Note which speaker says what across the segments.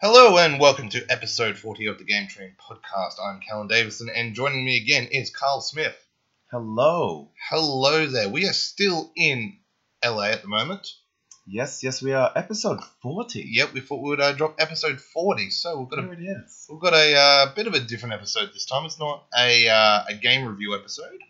Speaker 1: Hello and welcome to episode 40 of the Game Train podcast. I'm Callan Davison and joining me again is Carl Smith.
Speaker 2: Hello.
Speaker 1: Hello there. We are still in LA at the moment.
Speaker 2: Yes, yes, we are episode 40.
Speaker 1: Yep, we thought we would uh, drop episode 40, so we've got
Speaker 2: Here
Speaker 1: a
Speaker 2: it is.
Speaker 1: we've got a uh, bit of a different episode this time. It's not a uh, a game review episode.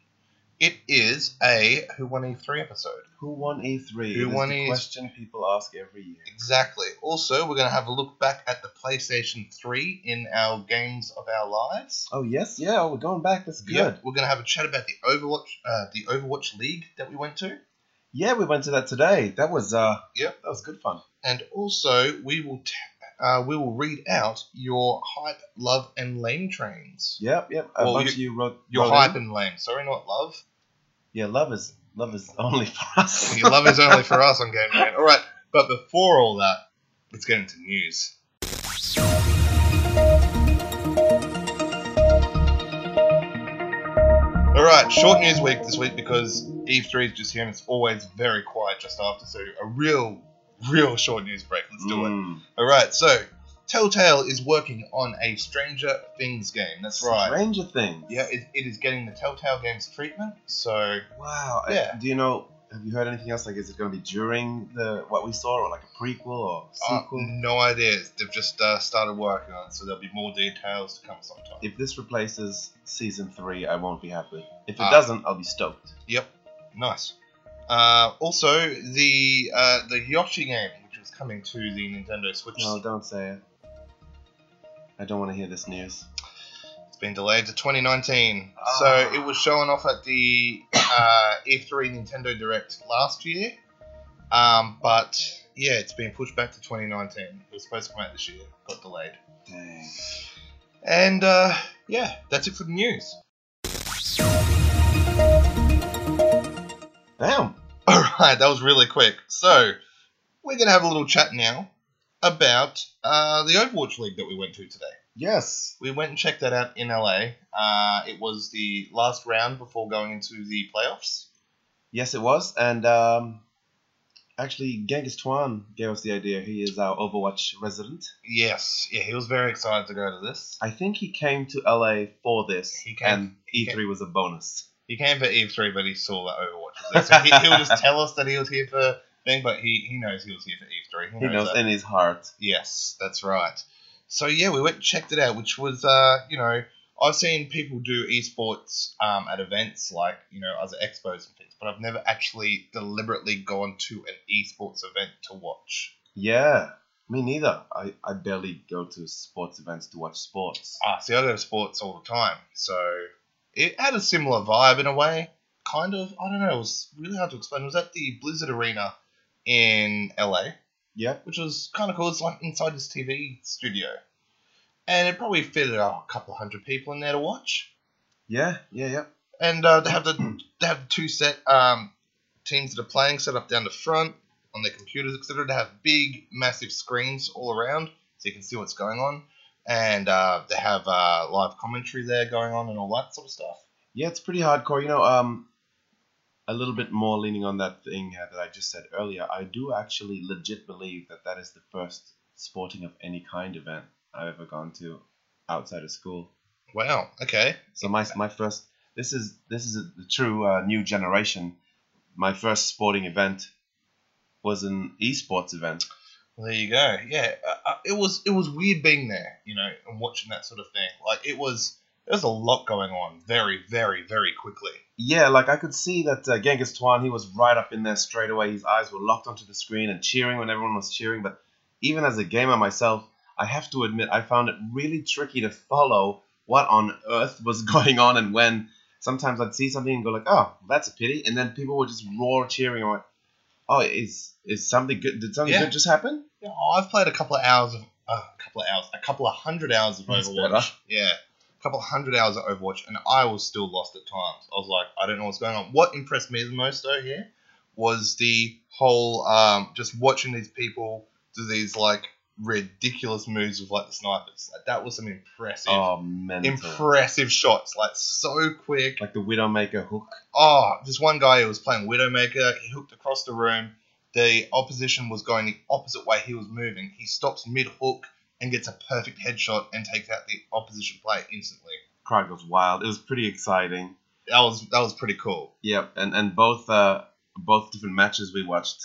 Speaker 1: It is a Who Won E3 episode.
Speaker 2: Who won E3?
Speaker 1: Who
Speaker 2: It is
Speaker 1: won E
Speaker 2: the
Speaker 1: E3?
Speaker 2: question people ask every year.
Speaker 1: Exactly. Also, we're going to have a look back at the PlayStation 3 in our games of our lives.
Speaker 2: Oh, yes, yeah, we're going back. That's good.
Speaker 1: Yep, we're gonna have a chat about the Overwatch, uh, the Overwatch League that we went to,
Speaker 2: Yeah, we went to that today. That was uh
Speaker 1: Yep.
Speaker 2: that was good fun.
Speaker 1: and also we will t- uh, we will read out your hype, love, and lame trains.
Speaker 2: Yep, yep. A
Speaker 1: Well,
Speaker 2: bunch of you wrote
Speaker 1: Your
Speaker 2: wrote
Speaker 1: hype
Speaker 2: in.
Speaker 1: and lame. Sorry, not love.
Speaker 2: Yeah, love is love is only for us.
Speaker 1: Your love is only for us on Game Man. All right, but before all that, let's get into news. All right, short news week this week because E3 is just here and it's always very quiet just after. So a real, real short news break. Let's do it.
Speaker 2: Mm.
Speaker 1: All right, so Telltale is working on a Stranger Things game. That's right.
Speaker 2: Stranger Things.
Speaker 1: Yeah, it, it is getting the Telltale games treatment. So
Speaker 2: Wow. I-
Speaker 1: Yeah.
Speaker 2: do you know have you heard anything else? Like is it gonna be during the what we saw or like a prequel or
Speaker 1: Uh,
Speaker 2: sequel?
Speaker 1: no idea. They've just uh, started working on it, so there'll be more details to come sometime.
Speaker 2: If this replaces season three, I won't be happy. If it
Speaker 1: Ah.
Speaker 2: doesn't, I'll be stoked.
Speaker 1: Nice. Uh, also, the uh, the Yoshi game, which was coming to the Nintendo Switch,
Speaker 2: No, don't say it. I don't want to hear this news.
Speaker 1: it's been delayed to 2019.
Speaker 2: Ah.
Speaker 1: So it was showing off at the uh, E3 Nintendo Direct last year, um, but yeah, it's been pushed back to 2019. It was supposed to come out this year, got delayed.
Speaker 2: Dang.
Speaker 1: And uh, yeah, that's it for the news.
Speaker 2: Damn.
Speaker 1: All right, that was really quick. So we're gonna have a little chat now about uh, the Overwatch League that we went to today.
Speaker 2: Yes.
Speaker 1: We went and checked that out in LA. Uh, it was the last round before going into the playoffs.
Speaker 2: Yes, it was. And um, actually, Genghis Tuan gave us the idea. He is our Overwatch resident.
Speaker 1: Yes, yeah, he was very excited to go to this.
Speaker 2: I think he came to LA for this,
Speaker 1: He came-
Speaker 2: and
Speaker 1: he
Speaker 2: E3 was a bonus.
Speaker 1: He came for Eve three, but he saw that Overwatch was there, so he, he'll just tell us that he was here for thing, but he, he knows he was here for Eve three.
Speaker 2: He knows
Speaker 1: that.
Speaker 2: in his heart.
Speaker 1: Yes, that's right. So yeah, we went and checked it out, which was uh, you know, I've seen people do esports um, at events like, you know, other expos and things, but I've never actually deliberately gone to an esports event to watch.
Speaker 2: Yeah. Me neither. I, I barely go to sports events to watch sports.
Speaker 1: Ah, see I go to sports all the time. So it had a similar vibe in a way. Kind of I don't know, it was really hard to explain. It was at the Blizzard Arena in LA.
Speaker 2: Yep.
Speaker 1: which was kind of cool. It's like inside this TV studio, and it probably fitted oh, a couple hundred people in there to watch.
Speaker 2: Yeah. Yeah. Yep.
Speaker 1: And uh, they have the they have two set um, teams that are playing set up down the front on their computers, etc. They have big, massive screens all around, so you can see what's going on. And uh, they have uh, live commentary there going on and all that sort of stuff.
Speaker 2: Yeah, it's pretty hardcore. You know, um, a little bit more leaning on that thing uh, that I just said earlier. I do actually legit believe that that is the first sporting of any kind event I've ever gone to outside of school.
Speaker 1: Wow. Okay.
Speaker 2: So my my first this is this is a, the true uh, new generation. My first sporting event was an esports event.
Speaker 1: Well, there you go. Yeah, uh, uh, it was it was weird being there, you know, and watching that sort of thing. Like it was there was a lot going on very, very, very quickly.
Speaker 2: Yeah, like I could see that uh, Genghis Tuan, he was right up in there straight away. His eyes were locked onto the screen and cheering when everyone was cheering. But even as a gamer myself, I have to admit, I found it really tricky to follow what on earth was going on and when. Sometimes I'd see something and go like, "Oh, that's a pity," and then people would just roar cheering. I'm like, "Oh, is is something good? Did something
Speaker 1: Yeah.
Speaker 2: good just happen?"
Speaker 1: Yeah, I've played a couple of hours of uh, a couple of hours, a couple of hundred hours of
Speaker 2: That's
Speaker 1: Overwatch.
Speaker 2: better.
Speaker 1: Yeah, a couple of hundred hours of Overwatch, and I was still lost at times. I was like, I don't know what's going on. What impressed me the most though here was the whole um, just watching these people do these like ridiculous moves with like the snipers. Like, that was some impressive.
Speaker 2: Oh, mental!
Speaker 1: impressive shots, like so quick.
Speaker 2: like the Widowmaker hook.
Speaker 1: Oh, this one guy who was playing Widowmaker, he hooked across the room. The opposition was going the opposite way he was moving. He stops mid hook, and gets a perfect headshot and takes out the opposition player instantly.
Speaker 2: Crowd goes wild. It was pretty exciting.
Speaker 1: That was that was pretty cool.
Speaker 2: Yep, and and both uh both different matches we watched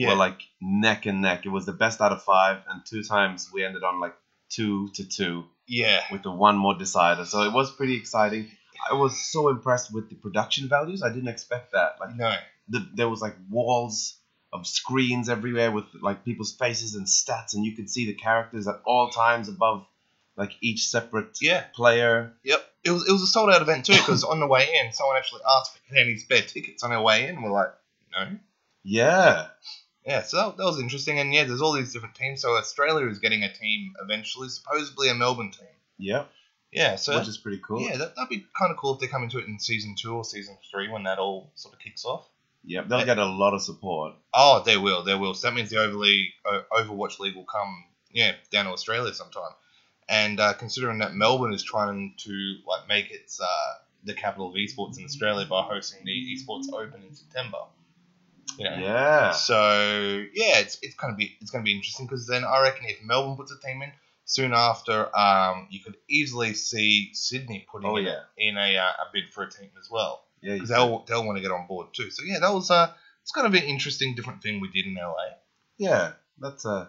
Speaker 2: were like neck and neck. It was the best out of five, and two times we ended on like two to two
Speaker 1: yeah.
Speaker 2: with the one more decider. So it was pretty exciting. I was so impressed with the production values. I didn't expect that. Like
Speaker 1: No.
Speaker 2: the, there was like walls of screens everywhere with like people's faces and stats, and you could see the characters at all times above like each separate
Speaker 1: Yeah.
Speaker 2: player.
Speaker 1: Yep. It was, it was a sold out event too because on the way in, someone actually asked for any spare tickets on our way in. We're like, no.
Speaker 2: Yeah,
Speaker 1: Yeah, so that, that was interesting. And yeah, there's all these different teams. So Australia is getting a team eventually, supposedly a Melbourne team.
Speaker 2: yep,
Speaker 1: Yeah, so
Speaker 2: which is pretty cool.
Speaker 1: yeah, that, that'd be kind of cool if they come into it in season two or season three when that all sort of kicks off.
Speaker 2: Yep, they'll get a lot of support.
Speaker 1: Oh, they will. They will. So that means the Overly, uh, Overwatch League will come, yeah, down to Australia sometime. And uh, considering that Melbourne is trying to like make its uh, the capital of esports in Australia by hosting the esports Open in September. You know?
Speaker 2: Yeah,
Speaker 1: So yeah, it's it's gonna be it's gonna be interesting because then I reckon if Melbourne puts a team in soon after, um, you could easily see Sydney putting
Speaker 2: Oh,
Speaker 1: in,
Speaker 2: yeah.
Speaker 1: in a uh, a bid for a team as well
Speaker 2: yeah.
Speaker 1: because they'll they'll want to get on board too. So yeah, that was uh, it's kind of an interesting different thing we did in LA.
Speaker 2: Yeah, that's uh,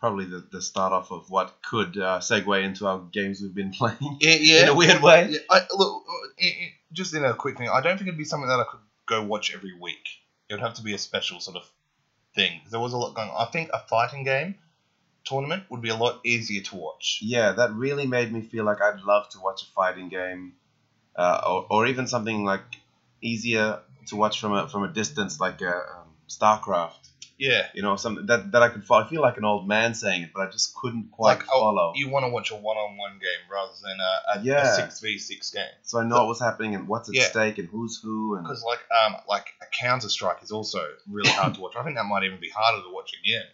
Speaker 2: probably the, the start off of what could uh, segue into our games we've been playing
Speaker 1: Yeah,
Speaker 2: in a weird way.
Speaker 1: I, look, uh, i i just in a quick thing, I don't think it'd be something that I could go watch every week. It would have to be a special sort of thing. There was a lot going. on. I think a fighting game tournament would be a lot easier to watch.
Speaker 2: Yeah, that really made me feel like I'd love to watch a fighting game, uh, or, or even something like easier to watch from a from a distance, like a um, Starcraft.
Speaker 1: Yeah,
Speaker 2: You know, something that, that I could follow. I feel like an old man saying it, but I just couldn't quite
Speaker 1: Like, oh,
Speaker 2: follow.
Speaker 1: you want to watch a one-on-one game rather than a, a,
Speaker 2: Yeah.
Speaker 1: a six v six game.
Speaker 2: so I know what was happening and what's at
Speaker 1: Yeah.
Speaker 2: stake and who's who and
Speaker 1: Because like um like a Counter Strike is also really hard to watch. I think that might even be harder to watch again.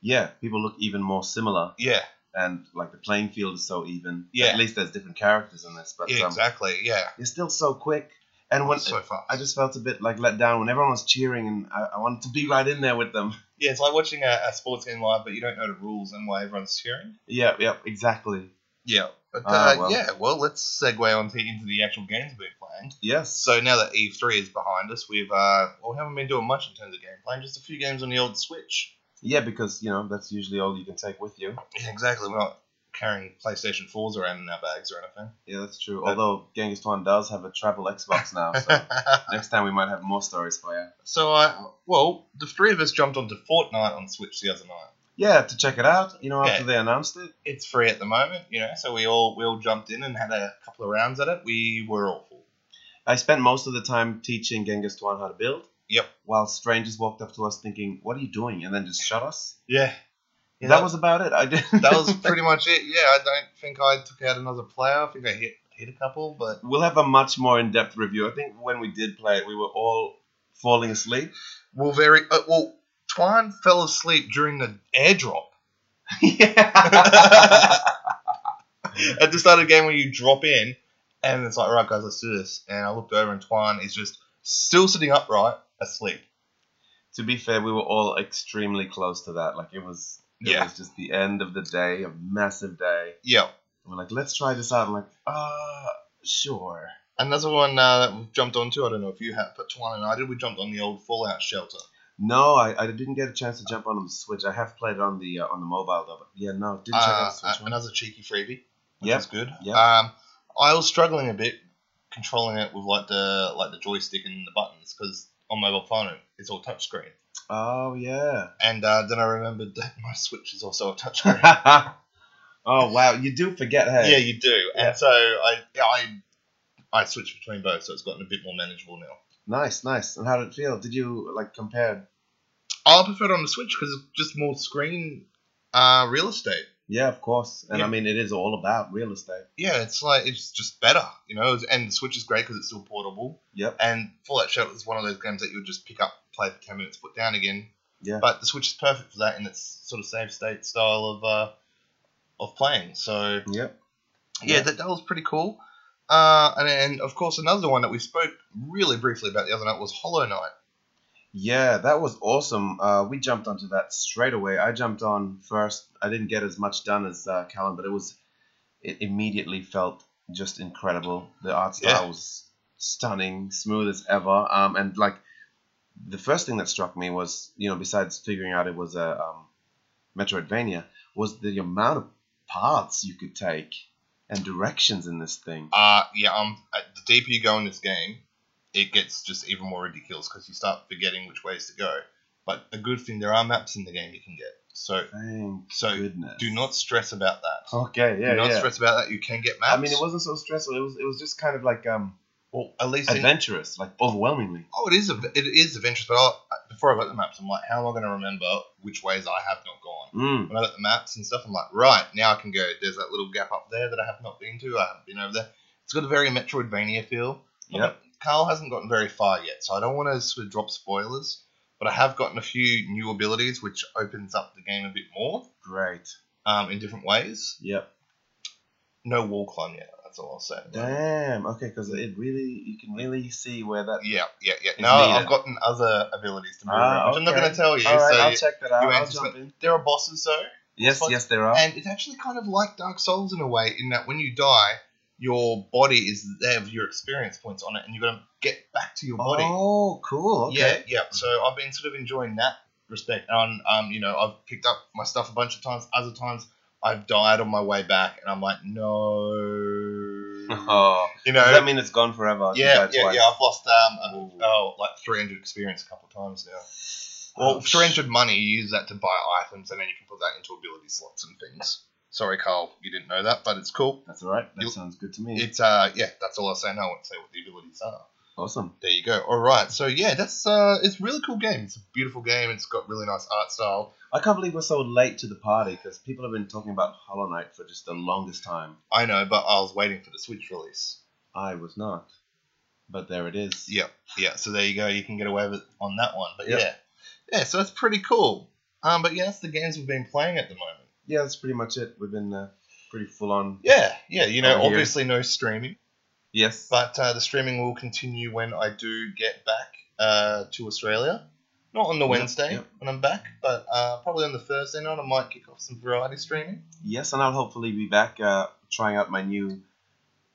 Speaker 2: yeah, people look even more similar.
Speaker 1: Yeah,
Speaker 2: and like the playing field is so even.
Speaker 1: Yeah.
Speaker 2: At least there's different characters in this, but
Speaker 1: yeah,
Speaker 2: um,
Speaker 1: exactly. Yeah,
Speaker 2: you're still so quick. And when
Speaker 1: so far.
Speaker 2: I just felt a bit like let down when everyone was cheering, and I, I wanted to be right in there with them.
Speaker 1: Yeah, it's like watching a, a sports game live, but you don't know the rules and why everyone's cheering.
Speaker 2: Yeah, yeah, exactly.
Speaker 1: Yeah. But, uh,
Speaker 2: Ah, well.
Speaker 1: Yeah, well, let's segue on to, into the actual games we're playing.
Speaker 2: Yes.
Speaker 1: So now that E3 is behind us, we've, uh, well, we haven't been doing much in terms of game playing, just a few games on the old Switch.
Speaker 2: yeah, because you know that's usually all you can take with you.
Speaker 1: Yeah, exactly. We're not carrying PlayStation 4s around in our bags or anything.
Speaker 2: Yeah, that's true.
Speaker 1: But-
Speaker 2: Although Genghis Khan does have a travel Xbox now, so next time we might have more stories for you.
Speaker 1: so, uh, well, the three of us jumped onto Fortnite on Switch the other night.
Speaker 2: Yeah, to check it out. You know, after
Speaker 1: Yeah.
Speaker 2: they announced it.
Speaker 1: It's free at the moment, you know, so we all we all jumped in and had a couple of rounds at it. We were awful.
Speaker 2: I spent most of the time teaching Genghis Khan how to build.
Speaker 1: Yep.
Speaker 2: While strangers walked up to us thinking, "What are you doing?" and then just shot us.
Speaker 1: Yeah. yeah
Speaker 2: that was about it. I did.
Speaker 1: that was pretty much it. Yeah, I don't think I took out another player. I think I hit hit a couple, but
Speaker 2: We'll have a much more in-depth review. I think when we did play it, we were all falling asleep.
Speaker 1: well, very uh, well. Twine fell asleep during the airdrop
Speaker 2: yeah.
Speaker 1: at the start of the game when you drop in, and it's like, right, guys, let's do this. And I looked over, and Twine is just still sitting upright, asleep.
Speaker 2: to be fair, we were all extremely close to that. Like it was. It
Speaker 1: Yeah.
Speaker 2: was just the end of the day, a massive day.
Speaker 1: Yeah,
Speaker 2: We're like, let's try this out. I'm like, uh, sure.
Speaker 1: another one uh, that we jumped onto. I don't know if you have, but Twine and I did. We jumped on the old Fallout shelter.
Speaker 2: No, I, I didn't get a chance to jump on the Switch. I have played it on the uh, on the mobile though. But yeah, no, did check
Speaker 1: Uh,
Speaker 2: out the Switch. one.
Speaker 1: another cheeky freebie. Which
Speaker 2: Yep.
Speaker 1: is good.
Speaker 2: Yep.
Speaker 1: Um, I was struggling a bit controlling it with like the like the joystick and the buttons because on mobile phone it- it's all touchscreen.
Speaker 2: Oh yeah.
Speaker 1: And uh, then I remembered that my Switch is also a touchscreen.
Speaker 2: oh wow, you do forget. Hey.
Speaker 1: yeah, you do.
Speaker 2: Yeah.
Speaker 1: And so I I I switched between both, so it's gotten a bit more manageable now.
Speaker 2: Nice, nice. And how did it feel? Did you like compare?
Speaker 1: I prefer it on the Switch because it's just more screen uh, real estate.
Speaker 2: Yeah, of course. And I
Speaker 1: Yeah.
Speaker 2: mean, it is all about real estate.
Speaker 1: Yeah, it's like it's just better, you know. And the Switch is great because it's still portable.
Speaker 2: Yep.
Speaker 1: And Fallout Shelter is one of those games that you'll just pick up, play for 10 minutes, put down again.
Speaker 2: Yeah.
Speaker 1: But the Switch is perfect for that in its sort of save state style of uh, of playing. So,
Speaker 2: Yep.
Speaker 1: yeah,
Speaker 2: Yeah.
Speaker 1: That, that was pretty cool. Uh, and, and, of course, another one that we spoke really briefly about the other night was Hollow Knight.
Speaker 2: Yeah, that was awesome. Uh, we jumped onto that straight away. I jumped on first. I didn't get as much done as uh, Callum, but it was it immediately felt just incredible. The art style
Speaker 1: Yeah.
Speaker 2: was stunning, smooth as ever. Um, and like the first thing that struck me was, you know, besides figuring out it was a um, Metroidvania, was the amount of paths you could take and directions in this thing.
Speaker 1: Uh, yeah, um, uh, the deeper you go in this game, it gets just even more ridiculous because you start forgetting which ways to go. But a good thing, there are maps in the game you can get. So
Speaker 2: Thank
Speaker 1: So,
Speaker 2: goodness.
Speaker 1: do not stress about that.
Speaker 2: Okay. Oh, Yeah.
Speaker 1: do not
Speaker 2: yeah.
Speaker 1: stress about that. You can get maps.
Speaker 2: I mean, it wasn't so stressful. It was. It was just kind of like um.
Speaker 1: well, at least in,
Speaker 2: adventurous, like overwhelmingly.
Speaker 1: oh, it is a, it is adventurous. But I'll, before I got the maps, I'm like, how am I going to remember which ways I have not gone?
Speaker 2: Mm.
Speaker 1: when I got the maps and stuff, I'm like, right, now I can go. There's that little gap up there that I have not been to. I haven't been over there. It's got a very Metroidvania feel.
Speaker 2: Yep.
Speaker 1: Carl hasn't gotten very far yet, so I don't want to sort of drop spoilers, but I have gotten a few new abilities, which opens up the game a bit more
Speaker 2: Great.
Speaker 1: um, in different ways.
Speaker 2: Yep.
Speaker 1: No wall climb yet. That's all I'll say.
Speaker 2: Damn. Okay, because it really, you can really see where that.
Speaker 1: Yeah, yeah, yeah.
Speaker 2: It's
Speaker 1: No, I've
Speaker 2: needed.
Speaker 1: gotten other abilities to move
Speaker 2: Ah,
Speaker 1: around, which I'm not
Speaker 2: okay.
Speaker 1: going to tell you.
Speaker 2: All right,
Speaker 1: so
Speaker 2: I'll check that out.
Speaker 1: you
Speaker 2: I'll
Speaker 1: anticipate-
Speaker 2: jump in.
Speaker 1: there are bosses though.
Speaker 2: Yes,
Speaker 1: fine.
Speaker 2: yes, there are.
Speaker 1: And it's actually kind of like Dark Souls in a way, in that when you die, your body is there with your experience points on it, and you've got to get back to your body.
Speaker 2: Oh, cool. Okay.
Speaker 1: Yeah, yeah. So I've been sort of enjoying that respect. And um, you know, I've picked up my stuff a bunch of times. Other times, I've died on my way back, and I'm like, no.
Speaker 2: Oh,
Speaker 1: you
Speaker 2: does that
Speaker 1: know.
Speaker 2: mean it's gone forever? I think
Speaker 1: Yeah,
Speaker 2: that's
Speaker 1: yeah,
Speaker 2: why.
Speaker 1: yeah. I've lost um, uh,
Speaker 2: Ooh.
Speaker 1: oh, like 300 experience a couple of times now.
Speaker 2: Oh,
Speaker 1: Well,
Speaker 2: sh-
Speaker 1: 300 money, you use that to buy items, and then you can put that into ability slots and things. Sorry, Carl, you didn't know that, but it's cool.
Speaker 2: That's all right. That
Speaker 1: You-
Speaker 2: sounds good to me.
Speaker 1: It's uh, yeah, that's all I'll say. No, I won't say what the abilities are.
Speaker 2: awesome.
Speaker 1: There you go. All right, so yeah, that's uh, it's a really cool game. It's a beautiful game. It's got really nice art style.
Speaker 2: I can't believe we're so late to the party because people have been talking about Hollow Knight for just the longest time.
Speaker 1: I know, but I was waiting for the Switch release.
Speaker 2: I was not, but there it is.
Speaker 1: Yeah, yeah. So there you go. You can get away with it on that one. But
Speaker 2: Yep.
Speaker 1: yeah, yeah. So that's pretty cool. Um, but yeah, that's the games we've been playing at the moment.
Speaker 2: Yeah, that's pretty much it. We've been uh, pretty full on.
Speaker 1: Yeah, yeah. You know,
Speaker 2: Oh, yeah.
Speaker 1: obviously no streaming.
Speaker 2: Yes.
Speaker 1: But uh, the streaming will continue when I do get back uh, to Australia. Not on the
Speaker 2: Yep,
Speaker 1: Wednesday
Speaker 2: yep.
Speaker 1: when I'm back, but uh, probably on the Thursday night I might kick off some variety streaming.
Speaker 2: Yes, and I'll hopefully be back uh, trying out my new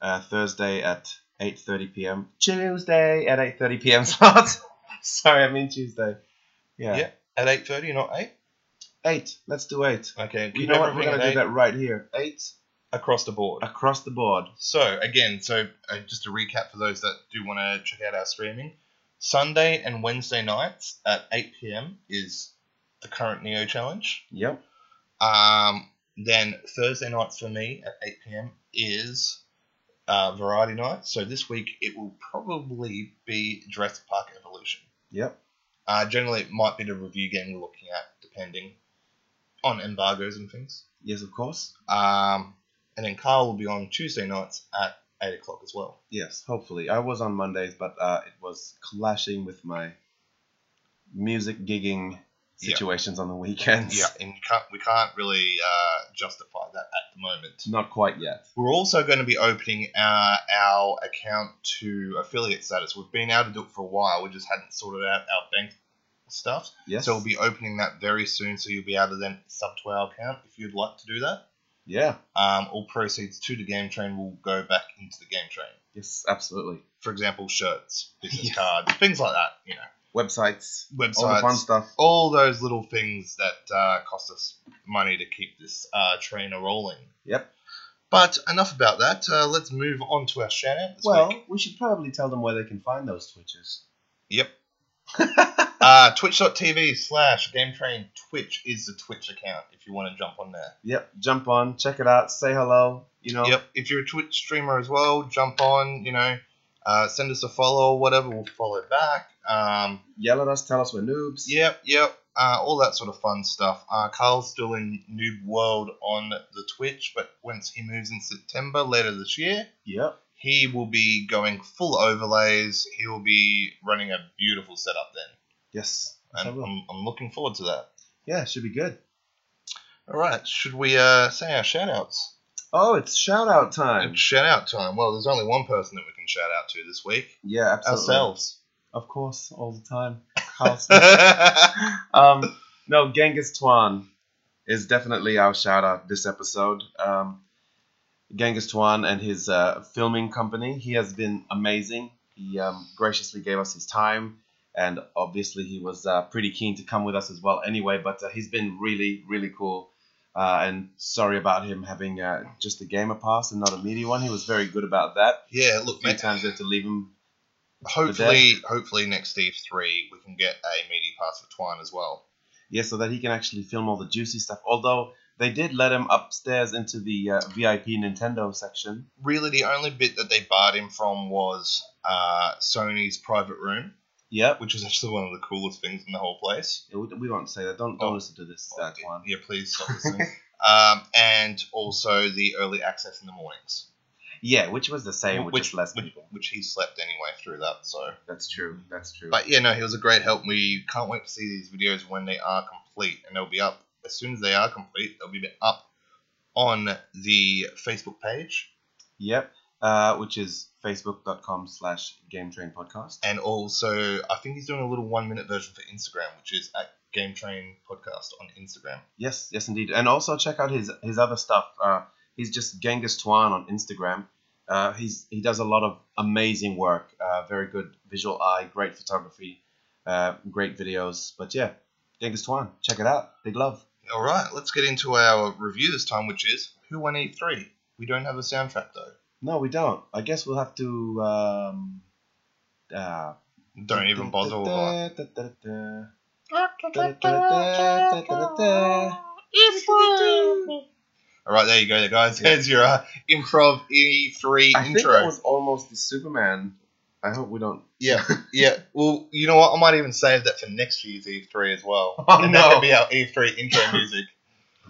Speaker 2: uh, Thursday at 8:30 p.m. Tuesday at 8:30 p.m. slot. Sorry, I mean Tuesday. Yeah.
Speaker 1: Yeah. At 8.30, not 8?
Speaker 2: Eight. Let's do eight.
Speaker 1: Okay,
Speaker 2: You
Speaker 1: keep
Speaker 2: know what? We're
Speaker 1: everything
Speaker 2: gonna
Speaker 1: at
Speaker 2: do that right here. Eight
Speaker 1: across the board.
Speaker 2: across the board.
Speaker 1: So, again, so uh, just to recap for those that do want to check out our streaming, Sunday and Wednesday nights at 8 p.m. is the current Neo Challenge.
Speaker 2: Yep.
Speaker 1: Um, then Thursday nights for me at 8 p.m. is uh, variety night. So this week it will probably be Jurassic Park Evolution.
Speaker 2: Yep.
Speaker 1: Uh, generally, it might be the review game we're looking at, depending on embargoes and things.
Speaker 2: Yes, of course.
Speaker 1: Um, and then Carl will be on Tuesday nights at 8 o'clock as well.
Speaker 2: Yes, hopefully. I was on Mondays, but uh, it was clashing with my music gigging
Speaker 1: Yeah.
Speaker 2: situations on the weekends.
Speaker 1: And you can't, we can't really uh, justify that at the moment.
Speaker 2: Not quite yet.
Speaker 1: We're also going to be opening uh, our account to affiliate status. We've been able to do it for a while. We just hadn't sorted out our bank stuff.
Speaker 2: Yes.
Speaker 1: So we'll be opening that very soon. So you'll be able to then sub to our account if you'd like to do that.
Speaker 2: yeah.
Speaker 1: Um, all proceeds to the game train will go back into the game train.
Speaker 2: Yes, absolutely.
Speaker 1: For example, shirts, business
Speaker 2: Yes.
Speaker 1: cards, things like that. You know,
Speaker 2: Websites.
Speaker 1: websites,
Speaker 2: all the fun stuff.
Speaker 1: all those little things that uh, cost us money to keep this uh, train a rolling.
Speaker 2: Yep.
Speaker 1: But enough about that. Uh, let's move on to our shout out this
Speaker 2: well,
Speaker 1: week.
Speaker 2: we should probably tell them where they can find those Twitches.
Speaker 1: Yep. Uh, Twitch.tv slash Game Train Twitch is the Twitch account if you want to jump on there.
Speaker 2: yep, jump on, check it out, say hello. You know,
Speaker 1: Yep. If you're a Twitch streamer as well, jump on, you know, uh, send us a follow or whatever. We'll follow back. Um,
Speaker 2: yell at us, tell us we're noobs.
Speaker 1: Yep, yep. Uh, all that sort of fun stuff. Uh, Carl's still in Noob World on the Twitch, but once he moves in September later this year,
Speaker 2: Yep.
Speaker 1: he will be going full overlays. He will be running a beautiful setup then.
Speaker 2: Yes. um, yes, I
Speaker 1: And
Speaker 2: will.
Speaker 1: I'm, I'm looking forward to that.
Speaker 2: yeah, should be good.
Speaker 1: All right, should we uh, say our shout outs?
Speaker 2: Oh, it's shout out time.
Speaker 1: It's shout out time. Well, there's only one person that we can shout out to this week
Speaker 2: Yeah, absolutely.
Speaker 1: ourselves.
Speaker 2: Of course, all the time. Carlson. um, no, Genghis Tuan is definitely our shout out this episode. Um, Genghis Tuan and his uh, filming company. He has been amazing. He um, graciously gave us his time, and obviously he was uh, pretty keen to come with us as well. Anyway, but uh, he's been really, really cool. Uh, and sorry about him having uh, just a gamer pass and not a media one. He was very good about that.
Speaker 1: yeah, look,
Speaker 2: A few
Speaker 1: mate,
Speaker 2: times we had to leave him.
Speaker 1: hopefully, hopefully next Steve three we can get a media pass for Twine as well.
Speaker 2: Yeah, so that he can actually film all the juicy stuff. Although they did let him upstairs into the uh, VIP Nintendo section.
Speaker 1: Really, the only bit that they barred him from was uh, Sony's private room,
Speaker 2: Yep.
Speaker 1: which was actually one of the coolest things in the whole place.
Speaker 2: We, we won't say that. Don't don't
Speaker 1: Oh.
Speaker 2: listen to this that one.
Speaker 1: Yeah, please stop listening. um, and also the early access in the mornings,
Speaker 2: Yeah, which was the same, which,
Speaker 1: Which-
Speaker 2: is less
Speaker 1: which,
Speaker 2: people.
Speaker 1: which he slept anyway through that. So,
Speaker 2: That's true. That's true.
Speaker 1: but yeah, no, he was a great help. We can't wait to see these videos when they are complete, and they'll be up as soon as they are complete. They'll be up on the Facebook page
Speaker 2: Yep. Uh, which is facebook.com slash game train podcast.
Speaker 1: and also I think he's doing a little one minute version for Instagram, which is at Game Train Podcast on Instagram.
Speaker 2: Yes, yes indeed. And also check out his his other stuff. Uh, he's just Genghis Tuan on Instagram. Uh, he's he does a lot of amazing work. Uh, very good visual eye, great photography, uh, great videos. But yeah, Genghis Tuan, check it out. Big love.
Speaker 1: All right, let's get into our review this time, which is Who Won E3. We don't have a soundtrack though.
Speaker 2: No, we don't. I guess we'll have to. Um, uh,
Speaker 1: Don't even bother with that. All right, there you go, there, guys. There's your uh, improv E3
Speaker 2: I think it
Speaker 1: intro.
Speaker 2: was almost the Superman. I hope we don't.
Speaker 1: Yeah, yeah. Well, you know what? I might even save that for next year's E3 as well.
Speaker 2: Oh,
Speaker 1: and
Speaker 2: no.
Speaker 1: that could be our E3 intro music.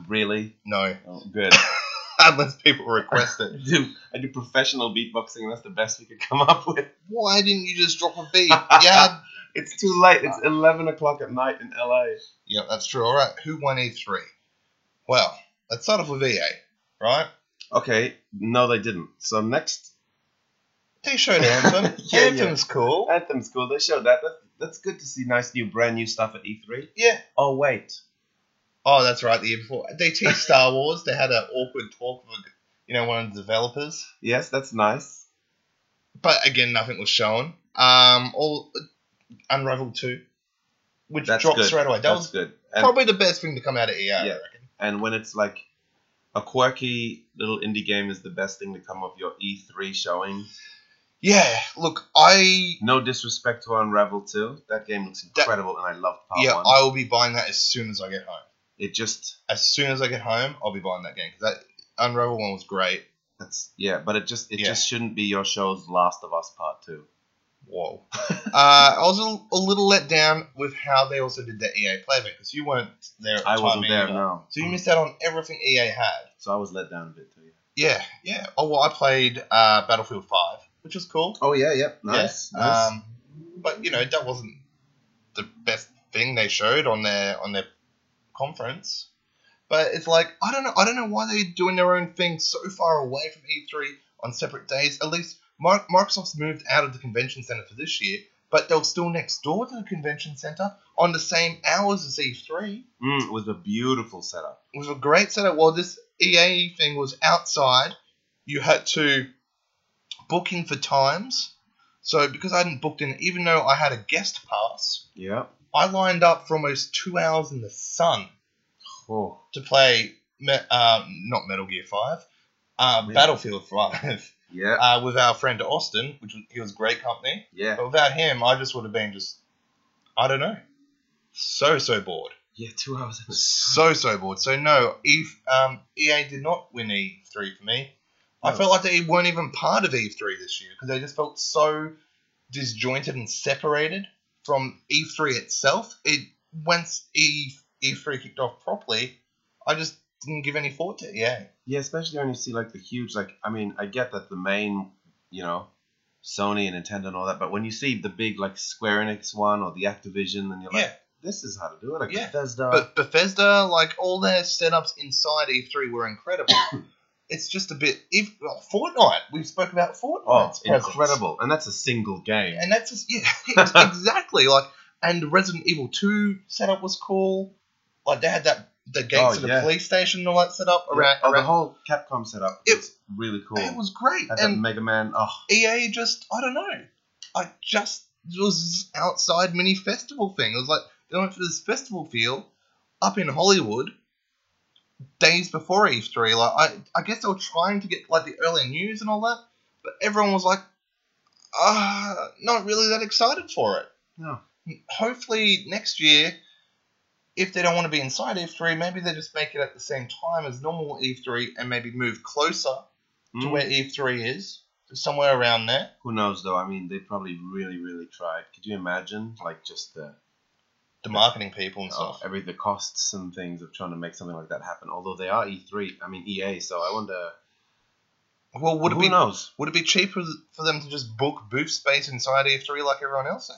Speaker 2: Really?
Speaker 1: No,
Speaker 2: Oh, good.
Speaker 1: unless people request it.
Speaker 2: I do, I do professional beatboxing, and that's the best we could come up with.
Speaker 1: Why didn't you just drop a beat? Yeah,
Speaker 2: It's too late. It's 11 o'clock at night in LA.
Speaker 1: yeah, that's true. All right, who won E3? Well, let's start off with EA, right?
Speaker 2: Okay, no, they didn't. So next
Speaker 1: They showed Anthem.
Speaker 2: Yeah, yeah.
Speaker 1: Anthem's cool.
Speaker 2: Anthem's cool. They showed that. That's, that's good to see nice new, brand new stuff at E3.
Speaker 1: Yeah.
Speaker 2: Oh, wait.
Speaker 1: Oh, that's right. The year before, they teased Star Wars. They had an awkward talk with, you know, one of the developers.
Speaker 2: Yes, that's nice.
Speaker 1: But again, nothing was shown. Um, all Unravel two, which
Speaker 2: That's
Speaker 1: dropped
Speaker 2: good.
Speaker 1: straight away. That
Speaker 2: that's
Speaker 1: was
Speaker 2: good. And,
Speaker 1: probably the best thing to come out of E EA. I
Speaker 2: Yeah.
Speaker 1: reckon.
Speaker 2: and when it's like a quirky little indie game is the best thing to come of your E3 showing.
Speaker 1: Yeah. Look, I
Speaker 2: No disrespect to Unravel 2. That game looks
Speaker 1: That-
Speaker 2: incredible, and I loved part
Speaker 1: yeah,
Speaker 2: 1.
Speaker 1: I will be buying that as soon as I get home.
Speaker 2: it just
Speaker 1: As soon as I get home, I'll be buying that game because that Unravel one was great.
Speaker 2: That's yeah, but it just it
Speaker 1: Yeah.
Speaker 2: just shouldn't be your show's Last of Us Part Two.
Speaker 1: Whoa. uh, I was a, a little let down with how they also did the EA playback because you weren't there. At the
Speaker 2: I
Speaker 1: time
Speaker 2: wasn't there,
Speaker 1: either.
Speaker 2: no.
Speaker 1: So you missed out on everything EA had.
Speaker 2: So I was let down a bit too. Yeah.
Speaker 1: Yeah, yeah. Oh well, I played uh, Battlefield Five, which was cool.
Speaker 2: Oh yeah, yeah,
Speaker 1: Yeah. Um, but you know that wasn't the best thing they showed on their on their conference. But it's like I don't know. I don't know why they're doing their own thing so far away from E3 on separate days. At least Mar- Microsoft's moved out of the convention center for this year, but they're still next door to the convention center on the same hours as E E3.
Speaker 2: Mm, it was a beautiful setup.
Speaker 1: It was a great setup. Well, this EA thing was outside. You had to book in for times. So because I hadn't booked in, even though I had a guest pass,
Speaker 2: Yeah.
Speaker 1: I lined up for almost two hours in the sun
Speaker 2: Oh.
Speaker 1: to play, me- um, not Metal Gear Five, uh,
Speaker 2: Really?
Speaker 1: Battlefield Five,
Speaker 2: Yeah.
Speaker 1: uh, with our friend Austin, which was, he was great company.
Speaker 2: Yeah.
Speaker 1: But without him, I just would have been just, I don't know, so so bored.
Speaker 2: Yeah. Two hours. in the-
Speaker 1: so so bored. So no, Eve, um, EA did not win E three for me. I
Speaker 2: No.
Speaker 1: felt like they weren't even part of E three this year because they just felt so disjointed and separated from E three itself. It once E E three kicked off properly, I just didn't give any thought to E it. Yeah,
Speaker 2: Yeah, especially when you see like the huge like I mean I get that the main you know Sony and Nintendo and all that, but when you see the big like Square Enix one or the Activision, and you're like,
Speaker 1: Yeah.
Speaker 2: this is how to do it. Like
Speaker 1: Yeah.
Speaker 2: Bethesda.
Speaker 1: but Bethesda, like all their setups inside E three were incredible. it's just a bit. If well, Fortnite, we spoke about Fortnite.
Speaker 2: oh, incredible! And that's a single game.
Speaker 1: And that's just, yeah, ex- exactly. Like, And the Resident Evil 2 setup was cool. Like they had that the gates
Speaker 2: Oh,
Speaker 1: to the
Speaker 2: yeah.
Speaker 1: police station and all that set up around,
Speaker 2: oh, the
Speaker 1: around-
Speaker 2: whole Capcom setup
Speaker 1: It-
Speaker 2: was really cool.
Speaker 1: it was great.
Speaker 2: Had that
Speaker 1: and
Speaker 2: Mega Man. Oh,
Speaker 1: EA E just I don't know. I just it was this outside mini festival thing. It was like they went for this festival feel up in Hollywood days before E three. Like I I guess they were trying to get like the early news and all that, but everyone was like uh not really that excited for it.
Speaker 2: No.
Speaker 1: Hopefully next year if they don't want to be inside E3, maybe they just make it at the same time as normal E3 and maybe move closer to
Speaker 2: Mm.
Speaker 1: where Eve 3 is, somewhere around there.
Speaker 2: Who knows though? I mean, they probably really, really tried. Could you imagine, like, just the
Speaker 1: The marketing people and
Speaker 2: oh,
Speaker 1: stuff.
Speaker 2: every the costs and things of trying to make something like that happen? Although they are E3, I mean EA, so I wonder.
Speaker 1: well, would it
Speaker 2: Oh. who
Speaker 1: be
Speaker 2: knows?
Speaker 1: would it be cheaper for them to just book booth space inside Eve 3 like everyone else? Then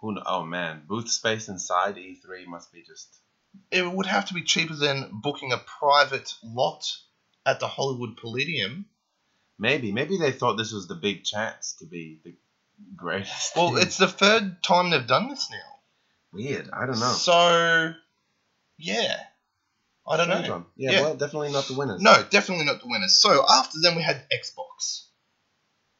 Speaker 2: Who? Kn- oh man, booth space inside E3 must be just.
Speaker 1: it would have to be cheaper than booking a private lot at the Hollywood Palladium.
Speaker 2: Maybe, maybe they thought this was the big chance to be the greatest.
Speaker 1: Well, it's the third time they've done this now.
Speaker 2: weird. I don't know.
Speaker 1: So, yeah, I don't
Speaker 2: Strange
Speaker 1: know.
Speaker 2: one. Yeah,
Speaker 1: Yeah.
Speaker 2: well, definitely not the winners.
Speaker 1: No, definitely not the winners. So after them, we had Xbox,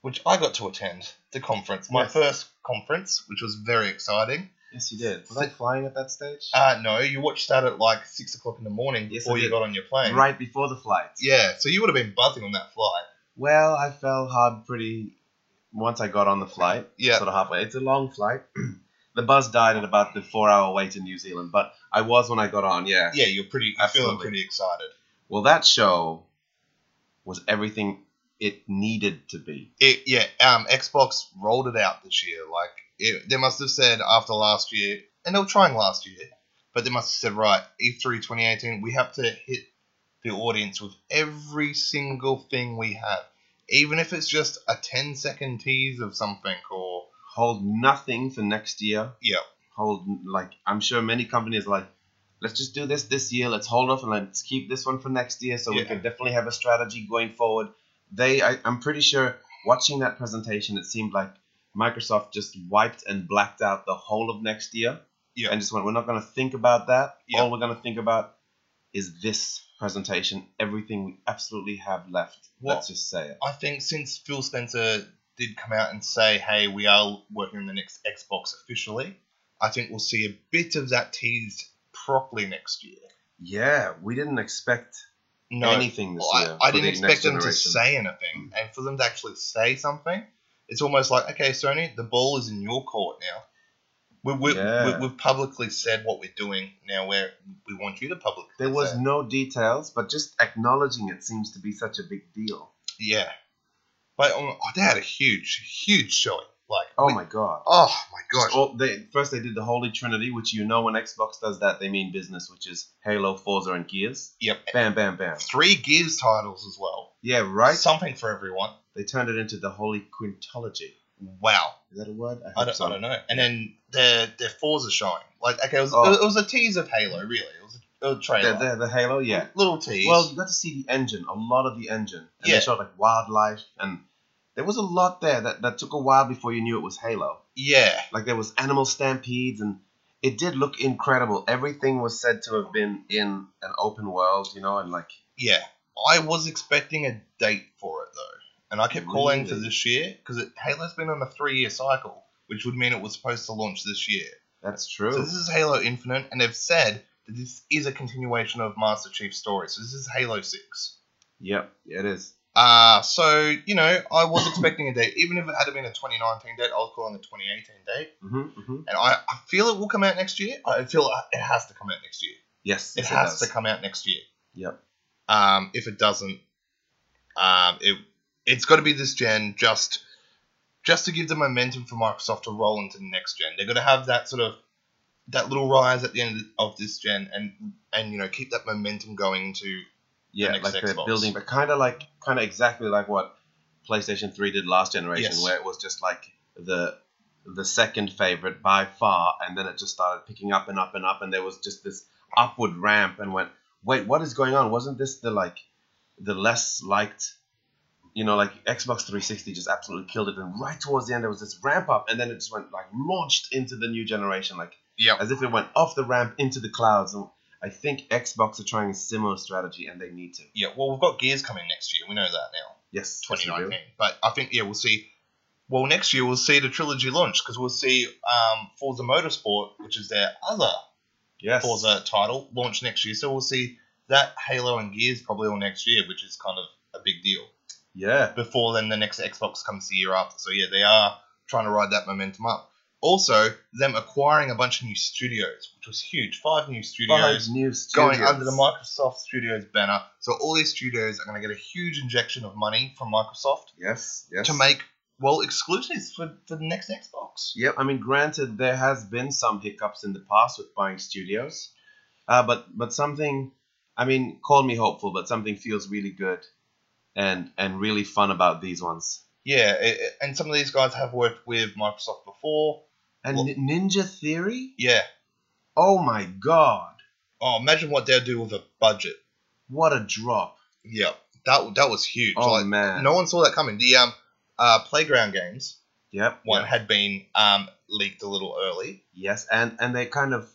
Speaker 1: which I got to attend the conference, my
Speaker 2: Yes.
Speaker 1: first conference, which was very exciting.
Speaker 2: Yes, you did. Was I flying at that stage?
Speaker 1: Uh, no, you watched that at like six o'clock in the morning
Speaker 2: Yes, I
Speaker 1: before you
Speaker 2: did.
Speaker 1: got on your plane.
Speaker 2: right before the flight.
Speaker 1: Yeah, so you would have been buzzing on that flight.
Speaker 2: Well, I fell hard pretty once I got on the flight.
Speaker 1: Yeah.
Speaker 2: Sort of halfway. It's a long flight. the buzz died at about the four hour wait in New Zealand, but I was when I got on, yeah.
Speaker 1: Yeah, you're pretty. You're feeling
Speaker 2: Absolutely.
Speaker 1: pretty excited.
Speaker 2: Well, that show was everything it needed to be.
Speaker 1: It yeah. Um, Xbox rolled it out this year. Like it, they must have said after last year, and they were trying last year, but they must have said right E E3 2018, we have to hit the audience with every single thing we have, even if it's just a 10 second tease of something or
Speaker 2: Hold nothing for next year.
Speaker 1: Yeah.
Speaker 2: Hold, like, I'm sure many companies are like, let's just do this this year. Let's hold off and let's keep this one for next year so we
Speaker 1: Yeah.
Speaker 2: can definitely have a strategy going forward. They, I, I'm pretty sure, watching that presentation, it seemed like Microsoft just wiped and blacked out the whole of next year
Speaker 1: Yeah.
Speaker 2: and just went, we're not going to think about that.
Speaker 1: Yeah.
Speaker 2: All we're going to think about is this presentation, everything we absolutely have left.
Speaker 1: Well,
Speaker 2: Let's just say it.
Speaker 1: I think since Phil Spencer did come out and say, "Hey, we are working on the next Xbox officially," I think we'll see a bit of that teased properly next year.
Speaker 2: Yeah, we didn't expect
Speaker 1: No,
Speaker 2: anything this
Speaker 1: well,
Speaker 2: year.
Speaker 1: I, I
Speaker 2: for the
Speaker 1: didn't
Speaker 2: next
Speaker 1: expect them to
Speaker 2: generation. Mm.
Speaker 1: say anything, and for them to actually say something, it's almost like, "Okay, Sony, the ball is in your court now." We, we,
Speaker 2: Yeah.
Speaker 1: we, we've publicly said what we're doing. Now we we want you to publicly.
Speaker 2: There was
Speaker 1: say it.
Speaker 2: no details, but just acknowledging it seems to be such a big deal.
Speaker 1: yeah, but um, oh, they had a huge, huge showing. Like,
Speaker 2: Oh
Speaker 1: we-
Speaker 2: my god!
Speaker 1: oh my gosh,
Speaker 2: Oh, they, first they did the Holy Trinity, which you know when Xbox does that, they mean business, which is Halo, Forza, and Gears.
Speaker 1: yep,
Speaker 2: Bam, bam, bam.
Speaker 1: three Gears titles as well.
Speaker 2: Yeah, right.
Speaker 1: Something for everyone.
Speaker 2: They turned it into the Holy Quintology.
Speaker 1: Wow.
Speaker 2: Is that a word? I,
Speaker 1: I
Speaker 2: hope
Speaker 1: don't,
Speaker 2: so.
Speaker 1: I don't know. And then their their fours are showing. Like okay, it was,
Speaker 2: Oh.
Speaker 1: it was a tease of Halo, really. It was a, a trailer.
Speaker 2: The, the, the Halo, yeah.
Speaker 1: Little tease.
Speaker 2: Well, you got to see the engine, a lot of the engine. And
Speaker 1: Yeah.
Speaker 2: they showed like wildlife, and there was a lot there that, that took a while before you knew it was Halo.
Speaker 1: yeah.
Speaker 2: Like there was animal stampedes, and it did look incredible. Everything was said to have been in an open world, you know, and like
Speaker 1: Yeah. I was expecting a date for it though. And I kept calling for
Speaker 2: Really?
Speaker 1: this year because Halo's been on a three year cycle, which would mean it was supposed to launch this year.
Speaker 2: that's true.
Speaker 1: So this is Halo Infinite, and they've said that this is a continuation of Master Chief's story. So this is Halo 6.
Speaker 2: yep, it is.
Speaker 1: Uh, so, you know, I was expecting a date. Even if it had been a 2019 date, I was calling a 2018 date.
Speaker 2: hmm hmm
Speaker 1: And I, I feel it will come out next year. I feel it has to come out next year.
Speaker 2: Yes,
Speaker 1: It
Speaker 2: yes,
Speaker 1: has to
Speaker 2: does.
Speaker 1: come out next year.
Speaker 2: Yep.
Speaker 1: Um, if it doesn't, um, it, it's got to be this gen just just to give the momentum for Microsoft to roll into the next gen. They're going to have that sort of that little rise at the end of this gen and and you know keep that momentum going into
Speaker 2: Yeah,
Speaker 1: next
Speaker 2: like they're
Speaker 1: Xbox.
Speaker 2: building, but kind of like, kind of exactly like what PlayStation Three did last generation,
Speaker 1: Yes.
Speaker 2: where it was just like the the second favorite by far, and then it just started picking up and up and up, and there was just this upward ramp, and went, wait, what is going on? Wasn't this the like the less liked you know, like Xbox 360 just absolutely killed it. And right towards the end, there was this ramp up, and then it just went like launched into the new generation, like
Speaker 1: Yep.
Speaker 2: as if it went off the ramp into the clouds. And I think Xbox are trying a similar strategy, and they need to.
Speaker 1: Yeah, well, we've got Gears coming next year. We know that now,
Speaker 2: Yes, yes, we do.
Speaker 1: 2019. But I think, yeah, we'll see. Well, next year we'll see the trilogy launch because we'll see um, Forza Motorsport, which is their other
Speaker 2: Yes,
Speaker 1: Forza title, launch next year. So we'll see that Halo and Gears probably all next year, which is kind of a big deal.
Speaker 2: yeah,
Speaker 1: Before then, the next Xbox comes the year after. So yeah, they are trying to ride that momentum up. Also, them acquiring a bunch of new studios, which was huge. Five new studios
Speaker 2: Five new
Speaker 1: going
Speaker 2: studios.
Speaker 1: under the Microsoft Studios banner. So all these studios are going to get a huge injection of money from Microsoft
Speaker 2: Yes, yes.
Speaker 1: to make well exclusives for, for the next Xbox.
Speaker 2: Yep. I mean, granted, there has been some hiccups in the past with buying studios, uh, but but something, I mean, call me hopeful, but something feels really good, and and really fun about these ones.
Speaker 1: Yeah, it, it- and some of these guys have worked with Microsoft before.
Speaker 2: And
Speaker 1: Well-
Speaker 2: Ni- Ninja Theory.
Speaker 1: Yeah.
Speaker 2: Oh my God!
Speaker 1: Oh, imagine what they'll do with a budget.
Speaker 2: What a drop.
Speaker 1: Yeah, that that was huge.
Speaker 2: Oh
Speaker 1: like,
Speaker 2: man.
Speaker 1: no one saw that coming. The um, uh, playground games
Speaker 2: Yep.
Speaker 1: one
Speaker 2: yep.
Speaker 1: had been um leaked a little early.
Speaker 2: Yes, and and they kind of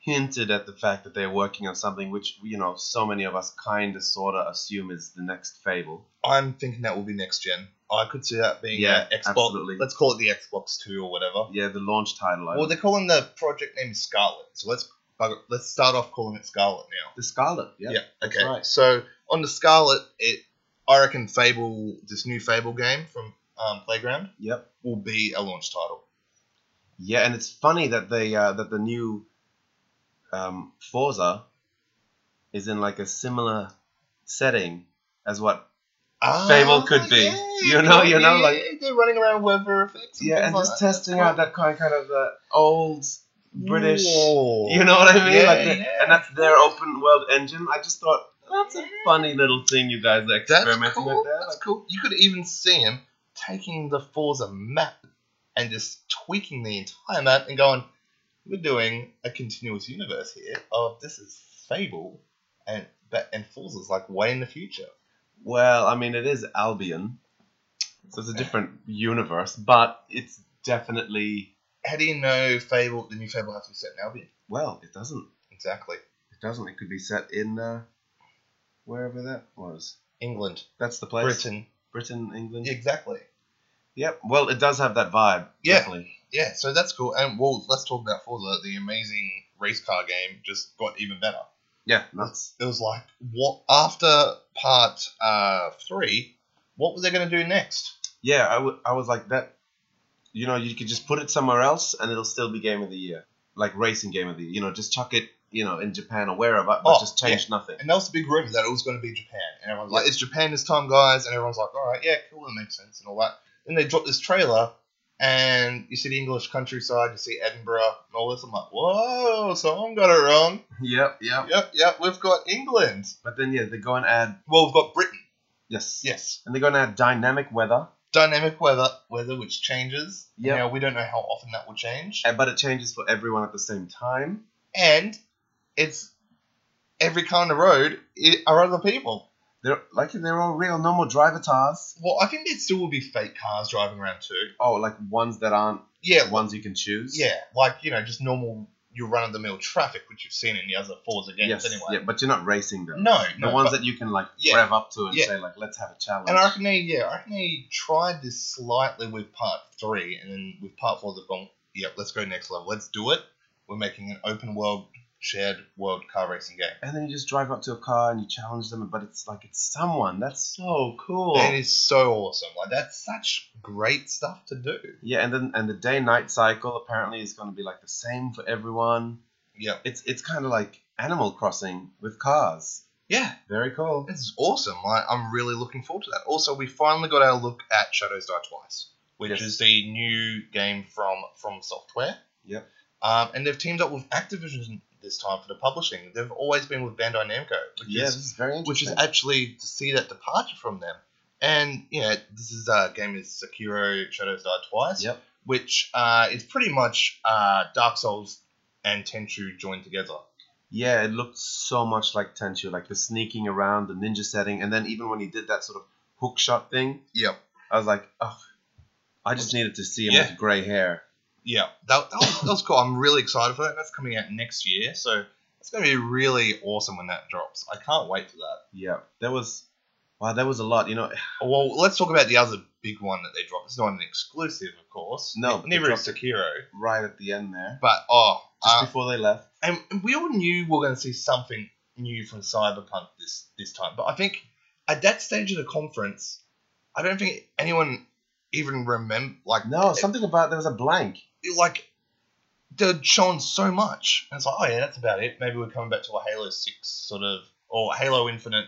Speaker 2: hinted at the fact that they're working on something which you know so many of us kind of sort of assume is the next Fable.
Speaker 1: I'm thinking that will be next gen. I could see that being
Speaker 2: Yeah,
Speaker 1: uh, Xbox.
Speaker 2: absolutely.
Speaker 1: Let's call it the Xbox Two or whatever.
Speaker 2: Yeah, the launch title. I
Speaker 1: Well, they're calling the project name Scarlet, so let's bug- let's start off calling it Scarlet now.
Speaker 2: the Scarlet. Yeah. that's
Speaker 1: Okay.
Speaker 2: right.
Speaker 1: So on the Scarlet, it I reckon Fable, this new Fable game from um, Playground,
Speaker 2: Yep.
Speaker 1: will be a launch title.
Speaker 2: Yeah, and it's funny that they uh, that the new um, Forza is in like a similar setting as what. Fable could be. You know- you know, like-
Speaker 1: yeah, they're running around with weather effects.
Speaker 2: Yeah, and
Speaker 1: things
Speaker 2: just
Speaker 1: like
Speaker 2: testing out that kind kind of uh, old British.
Speaker 1: Whoa.
Speaker 2: You know what I mean?
Speaker 1: Yeah,
Speaker 2: like the-
Speaker 1: yeah.
Speaker 2: And that's their open world engine. I just thought that's a funny little thing you guys are
Speaker 1: That's
Speaker 2: experimenting
Speaker 1: cool.
Speaker 2: with there.
Speaker 1: That's
Speaker 2: Like,
Speaker 1: cool. You could even see him taking the Forza map and just tweaking the entire map and going, "We're doing a continuous universe here. Of this is Fable, and but and Forza's like way in the future."
Speaker 2: well, I mean, it is Albion, so it's a different universe, but it's definitely
Speaker 1: How do you know Fable? The new Fable has to be set in Albion.
Speaker 2: well. It doesn't.
Speaker 1: Exactly,
Speaker 2: It doesn't. It could be set in uh, wherever that was.
Speaker 1: England,
Speaker 2: That's the place.
Speaker 1: Britain.
Speaker 2: Britain, England.
Speaker 1: Exactly.
Speaker 2: Yep. Well, it does have that vibe.
Speaker 1: Yeah.
Speaker 2: Definitely.
Speaker 1: Yeah, so that's cool. And well, let's talk about Forza. The amazing race car game just got even better.
Speaker 2: Yeah. Nuts.
Speaker 1: it was like what after part uh, three, what were they going to do next?
Speaker 2: Yeah. I wa- I was like that. You know, you could just put it somewhere else, and it'll still be game of the year, like racing game of the year. You know, just chuck it. You know, in Japan or wherever, but
Speaker 1: Oh,
Speaker 2: just change nothing.
Speaker 1: And that was the big rumor that it was going to be Japan, and everyone's like,
Speaker 2: Yeah.
Speaker 1: "It's Japan this time, guys!" And everyone's like, "All right, yeah, cool, that makes sense," and all that. Then they dropped this trailer, and you see the English countryside, you see Edinburgh, and all this. I'm like, "Whoa, someone got it wrong."
Speaker 2: Yep. Yep.
Speaker 1: Yep, yep, we've got England.
Speaker 2: But then yeah, they go and add
Speaker 1: Well, we've got Britain.
Speaker 2: yes.
Speaker 1: Yes,
Speaker 2: And they're going to add dynamic weather,
Speaker 1: dynamic weather, weather which changes.
Speaker 2: Yep.
Speaker 1: Now we don't know how often that will change.
Speaker 2: and- eh, but it changes for everyone at the same time.
Speaker 1: and it's every kind of road i are other people.
Speaker 2: They're like they're all real, no more driver tars.
Speaker 1: Well, I think there still will be fake cars driving around too.
Speaker 2: Oh, like ones that aren't
Speaker 1: Yeah,
Speaker 2: ones you can choose.
Speaker 1: yeah, like you know, just normal your run of the mill traffic, which you've seen in the other Forza games
Speaker 2: yes,
Speaker 1: anyway.
Speaker 2: Yeah, but you're not racing them.
Speaker 1: No,
Speaker 2: the
Speaker 1: no,
Speaker 2: ones
Speaker 1: but-
Speaker 2: that you can like
Speaker 1: Yeah.
Speaker 2: rev up to and
Speaker 1: Yeah.
Speaker 2: say like, let's have a challenge.
Speaker 1: and I reckon they, yeah, I reckon they tried this slightly with part three, and then with part four they've gone, yeah, let's go next level, let's do it. We're making an open world, shared world car racing game.
Speaker 2: And then you just drive up to a car and you challenge them, but it's like it's someone. That's so cool.
Speaker 1: That is so awesome. Like that's such great stuff to do.
Speaker 2: yeah, and then and the day night cycle apparently is going to be like the same for everyone.
Speaker 1: Yeah,
Speaker 2: It's it's kind of like Animal Crossing with cars.
Speaker 1: yeah.
Speaker 2: Very cool.
Speaker 1: This is awesome. I, I'm really looking forward to that. Also, we finally got our look at Shadows Die Twice, which
Speaker 2: Yes.
Speaker 1: is the new game from from Software.
Speaker 2: Yep.
Speaker 1: Um, and they've teamed up with Activision this time for the publishing. They've always been with Bandai Namco, which
Speaker 2: yeah,
Speaker 1: is
Speaker 2: this is very interesting.
Speaker 1: which is actually to see that departure from them. And yeah, this is uh, game is Sekiro: Shadows Die Twice,
Speaker 2: Yep.
Speaker 1: which uh, is pretty much uh, Dark Souls and Tenchu joined together.
Speaker 2: Yeah, it looked so much like Tenchu, like the sneaking around, the ninja setting, and then even when he did that sort of hook shot thing.
Speaker 1: Yep.
Speaker 2: I was like, ugh. I just needed to see him
Speaker 1: Yeah.
Speaker 2: with grey hair.
Speaker 1: Yeah, that, that, was, that was cool. I'm really excited for that. That's coming out next year, so it's going to be really awesome when that drops. I can't wait for that.
Speaker 2: Yeah. There was, wow, there was a lot. You know,
Speaker 1: Well, let's talk about the other big one that they dropped. It's not an exclusive, of course.
Speaker 2: No, they
Speaker 1: neither is
Speaker 2: dropped
Speaker 1: Sekiro.
Speaker 2: right at the end there,
Speaker 1: But oh,
Speaker 2: just
Speaker 1: uh,
Speaker 2: before they left.
Speaker 1: and we all knew we were going to see something new from Cyberpunk this this time. But I think at that stage of the conference, I don't think anyone even remember like
Speaker 2: No, something about there was a blank.
Speaker 1: it- like they'd shown so much. And it's like, oh yeah, that's about it. Maybe we're coming back to a Halo Six sort of or Halo Infinite,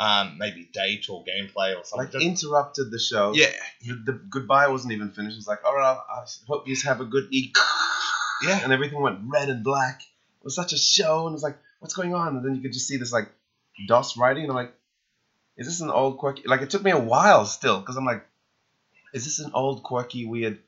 Speaker 1: um, maybe date or gameplay or something.
Speaker 2: Like
Speaker 1: Just-
Speaker 2: interrupted the show.
Speaker 1: yeah,
Speaker 2: The, the goodbye wasn't even finished. It was like, all right, I hope you have a good eat.
Speaker 1: yeah,
Speaker 2: and everything went red and black. It was such a show, and it was like, what's going on? And then you could just see this like DOS writing, and I'm like, is this an old quirky? Like it took me a while still, because I'm like, is this an old quirky weird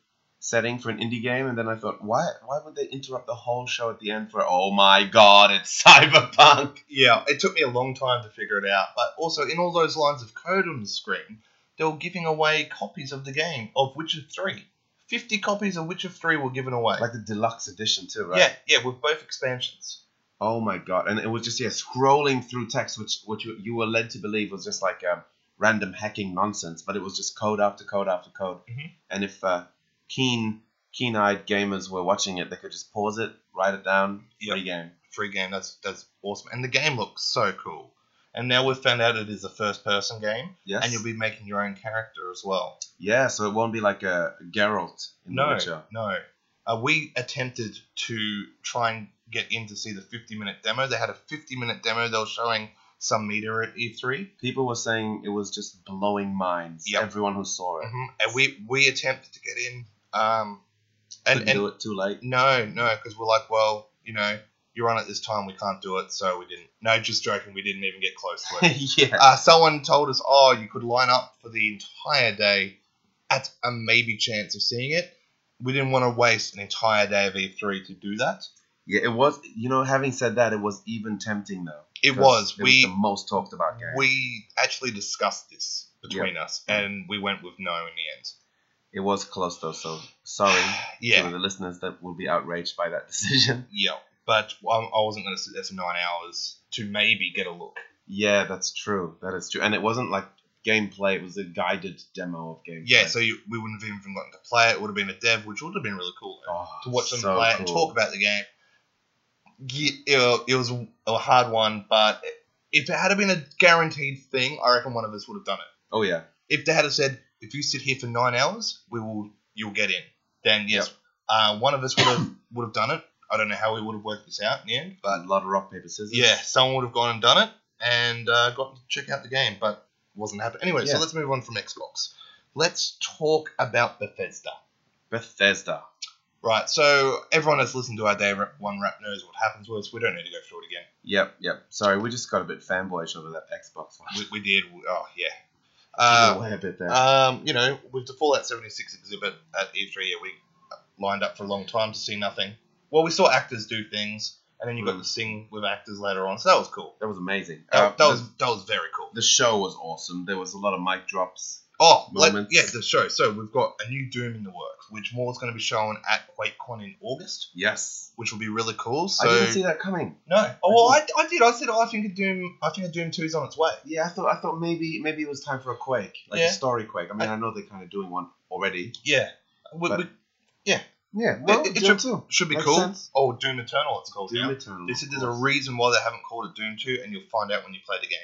Speaker 2: setting for an indie game? And then I thought, why why would they interrupt the whole show at the end for? Oh my god, it's cyberpunk.
Speaker 1: yeah. It took me a long time to figure it out. But also in all those lines of code on the screen, they were giving away copies of the game of Witcher Three. Fifty copies of Witcher Three were given away.
Speaker 2: Like the deluxe edition too, right?
Speaker 1: Yeah, yeah, with both expansions.
Speaker 2: Oh my god! And it was just yeah, scrolling through text, which which you, you were led to believe was just like um, random hacking nonsense, but it was just code after code after code.
Speaker 1: Mhm.
Speaker 2: And if uh, keen keen-eyed gamers were watching it, they could just pause it, write it down,
Speaker 1: Yep.
Speaker 2: free game.
Speaker 1: Free game. That's that's awesome, and the game looks so cool. And now we've found out it is a first-person game.
Speaker 2: Yes.
Speaker 1: and you'll be making your own character as well.
Speaker 2: yeah, so it won't be like a Geralt in the
Speaker 1: no,
Speaker 2: Witcher.
Speaker 1: no. Uh, we attempted to try and get in to see the 50 minute demo. They had a 50 minute demo. They were showing some meter at E E3,
Speaker 2: People were saying it was just blowing minds.
Speaker 1: Yep.
Speaker 2: Everyone who saw it
Speaker 1: and we we attempted to get in. Um, and
Speaker 2: couldn't
Speaker 1: and
Speaker 2: do it too late.
Speaker 1: no, no, because we're like, well, you know, you're on at this time. We can't do it, so we didn't. No, just joking. We didn't even get close to it.
Speaker 2: yeah.
Speaker 1: uh, someone told us, oh, you could line up for the entire day at a maybe chance of seeing it. We didn't want to waste an entire day of E3 to do that.
Speaker 2: yeah, it was. You know, having said that, it was even tempting though.
Speaker 1: It was.
Speaker 2: 'cause It
Speaker 1: we
Speaker 2: was the most talked about game.
Speaker 1: we actually discussed this between us, and we went with no in the end.
Speaker 2: It was close though, so sorry
Speaker 1: Yeah,
Speaker 2: to the listeners that will be outraged by that decision.
Speaker 1: yeah. But um, I wasn't going to sit there for nine hours to maybe get a look.
Speaker 2: Yeah, that's true. That is true. And it wasn't like gameplay, it was a guided demo of gameplay.
Speaker 1: Yeah, so you, we wouldn't have even gotten to play it. It would have been a dev, which would have been really cool. though.
Speaker 2: Oh,
Speaker 1: to watch them
Speaker 2: so
Speaker 1: play it and
Speaker 2: cool.
Speaker 1: talk about the game. Yeah, it, it was a hard one, but if it had been a guaranteed thing, I reckon one of us would have done it.
Speaker 2: Oh yeah.
Speaker 1: If they had have said, "If you sit here for nine hours, we will, you'll get in," then yes, uh, one of us would have would have done it. I don't know how we would have worked this out in the end,
Speaker 2: But
Speaker 1: but
Speaker 2: a lot of rock, paper, scissors.
Speaker 1: yeah, someone would have gone and done it and uh, got to check out the game, but wasn't happening. Anyway,
Speaker 2: Yeah.
Speaker 1: so let's move on from Xbox. Let's talk about Bethesda.
Speaker 2: Bethesda.
Speaker 1: Right, so everyone that's listened to our day rep one rap knows what happens with us. We don't need to go through it again.
Speaker 2: Yep, yep. Sorry, we just got a bit fanboyish over that Xbox one.
Speaker 1: We, we did. We, oh yeah.
Speaker 2: Give
Speaker 1: Uh,
Speaker 2: away a bit there.
Speaker 1: um, you know, with the Fallout seventy six exhibit at E three, yeah, we lined up for a long time to see nothing. Well, we saw actors do things, and then you got
Speaker 2: Mm.
Speaker 1: to sing with actors later on, so that was cool.
Speaker 2: that was amazing.
Speaker 1: That,
Speaker 2: Uh,
Speaker 1: that was that was very cool.
Speaker 2: the, the show was awesome. There was a lot of mic drops.
Speaker 1: Oh, let-
Speaker 2: moments.
Speaker 1: yeah, the show. So we've got a new Doom in the works, which more is going to be shown at QuakeCon in August,
Speaker 2: Yes.
Speaker 1: which will be really cool. So
Speaker 2: I didn't see that coming.
Speaker 1: No. Oh, well, I, I did. I said I think a Doom. I think a Doom Two is on its way.
Speaker 2: Yeah, I thought I thought maybe maybe it was time for a quake, like
Speaker 1: Yeah.
Speaker 2: a story quake. I mean, I, know they're kind of doing one already.
Speaker 1: Yeah. We,
Speaker 2: But-
Speaker 1: we
Speaker 2: Yeah,
Speaker 1: well,
Speaker 2: it, it
Speaker 1: Doom
Speaker 2: should too.
Speaker 1: should be
Speaker 2: Makes
Speaker 1: cool.
Speaker 2: sense.
Speaker 1: Oh, Doom Eternal. It's called
Speaker 2: Doom
Speaker 1: now.
Speaker 2: Eternal.
Speaker 1: They said there's a
Speaker 2: of course.
Speaker 1: reason why they haven't called it Doom Two, and you'll find out when you play the game.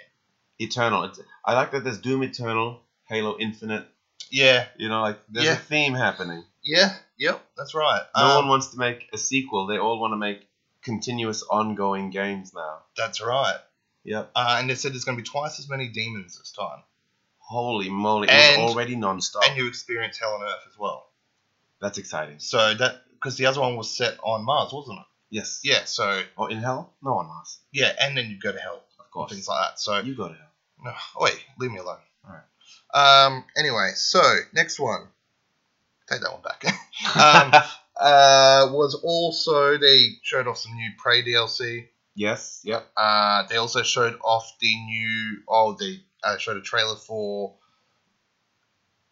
Speaker 2: Eternal. It's, I like that there's Doom Eternal, Halo Infinite.
Speaker 1: Yeah.
Speaker 2: You know, like there's
Speaker 1: Yeah.
Speaker 2: a theme happening.
Speaker 1: Yeah. Yep. That's right.
Speaker 2: No
Speaker 1: Um,
Speaker 2: one wants to make a sequel. They all want to make continuous, ongoing games now.
Speaker 1: that's right.
Speaker 2: Yep.
Speaker 1: Uh, and they said there's going to be twice as many demons this time,
Speaker 2: Holy moly! It
Speaker 1: And-
Speaker 2: was already nonstop.
Speaker 1: and you experience hell on Earth as well.
Speaker 2: That's exciting.
Speaker 1: So that because the other one was set on Mars, wasn't it?
Speaker 2: Yes.
Speaker 1: Yeah. So
Speaker 2: Or in hell? No one Mars,
Speaker 1: yeah, and then you go to hell,
Speaker 2: of
Speaker 1: and
Speaker 2: course.
Speaker 1: things like that. So
Speaker 2: you go to hell.
Speaker 1: No, wait, leave me alone.
Speaker 2: Alright.
Speaker 1: Um. Anyway, so next one. Take that one back. um, uh, was also they showed off some new Prey DLC.
Speaker 2: yes. Yep.
Speaker 1: Uh, they also showed off the new. Oh, they uh, showed a trailer for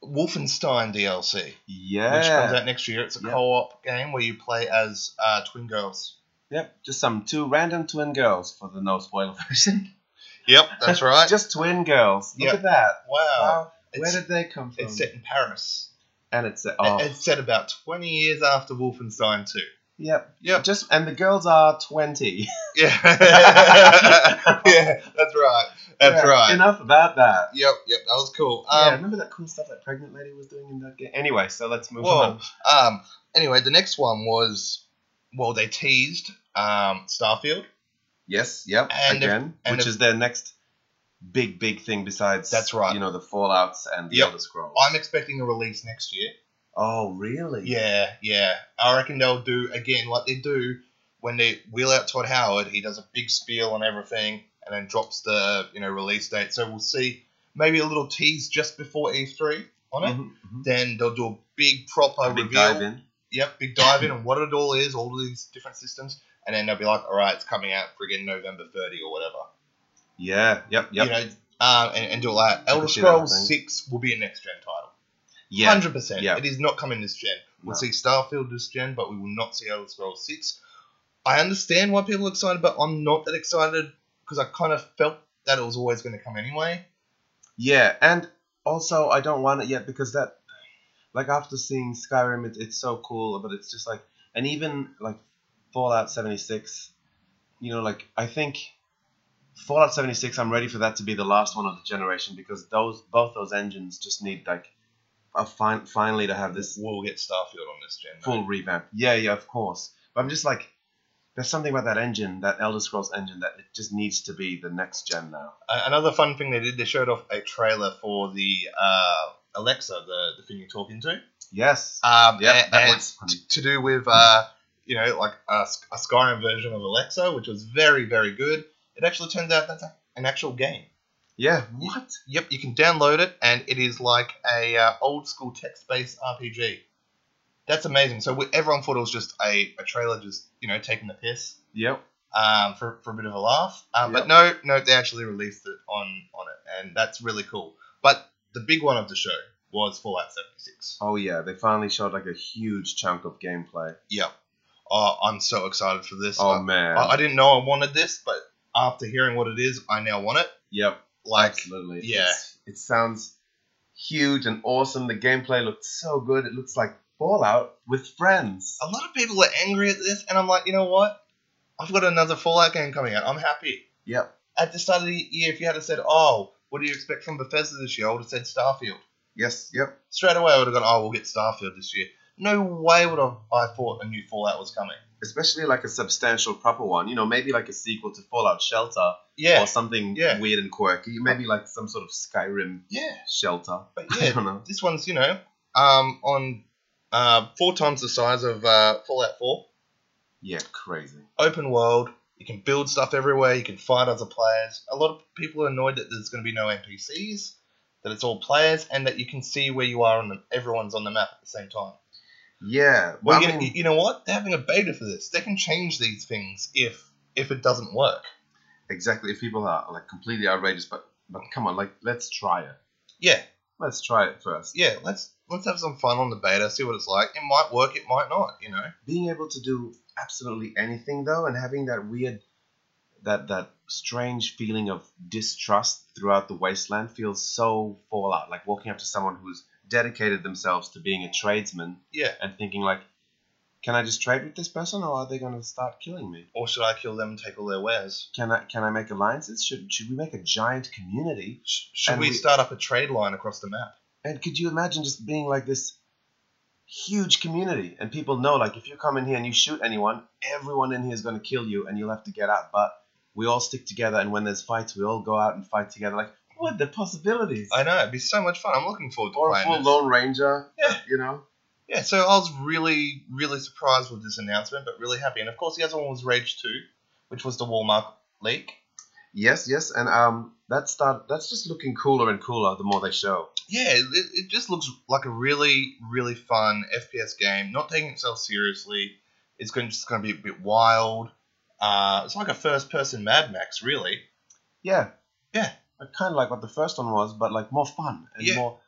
Speaker 1: Wolfenstein DLC,
Speaker 2: Yeah.
Speaker 1: which comes out next year. It's a
Speaker 2: Yeah.
Speaker 1: co-op game where you play as uh, twin girls.
Speaker 2: Yep, just some two random twin girls for the no spoiler version.
Speaker 1: Yep, that's right.
Speaker 2: just twin girls. Look
Speaker 1: Uh, Yeah.
Speaker 2: at that.
Speaker 1: wow,
Speaker 2: Wow, where
Speaker 1: it's,
Speaker 2: did they come from?
Speaker 1: it's set in Paris.
Speaker 2: and it's oh,
Speaker 1: It- It's set about twenty years after Wolfenstein Two.
Speaker 2: yep,
Speaker 1: Yep.
Speaker 2: Just and the girls are twenty.
Speaker 1: Yeah, yeah, that's right. That's
Speaker 2: Yeah,
Speaker 1: right.
Speaker 2: Enough about that.
Speaker 1: Yep, yep, that was cool.
Speaker 2: yeah,
Speaker 1: Um,
Speaker 2: remember that cool stuff that pregnant lady was doing in that game. Anyway, so let's move
Speaker 1: Whoa.
Speaker 2: on.
Speaker 1: Um, anyway, the next one was well, they teased um, Starfield.
Speaker 2: Yes, yep,
Speaker 1: And if-
Speaker 2: again,
Speaker 1: and
Speaker 2: which
Speaker 1: if-
Speaker 2: is their next big, big thing besides
Speaker 1: That's right.
Speaker 2: You know the Fallout's and the
Speaker 1: Yep.
Speaker 2: Elder Scrolls.
Speaker 1: I'm expecting a release next year.
Speaker 2: oh, really?
Speaker 1: Yeah, yeah. I reckon they'll do again like they do when they wheel out Todd Howard. He does a big spiel on everything and then drops the you know release date. So we'll see maybe a little tease just before E3 on it.
Speaker 2: Mhm, mhm.
Speaker 1: Then they'll do a big proper
Speaker 2: A big
Speaker 1: reveal.
Speaker 2: dive in.
Speaker 1: Yep, big dive in on what it all is, all these different systems, and then they'll be like, all right, it's coming out friggin' November 30 or whatever.
Speaker 2: Yeah, yep, yep.
Speaker 1: you know, um, and, and do it like Elder
Speaker 2: can see that
Speaker 1: Scrolls
Speaker 2: happening.
Speaker 1: Six will be a next gen title.
Speaker 2: yeah,
Speaker 1: Hundred percent.
Speaker 2: yeah.
Speaker 1: It is not coming this gen. We'll
Speaker 2: No.
Speaker 1: see Starfield this gen, but we will not see Elder Scrolls Six. I understand why people are excited, but I'm not that excited because I kind of felt that it was always going to come anyway.
Speaker 2: Yeah, and also I don't want it yet because that, like after seeing Skyrim, it, it's so cool, but it's just like, and even like Fallout seventy six, you know, like I think Fallout seventy six, I'm ready for that to be the last one of the generation because those both those engines just need like a fin- finally to have this
Speaker 1: We'll get Starfield on this gen. though.
Speaker 2: full revamp. Yeah, yeah, of course. But I'm just like, there's something about that engine, that Elder Scrolls engine, that it just needs to be the next gen now.
Speaker 1: A- Another fun thing they did, they showed off a trailer for the uh, Alexa, the, the thing you're talking to.
Speaker 2: Yes.
Speaker 1: Um,
Speaker 2: Yeah,
Speaker 1: a-
Speaker 2: that
Speaker 1: and
Speaker 2: looks fun.
Speaker 1: t- to do with uh, you know like a, Sk- a Skyrim version of Alexa, which was very very good. It actually turns out that's a, an actual game.
Speaker 2: Yeah. What?
Speaker 1: Yep, you can download it, and it is like a uh, old school text based RPG. That's amazing. So we, everyone thought it was just a, a trailer, just you know taking the piss
Speaker 2: Yep.
Speaker 1: um, for, for a bit of a laugh. Um,
Speaker 2: Yep.
Speaker 1: But no, no, they actually released it on on it, and that's really cool. But the big one of the show was Fallout seventy six.
Speaker 2: Oh yeah, they finally showed like a huge chunk of gameplay.
Speaker 1: Yep. Oh, I'm so excited for this.
Speaker 2: Oh
Speaker 1: I-
Speaker 2: man.
Speaker 1: I, I didn't know I wanted this, but after hearing what it is, I now want it.
Speaker 2: yep.
Speaker 1: Like,
Speaker 2: Absolutely.
Speaker 1: yeah.
Speaker 2: It's- it sounds huge and awesome. The gameplay looked so good. It looks like Fallout with friends.
Speaker 1: a lot of people are angry at this, and I'm like, you know what? I've got another Fallout game coming out. I'm happy.
Speaker 2: Yep.
Speaker 1: At the start of the year, if you had said, oh, what do you expect from Bethesda this year? I would have said Starfield.
Speaker 2: Yes. Yep.
Speaker 1: Straight away, I would have gone, oh, we'll get Starfield this year. No way would I, I thought a new Fallout was coming.
Speaker 2: Especially like a substantial proper one. You know, maybe like a sequel to Fallout Shelter
Speaker 1: Yeah.
Speaker 2: or something
Speaker 1: Yeah.
Speaker 2: weird and quirky. Maybe like some sort of Skyrim
Speaker 1: Yeah.
Speaker 2: shelter.
Speaker 1: But
Speaker 2: I
Speaker 1: yeah,
Speaker 2: don't know.
Speaker 1: this one's, you know, um, on uh, four times the size of uh, Fallout 4.
Speaker 2: Yeah, crazy.
Speaker 1: open world. You can build stuff everywhere. You can fight other players. A lot of people are annoyed that there's going to be no NPCs, that it's all players, and that you can see where you are on the, everyone's on the map at the same time.
Speaker 2: Yeah.
Speaker 1: Well,
Speaker 2: Well,
Speaker 1: you,
Speaker 2: I mean,
Speaker 1: you know what? They're having a beta for this. They can change these things if if it doesn't work.
Speaker 2: exactly. If people are like completely outrageous, but but come on, like let's try it.
Speaker 1: Yeah,
Speaker 2: Let's try it first.
Speaker 1: yeah. Let's let's have some fun on the beta. See what it's like. It might work. It might not. You know.
Speaker 2: being able to do absolutely anything though and having that weird that that strange feeling of distrust throughout the wasteland feels so fallout like walking up to someone who's dedicated themselves to being a tradesman
Speaker 1: Yeah.
Speaker 2: and thinking like can i just trade with this person or are they going to start killing me
Speaker 1: Or should I kill them and take all their wares?
Speaker 2: can i can i make alliances should should we make a giant community
Speaker 1: Sh- should
Speaker 2: And
Speaker 1: we,
Speaker 2: we-
Speaker 1: start up a trade line across the map?
Speaker 2: And could you imagine just being like this huge community and people know like if you come in here and you shoot anyone, everyone in here is going to kill you and you'll have to get out. But we all stick together and when there's fights, we all go out and fight together. Like what the possibilities?
Speaker 1: I know it'd be so much fun. I'm looking forward to
Speaker 2: or a
Speaker 1: playing
Speaker 2: full
Speaker 1: this.
Speaker 2: Lone Ranger,
Speaker 1: Yeah.
Speaker 2: you know.
Speaker 1: Yeah, so I was really, really surprised with this announcement, but really happy. And of course, the other one was Rage 2, which was the Walmart leak.
Speaker 2: Yes, yes, and um, that start that's just looking cooler and cooler the more they show.
Speaker 1: Yeah, it, it just looks like a really, really fun FPS game. Not taking itself seriously. It's going, just going to be a bit wild. Uh, it's like a first person Mad Max, really.
Speaker 2: Yeah,
Speaker 1: Yeah.
Speaker 2: kind of like what the first one was, but like more fun and
Speaker 1: Yeah.
Speaker 2: more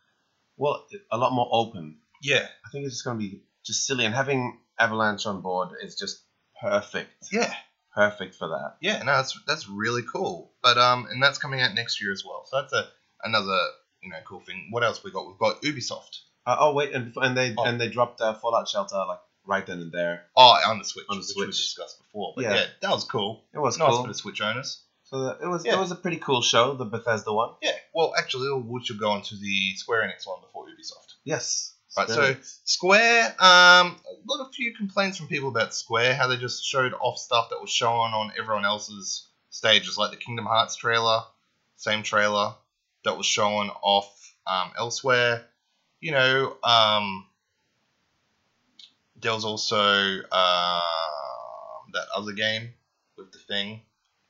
Speaker 2: well, a lot more open.
Speaker 1: Yeah.
Speaker 2: I think it's just going to be just silly. And having Avalanche on board is just perfect.
Speaker 1: Yeah.
Speaker 2: Perfect for that.
Speaker 1: Yeah, no, that's that's really cool. But um, and that's coming out next year as well. So that's a another you know cool thing. What else we got? We've got Ubisoft.
Speaker 2: Uh, oh wait, and and they
Speaker 1: Oh.
Speaker 2: and they dropped uh, Fallout Shelter like right then and there.
Speaker 1: Oh, on the Switch,
Speaker 2: On the
Speaker 1: which we
Speaker 2: Switch.
Speaker 1: discussed before. But yeah.
Speaker 2: Yeah.
Speaker 1: that was cool.
Speaker 2: It was
Speaker 1: It's nice
Speaker 2: cool.
Speaker 1: for the Switch owners.
Speaker 2: So the, it was
Speaker 1: Yeah.
Speaker 2: it was a pretty cool show, the Bethesda one.
Speaker 1: Yeah. Well, actually, we should go on to the Square Enix one before Ubisoft.
Speaker 2: Yes.
Speaker 1: Right,
Speaker 2: Still.
Speaker 1: so Square, um, a lot of few complaints from people about Square, how they just showed off stuff that was shown on everyone else's stages, like the Kingdom Hearts trailer, same trailer that was shown off um, elsewhere. You know, um, there was also um that other game with the thing.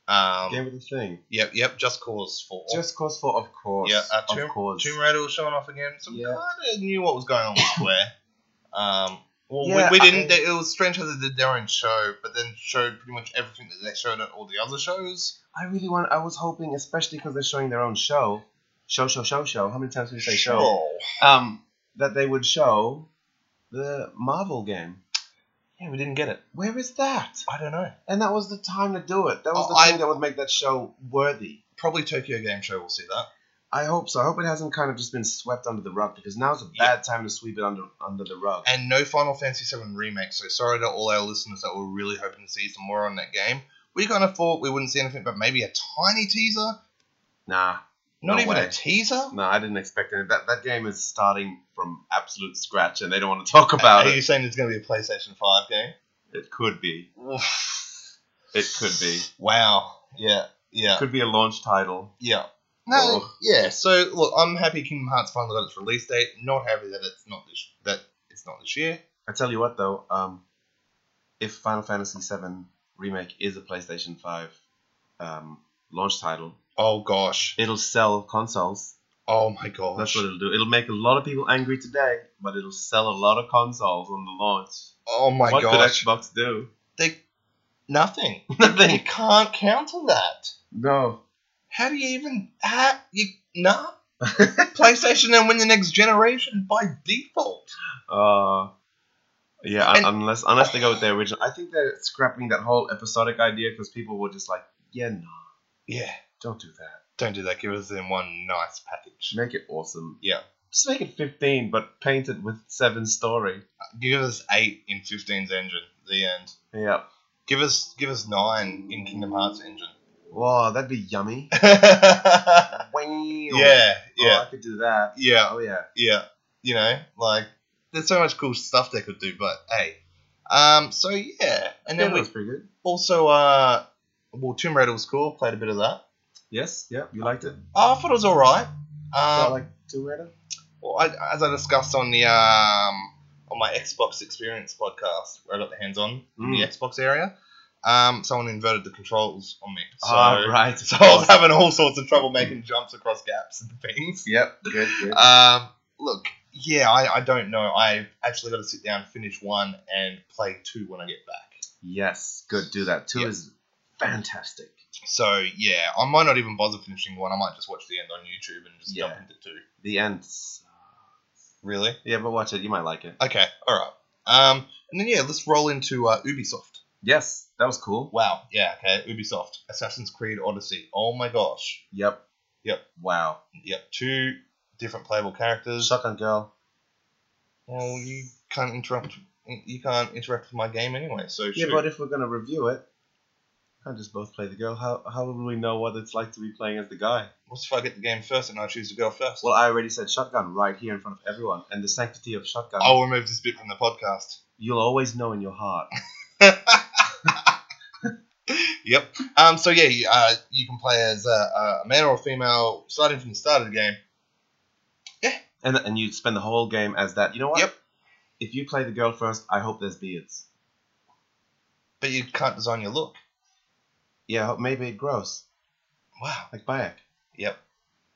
Speaker 1: Um,
Speaker 2: game of the thing.
Speaker 1: Yep, yep, Just Cause 4.
Speaker 2: Just cause for of course.
Speaker 1: Yeah, uh,
Speaker 2: of course.
Speaker 1: Tomb Raider was showing off again, so
Speaker 2: Yeah.
Speaker 1: we kind of knew what was going on with Square. Um, well,
Speaker 2: Yeah,
Speaker 1: we, we didn't.
Speaker 2: I-
Speaker 1: they- it was strange how they did their own show, but then showed pretty much everything that they showed at all the other shows.
Speaker 2: I really want. I was hoping, especially because they're showing their own show, show, show, show, show. How many times can you say show?
Speaker 1: Sure.
Speaker 2: Um, that they would show the Marvel game.
Speaker 1: Yeah, we didn't get it.
Speaker 2: Where is that?
Speaker 1: I don't know.
Speaker 2: And that was the time to do it. That was the
Speaker 1: I-
Speaker 2: thing that would make that show worthy.
Speaker 1: Probably Tokyo Game Show will see that.
Speaker 2: I hope so. I hope it hasn't kind of just been swept under the rug because now's a
Speaker 1: Yeah.
Speaker 2: bad time to sweep it under under the rug.
Speaker 1: And no Final Fantasy VII remake. So sorry to all our listeners that were really hoping to see some more on that game. We kind of thought we wouldn't see anything, but maybe a tiny teaser.
Speaker 2: Nah,
Speaker 1: Not
Speaker 2: No
Speaker 1: even
Speaker 2: way.
Speaker 1: a teaser.
Speaker 2: no, I didn't expect it. That that game is starting from absolute scratch, and they don't want to talk about
Speaker 1: Are you
Speaker 2: it.
Speaker 1: saying there's going to be a PlayStation Five game?
Speaker 2: It could be. It could be.
Speaker 1: Wow. Yeah. Yeah.
Speaker 2: Could be a launch title.
Speaker 1: Yeah. No,
Speaker 2: Oh.
Speaker 1: yeah. So look, I'm happy Kingdom Hearts finally got its release date. Not happy that it's not this that it's not this year.
Speaker 2: I tell you what though, um, if Final Fantasy VII remake is a PlayStation Five um, launch title,
Speaker 1: Oh gosh.
Speaker 2: it'll sell consoles.
Speaker 1: Oh my gosh.
Speaker 2: That's what it'll do. It'll make a lot of people angry today, but it'll sell a lot of consoles on the launch.
Speaker 1: oh my
Speaker 2: what
Speaker 1: gosh.
Speaker 2: could Xbox do?
Speaker 1: They nothing. you
Speaker 2: Nothing.
Speaker 1: can't counter that.
Speaker 2: No.
Speaker 1: How do you even how, you nah? PlayStation then win the next generation by default.
Speaker 2: Uh, yeah. un-
Speaker 1: And-
Speaker 2: unless unless they go with their original, I think they're scrapping that whole episodic idea because people were just like, yeah, no,
Speaker 1: Yeah.
Speaker 2: don't do that.
Speaker 1: Don't do that. Give us in one nice package.
Speaker 2: Make it awesome.
Speaker 1: Yeah.
Speaker 2: Just make it fifteen, but paint it with seven story.
Speaker 1: Give us eight in 15's engine. The end.
Speaker 2: Yeah.
Speaker 1: Give us give us nine in Kingdom Hearts engine.
Speaker 2: Wow, that'd be yummy.
Speaker 1: yeah,
Speaker 2: yeah.
Speaker 1: yeah,
Speaker 2: Oh, I could do that.
Speaker 1: yeah,
Speaker 2: Oh yeah.
Speaker 1: yeah. You know, like there's so much cool stuff they could do, but hey. Um, so yeah, and
Speaker 2: Yeah,
Speaker 1: then
Speaker 2: that
Speaker 1: we
Speaker 2: was pretty good.
Speaker 1: also uh, well, Tomb Raider was cool. Played a bit of that.
Speaker 2: Yes. Yeah. You liked it.
Speaker 1: Oh, I thought it was all right.
Speaker 2: I
Speaker 1: Um,
Speaker 2: like Tomb Raider.
Speaker 1: well, I, as I discussed on the um on my Xbox Experience podcast, where I got the hands on in the
Speaker 2: Mm.
Speaker 1: Xbox area, um, someone inverted the controls on me, so
Speaker 2: oh, right.
Speaker 1: so I was having all sorts of trouble making jumps across gaps and things.
Speaker 2: Yep. Good. Good.
Speaker 1: Um, look, yeah, I, I don't know. I've actually got to sit down, finish one, and play two when I get back.
Speaker 2: yes. Good. Do that. Two
Speaker 1: Yeah.
Speaker 2: is fantastic.
Speaker 1: So yeah, I might not even bother finishing one. I might just watch the end on YouTube and just jump
Speaker 2: Yeah.
Speaker 1: into two.
Speaker 2: The end. s-
Speaker 1: Really?
Speaker 2: Yeah, but watch it. You might like it.
Speaker 1: Okay, all right. Um, and then yeah, let's roll into uh, Ubisoft.
Speaker 2: Yes. That was cool.
Speaker 1: Wow. Yeah. Okay. Ubisoft. Assassin's Creed Odyssey. Oh my gosh.
Speaker 2: Yep.
Speaker 1: Yep.
Speaker 2: Wow.
Speaker 1: Yep. Two different playable characters.
Speaker 2: Shotgun girl.
Speaker 1: Well, you can't interrupt. You can't interact with my game anyway. So
Speaker 2: Yeah,
Speaker 1: shoot.
Speaker 2: but if we're gonna review it, can't just both play the girl. How how will we know what it's like to be playing as the guy?
Speaker 1: What's if I get the game first and I choose to go first?
Speaker 2: Well, I already said shotgun right here in front of everyone, and the sanctity of shotgun.
Speaker 1: I'll remove this bit from the podcast.
Speaker 2: You'll always know in your heart.
Speaker 1: Yep. Um, so yeah, you, uh, you can play as a, a man or a female, starting from the start of the game.
Speaker 2: And, and you spend the whole game as that. You know what?
Speaker 1: Yep.
Speaker 2: If you play the girl first, I hope there's beards.
Speaker 1: But you can't design your look.
Speaker 2: Yeah, I hope maybe it grows.
Speaker 1: Wow.
Speaker 2: Like Bayek.
Speaker 1: Yep.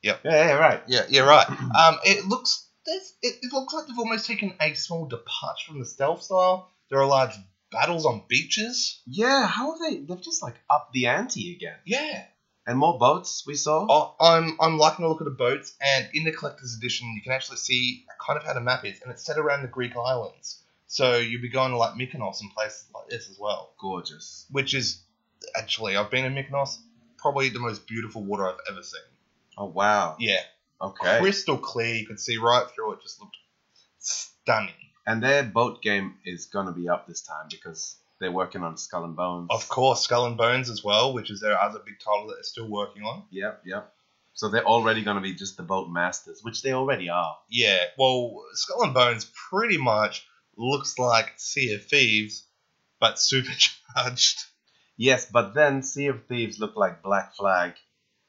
Speaker 2: Yeah, yeah, right.
Speaker 1: Yeah. Yeah. Right. Um, it looks. There's, it, it looks like they've almost taken a small departure from the stealth style. There are large battles on beaches.
Speaker 2: Yeah, how have they? They've just like upped the ante again.
Speaker 1: Yeah.
Speaker 2: and more boats we saw.
Speaker 1: Oh, I'm I'm liking to look at the boats, and in the collector's edition, you can actually see kind of how the map is, and it's set around the Greek islands. So you'll be going to like Mykonos and places like this as well,
Speaker 2: Gorgeous.
Speaker 1: which is actually I've been in Mykonos, probably the most beautiful water I've ever seen.
Speaker 2: Oh wow.
Speaker 1: Yeah,
Speaker 2: Okay.
Speaker 1: crystal clear. You could see right through it. Just looked stunning.
Speaker 2: And their boat game is gonna be up this time because they're working on Skull and Bones.
Speaker 1: Of course, Skull and Bones as well, which is their other big title that they're still working on.
Speaker 2: Yep, yep. So they're already gonna be just the boat masters, which they already are.
Speaker 1: Yeah, well, Skull and Bones pretty much looks like Sea of Thieves, but supercharged.
Speaker 2: Yes, but then Sea of Thieves look like Black Flag,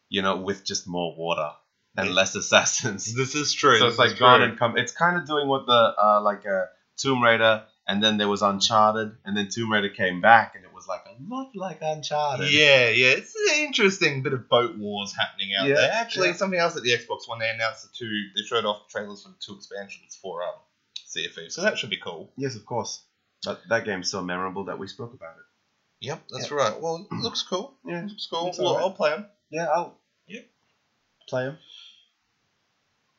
Speaker 2: you know, with just more water and
Speaker 1: Yeah.
Speaker 2: less assassins.
Speaker 1: This is true.
Speaker 2: so
Speaker 1: this
Speaker 2: it's like
Speaker 1: is
Speaker 2: gone
Speaker 1: true.
Speaker 2: and come. It's kind of doing what the uh, like uh, Tomb Raider, and then there was Uncharted, and then Tomb Raider came back, and it was like a lot like Uncharted.
Speaker 1: Yeah, yeah, it's an interesting bit of boat wars happening out
Speaker 2: Yeah,
Speaker 1: there. Actually,
Speaker 2: yeah.
Speaker 1: something else at the Xbox when they announced the two, they showed off the trailers for the two expansions for um, Sea of Thieves, so that should be cool.
Speaker 2: Yes, of course. But that game's so memorable that we spoke about it.
Speaker 1: Yep, that's right. Well, it looks cool.
Speaker 2: Yeah,
Speaker 1: Looks cool.
Speaker 2: It's
Speaker 1: well,
Speaker 2: alright.
Speaker 1: I'll play them.
Speaker 2: yeah, I'll
Speaker 1: Yep.
Speaker 2: play them.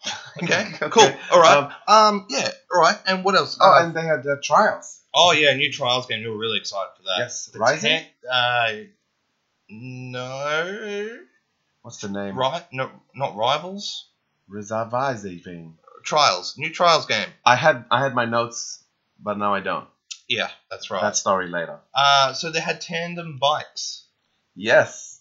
Speaker 1: Okay, cool. All right.
Speaker 2: Um,
Speaker 1: Um, yeah, all right. And what else?
Speaker 2: oh,
Speaker 1: Uh,
Speaker 2: and they had uh, trials.
Speaker 1: Oh yeah, new trials game. You were really excited for that.
Speaker 2: yes,
Speaker 1: The
Speaker 2: Rising.
Speaker 1: Tan- uh, no,
Speaker 2: What's the name?
Speaker 1: right? No, not rivals.
Speaker 2: Rizavazi thing.
Speaker 1: Trials, new trials game.
Speaker 2: I had I had my notes, but now I don't.
Speaker 1: Yeah, that's right.
Speaker 2: That story later.
Speaker 1: uh, so they had tandem bikes.
Speaker 2: Yes.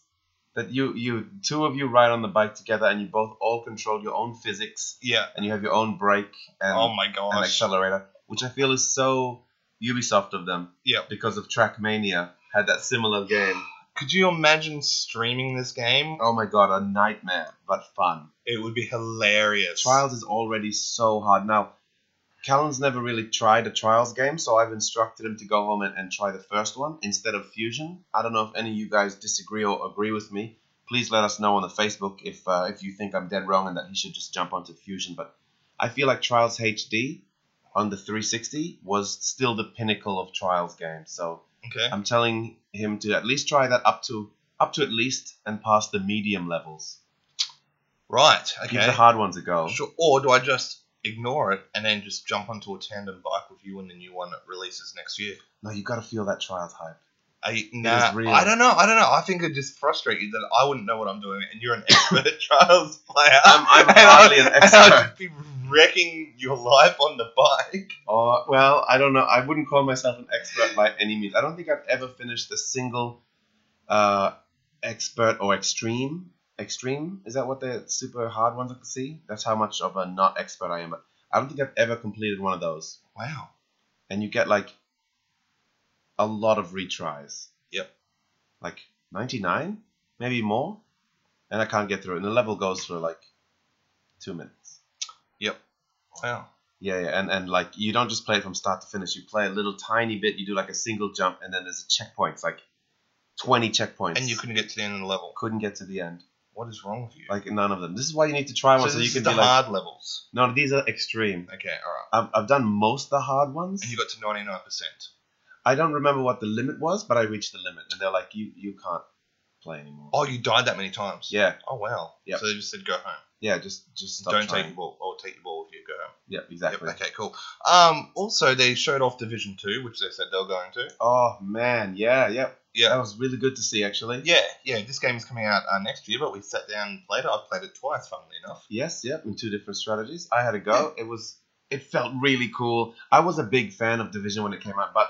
Speaker 2: That you you two of you ride on the bike together and you both all control your own physics
Speaker 1: Yeah.
Speaker 2: and you have your own brake and,
Speaker 1: oh my
Speaker 2: and
Speaker 1: gosh.
Speaker 2: accelerator, which I feel is so Ubisoft of them.
Speaker 1: Yep.
Speaker 2: Because of Trackmania had that similar game.
Speaker 1: Could you imagine streaming this game?
Speaker 2: Oh my god, a nightmare, but fun.
Speaker 1: It would be hilarious.
Speaker 2: Trials is already so hard. Now, Callan's never really tried a Trials game, so I've instructed him to go home and, and try the first one instead of Fusion. I don't know if any of you guys disagree or agree with me. Please let us know on the Facebook if uh, if you think I'm dead wrong and that he should just jump onto Fusion. But I feel like Trials HD on the 360 was still the pinnacle of Trials games. So
Speaker 1: Okay.
Speaker 2: I'm telling him to at least try that up to up to at least and past the medium levels.
Speaker 1: Right.
Speaker 2: Give the
Speaker 1: Okay.
Speaker 2: hard ones a go.
Speaker 1: Sure. Or do I just ignore it and then just jump onto a tandem bike with you when the new one releases next year?
Speaker 2: No, you got to feel that Trials hype.
Speaker 1: I nah,
Speaker 2: real.
Speaker 1: I don't know. I don't know. I think it just frustrates you that I wouldn't know what I'm doing, and you're an expert trials player.
Speaker 2: I'm- I'm
Speaker 1: And
Speaker 2: hardly an
Speaker 1: I'll- and I'll
Speaker 2: expert.
Speaker 1: just be wrecking your life on the bike.
Speaker 2: Oh, well, I don't know. I wouldn't call myself an expert by any means. I don't think I've ever finished a single uh, expert or extreme. Extreme? Is that what the super hard ones I can see? That's how much of a not expert I am. But I don't think I've ever completed one of those.
Speaker 1: Wow.
Speaker 2: And you get like a lot of retries.
Speaker 1: Yep.
Speaker 2: Like 99? Maybe more? And I can't get through it. And the level goes for like two minutes.
Speaker 1: Wow.
Speaker 2: Yeah, yeah, and and like you don't just play it from start to finish. You play a little tiny bit. You do like a single jump, and then there's a checkpoint. It's like twenty checkpoints,
Speaker 1: And you couldn't get to the end of the level.
Speaker 2: couldn't get to the end.
Speaker 1: What is wrong with you?
Speaker 2: Like none of them. This is why you need to try
Speaker 1: so
Speaker 2: one,
Speaker 1: this
Speaker 2: so, you
Speaker 1: is
Speaker 2: can be
Speaker 1: the
Speaker 2: like,
Speaker 1: hard levels.
Speaker 2: no, these are extreme.
Speaker 1: Okay. All right.
Speaker 2: I've I've done most of the hard ones.
Speaker 1: And you got to ninety nine percent.
Speaker 2: I don't remember what the limit was, but I reached the limit, and they're like, you you can't play anymore.
Speaker 1: Oh, you died that many times.
Speaker 2: Yeah,
Speaker 1: Oh wow.
Speaker 2: Yep.
Speaker 1: So they just said go home.
Speaker 2: yeah, just just stop
Speaker 1: don't
Speaker 2: trying.
Speaker 1: take your ball. I'll take your ball with you. Go home.
Speaker 2: Yeah, exactly.
Speaker 1: Yep, okay. Cool. Um. Also, they showed off Division Two, which they said they were going to.
Speaker 2: Oh man, yeah, yeah,
Speaker 1: Yeah.
Speaker 2: That was really good to see, actually.
Speaker 1: Yeah, yeah, this game is coming out uh, next year, but we sat down and played it. I played it twice, funnily enough.
Speaker 2: Yes, yep, in two different strategies. I had a go. It was it felt really cool. I was a big fan of Division when it came out, but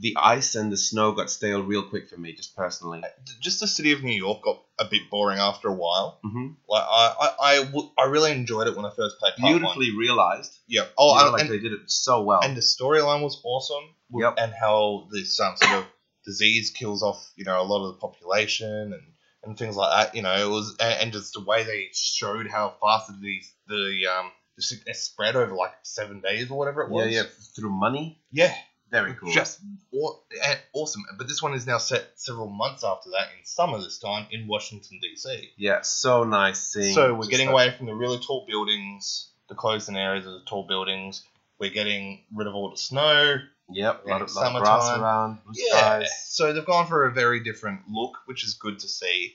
Speaker 2: the ice and the snow got stale real quick for me, just personally.
Speaker 1: D- Just the city of New York got a bit boring after a while.
Speaker 2: hmm
Speaker 1: Like I, I, I, w- I really enjoyed it when I first played. Part One.
Speaker 2: Beautifully realized.
Speaker 1: Yeah. Oh,
Speaker 2: you know,
Speaker 1: and,
Speaker 2: like
Speaker 1: and,
Speaker 2: they did it so well.
Speaker 1: and the storyline was awesome. with-
Speaker 2: Yep.
Speaker 1: And how this um, sort of disease kills off, you know, a lot of the population and, and things like that. You know, it was and, and just the way they showed how fast the the um the sickness spread over like seven days or whatever it
Speaker 2: yeah,
Speaker 1: was.
Speaker 2: yeah, through money.
Speaker 1: Yeah.
Speaker 2: Very cool.
Speaker 1: Just aw- eh, awesome. But this one is now set several months after that in summer this time in Washington, D.C.
Speaker 2: yeah, so nice seeing.
Speaker 1: So we're
Speaker 2: just
Speaker 1: getting
Speaker 2: that-
Speaker 1: away from the really tall buildings, the closed in areas of the tall buildings. We're getting rid of all the snow.
Speaker 2: Yep, a lot of,
Speaker 1: Yeah,
Speaker 2: lot of grass
Speaker 1: summertime.
Speaker 2: around, blue
Speaker 1: Yeah.
Speaker 2: skies.
Speaker 1: So they've gone for a very different look, which is good to see.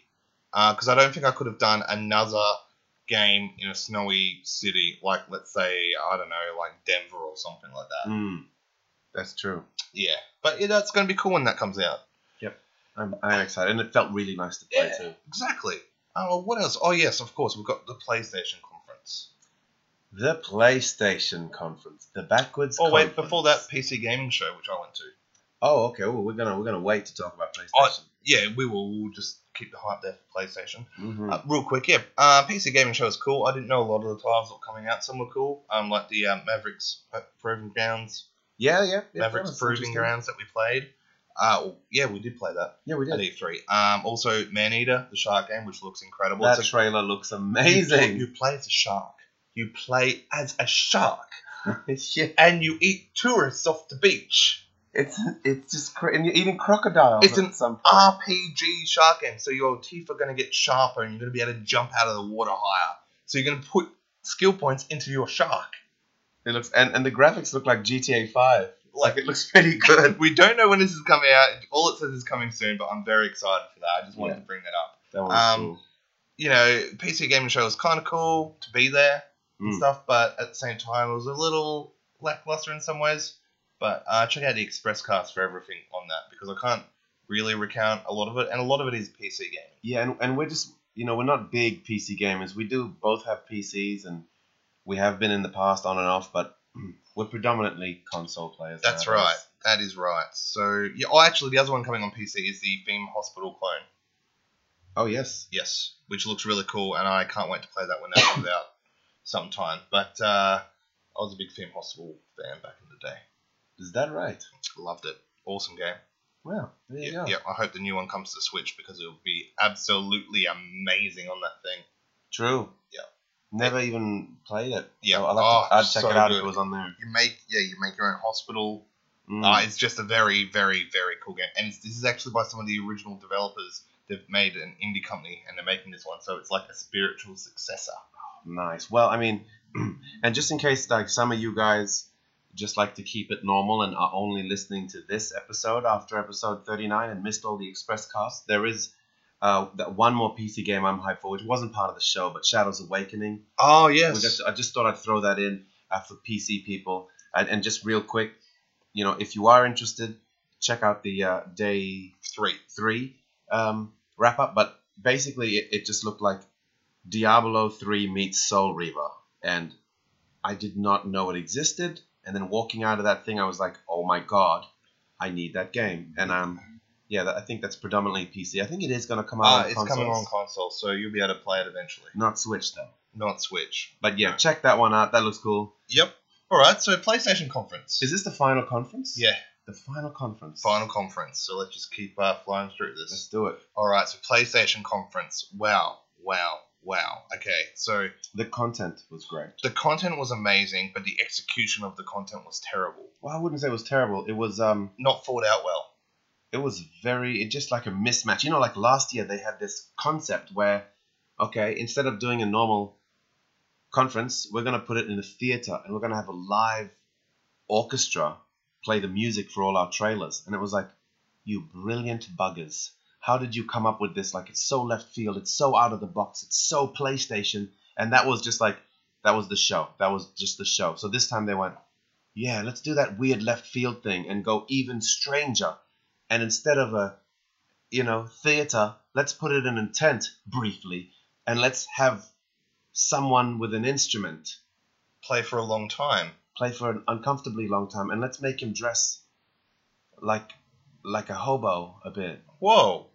Speaker 1: because I don't think I could have done another game in a snowy city, like let's say I don't know, like Denver or something like that.
Speaker 2: Mm, that's true.
Speaker 1: Yeah, but yeah, that's going to be cool when that comes out.
Speaker 2: I'm, I'm excited, and it felt really nice to play
Speaker 1: Yeah.
Speaker 2: too.
Speaker 1: Exactly. Oh, what else? Oh yes, of course we've got the PlayStation conference.
Speaker 2: The PlayStation conference, the backwards.
Speaker 1: Oh wait,
Speaker 2: conference.
Speaker 1: before that, PC gaming show which I went to.
Speaker 2: Oh, okay. Well, we're gonna we're gonna wait to talk about PlayStation.
Speaker 1: Yeah, we will. We'll just keep the hype there for PlayStation.
Speaker 2: Mhm.
Speaker 1: Uh, real quick, yeah. Uh, PC gaming show is cool. I didn't know a lot of the titles that were coming out. Some were cool, um, like the um, Mavericks P- Proving Grounds,
Speaker 2: yeah, yeah. yeah
Speaker 1: Mavericks
Speaker 2: that's
Speaker 1: Proving
Speaker 2: interesting.
Speaker 1: Grounds that we played. Uh, yeah, we did play that
Speaker 2: Yeah, we
Speaker 1: at
Speaker 2: did.
Speaker 1: E3. Um, also Man Eater, the shark game, which looks incredible.
Speaker 2: That
Speaker 1: It's a-
Speaker 2: trailer looks amazing.
Speaker 1: You, you play as a shark. You play as a shark,
Speaker 2: yeah,
Speaker 1: and you eat tourists off the beach.
Speaker 2: it's it's just cra- and you're eating crocodiles.
Speaker 1: It's
Speaker 2: at
Speaker 1: an ah.
Speaker 2: some point.
Speaker 1: RPG shark game. So your teeth are going to get sharper and you're going to be able to jump out of the water higher. So you're going to put skill points into your shark.
Speaker 2: It looks and, and the graphics look like GTA Five. Like
Speaker 1: Like,
Speaker 2: it looks pretty good.
Speaker 1: we don't know when this is coming out. All it says is coming soon, but I'm very excited for that. I just wanted
Speaker 2: Yeah.
Speaker 1: to bring that up.
Speaker 2: That was
Speaker 1: Um,
Speaker 2: cool.
Speaker 1: You know, PC Gaming Show was kind of cool to be there and
Speaker 2: Mm.
Speaker 1: stuff, but at the same time, it was a little lackluster in some ways. But uh, check out the Express Cast for everything on that because I can't really recount a lot of it, and a lot of it is PC gaming.
Speaker 2: Yeah, and, and we're just you know we're not big PC gamers. We do both have PCs, and we have been in the past on and off, but we're predominantly console players.
Speaker 1: That's
Speaker 2: nowadays.
Speaker 1: right. That is right. So, yeah, oh, actually, the other one coming on PC is the Theme Hospital clone.
Speaker 2: Oh yes,
Speaker 1: Yes, which looks really cool, and I can't wait to play that when that comes out sometime. But uh, I was a big Theme Hospital fan back in the day.
Speaker 2: is that right?
Speaker 1: Loved it. Awesome game.
Speaker 2: Wow, there you
Speaker 1: Yeah,
Speaker 2: go.
Speaker 1: yeah, I hope the new one comes to Switch because it'll be absolutely amazing on that thing.
Speaker 2: True.
Speaker 1: Yeah.
Speaker 2: Never even played it.
Speaker 1: Yeah.
Speaker 2: So I'll have to,
Speaker 1: Oh,
Speaker 2: I'd check
Speaker 1: so
Speaker 2: it out if
Speaker 1: good.
Speaker 2: it was on there.
Speaker 1: You make yeah, you make your own hospital.
Speaker 2: Mm.
Speaker 1: Uh, it's just a very, very, very cool game. And it's, this is actually by some of the original developers. They've made an indie company and they're making this one, so it's like a spiritual successor.
Speaker 2: Nice. Well, I mean, and just in case like some of you guys just like to keep it normal and are only listening to this episode after episode 39 and missed all the express casts, there is uh, that one more PC game I'm hyped for, which wasn't part of the show, but Shadows Awakening.
Speaker 1: Oh
Speaker 2: We just- I just thought I'd throw that in uh, for PC people. And, and just real quick, you know, if you are interested, check out the uh, day
Speaker 1: three.
Speaker 2: three um, wrap up, but basically it, it just looked like Diablo three meets Soul Reaver, and I did not know it existed. And then walking out of that thing, I was like, oh my god, I need that game. And um, yeah, that, I think that's predominantly PC. I think it is going to come out.
Speaker 1: Uh,
Speaker 2: on
Speaker 1: it's
Speaker 2: consoles.
Speaker 1: coming on console, so you'll be able to play it eventually.
Speaker 2: not Switch though.
Speaker 1: Not Switch.
Speaker 2: But yeah, check that one out. That looks cool.
Speaker 1: Yep. All right. So PlayStation conference.
Speaker 2: Is this the final conference?
Speaker 1: yeah,
Speaker 2: the final conference.
Speaker 1: final conference. So let's just keep uh, flying through this.
Speaker 2: Let's do it.
Speaker 1: All right. So PlayStation conference. Wow. Wow. Wow. Okay. So
Speaker 2: The content was great.
Speaker 1: the content was amazing, but the execution of the content was terrible.
Speaker 2: Well, I wouldn't say it was terrible. It was um.
Speaker 1: Not thought out well.
Speaker 2: it was very it just like a mismatch. You know, like last year they had this concept where, okay, instead of doing a normal conference, we're gonna put it in a theater and we're gonna have a live orchestra play the music for all our trailers. And it was like, you brilliant buggers. How did you come up with this? Like it's so left field, it's so out of the box, it's so PlayStation. And that was just like that was the show. That was just the show. So this time they went, yeah, let's do that weird left field thing and go even stranger and instead of a you know theater let's put it in a tent briefly and let's have someone with an instrument
Speaker 1: Play for a long time.
Speaker 2: play for an uncomfortably long time and let's make him dress like like a hobo a bit
Speaker 1: Whoa.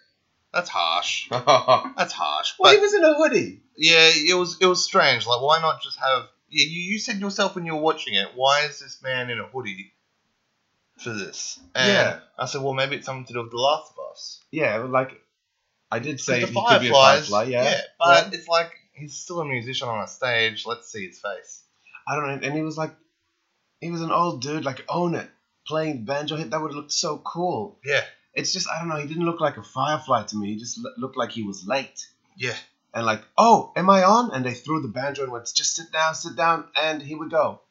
Speaker 1: That's harsh.
Speaker 2: well
Speaker 1: That's harsh.
Speaker 2: he
Speaker 1: But
Speaker 2: was in a hoodie
Speaker 1: yeah, it was it was strange. Like, why not just have? Yeah, you, you said yourself when you were watching it. Why is this man in a hoodie for this? And
Speaker 2: Yeah.
Speaker 1: I said, well, maybe it's something to do with The Last of Us.
Speaker 2: yeah like i did say
Speaker 1: Because
Speaker 2: he could be a firefly yeah,
Speaker 1: but
Speaker 2: Yeah.
Speaker 1: it's like he's still a musician on a stage. Let's see his face.
Speaker 2: i don't know and he was like he was an old dude like own it playing banjo hit that would have looked so cool
Speaker 1: Yeah,
Speaker 2: it's just I don't know. He didn't look like a firefly to me. He just lo- looked like he was late
Speaker 1: yeah.
Speaker 2: and like, oh, am I on? And they threw the banjo and went, just sit down, sit down, and here we go.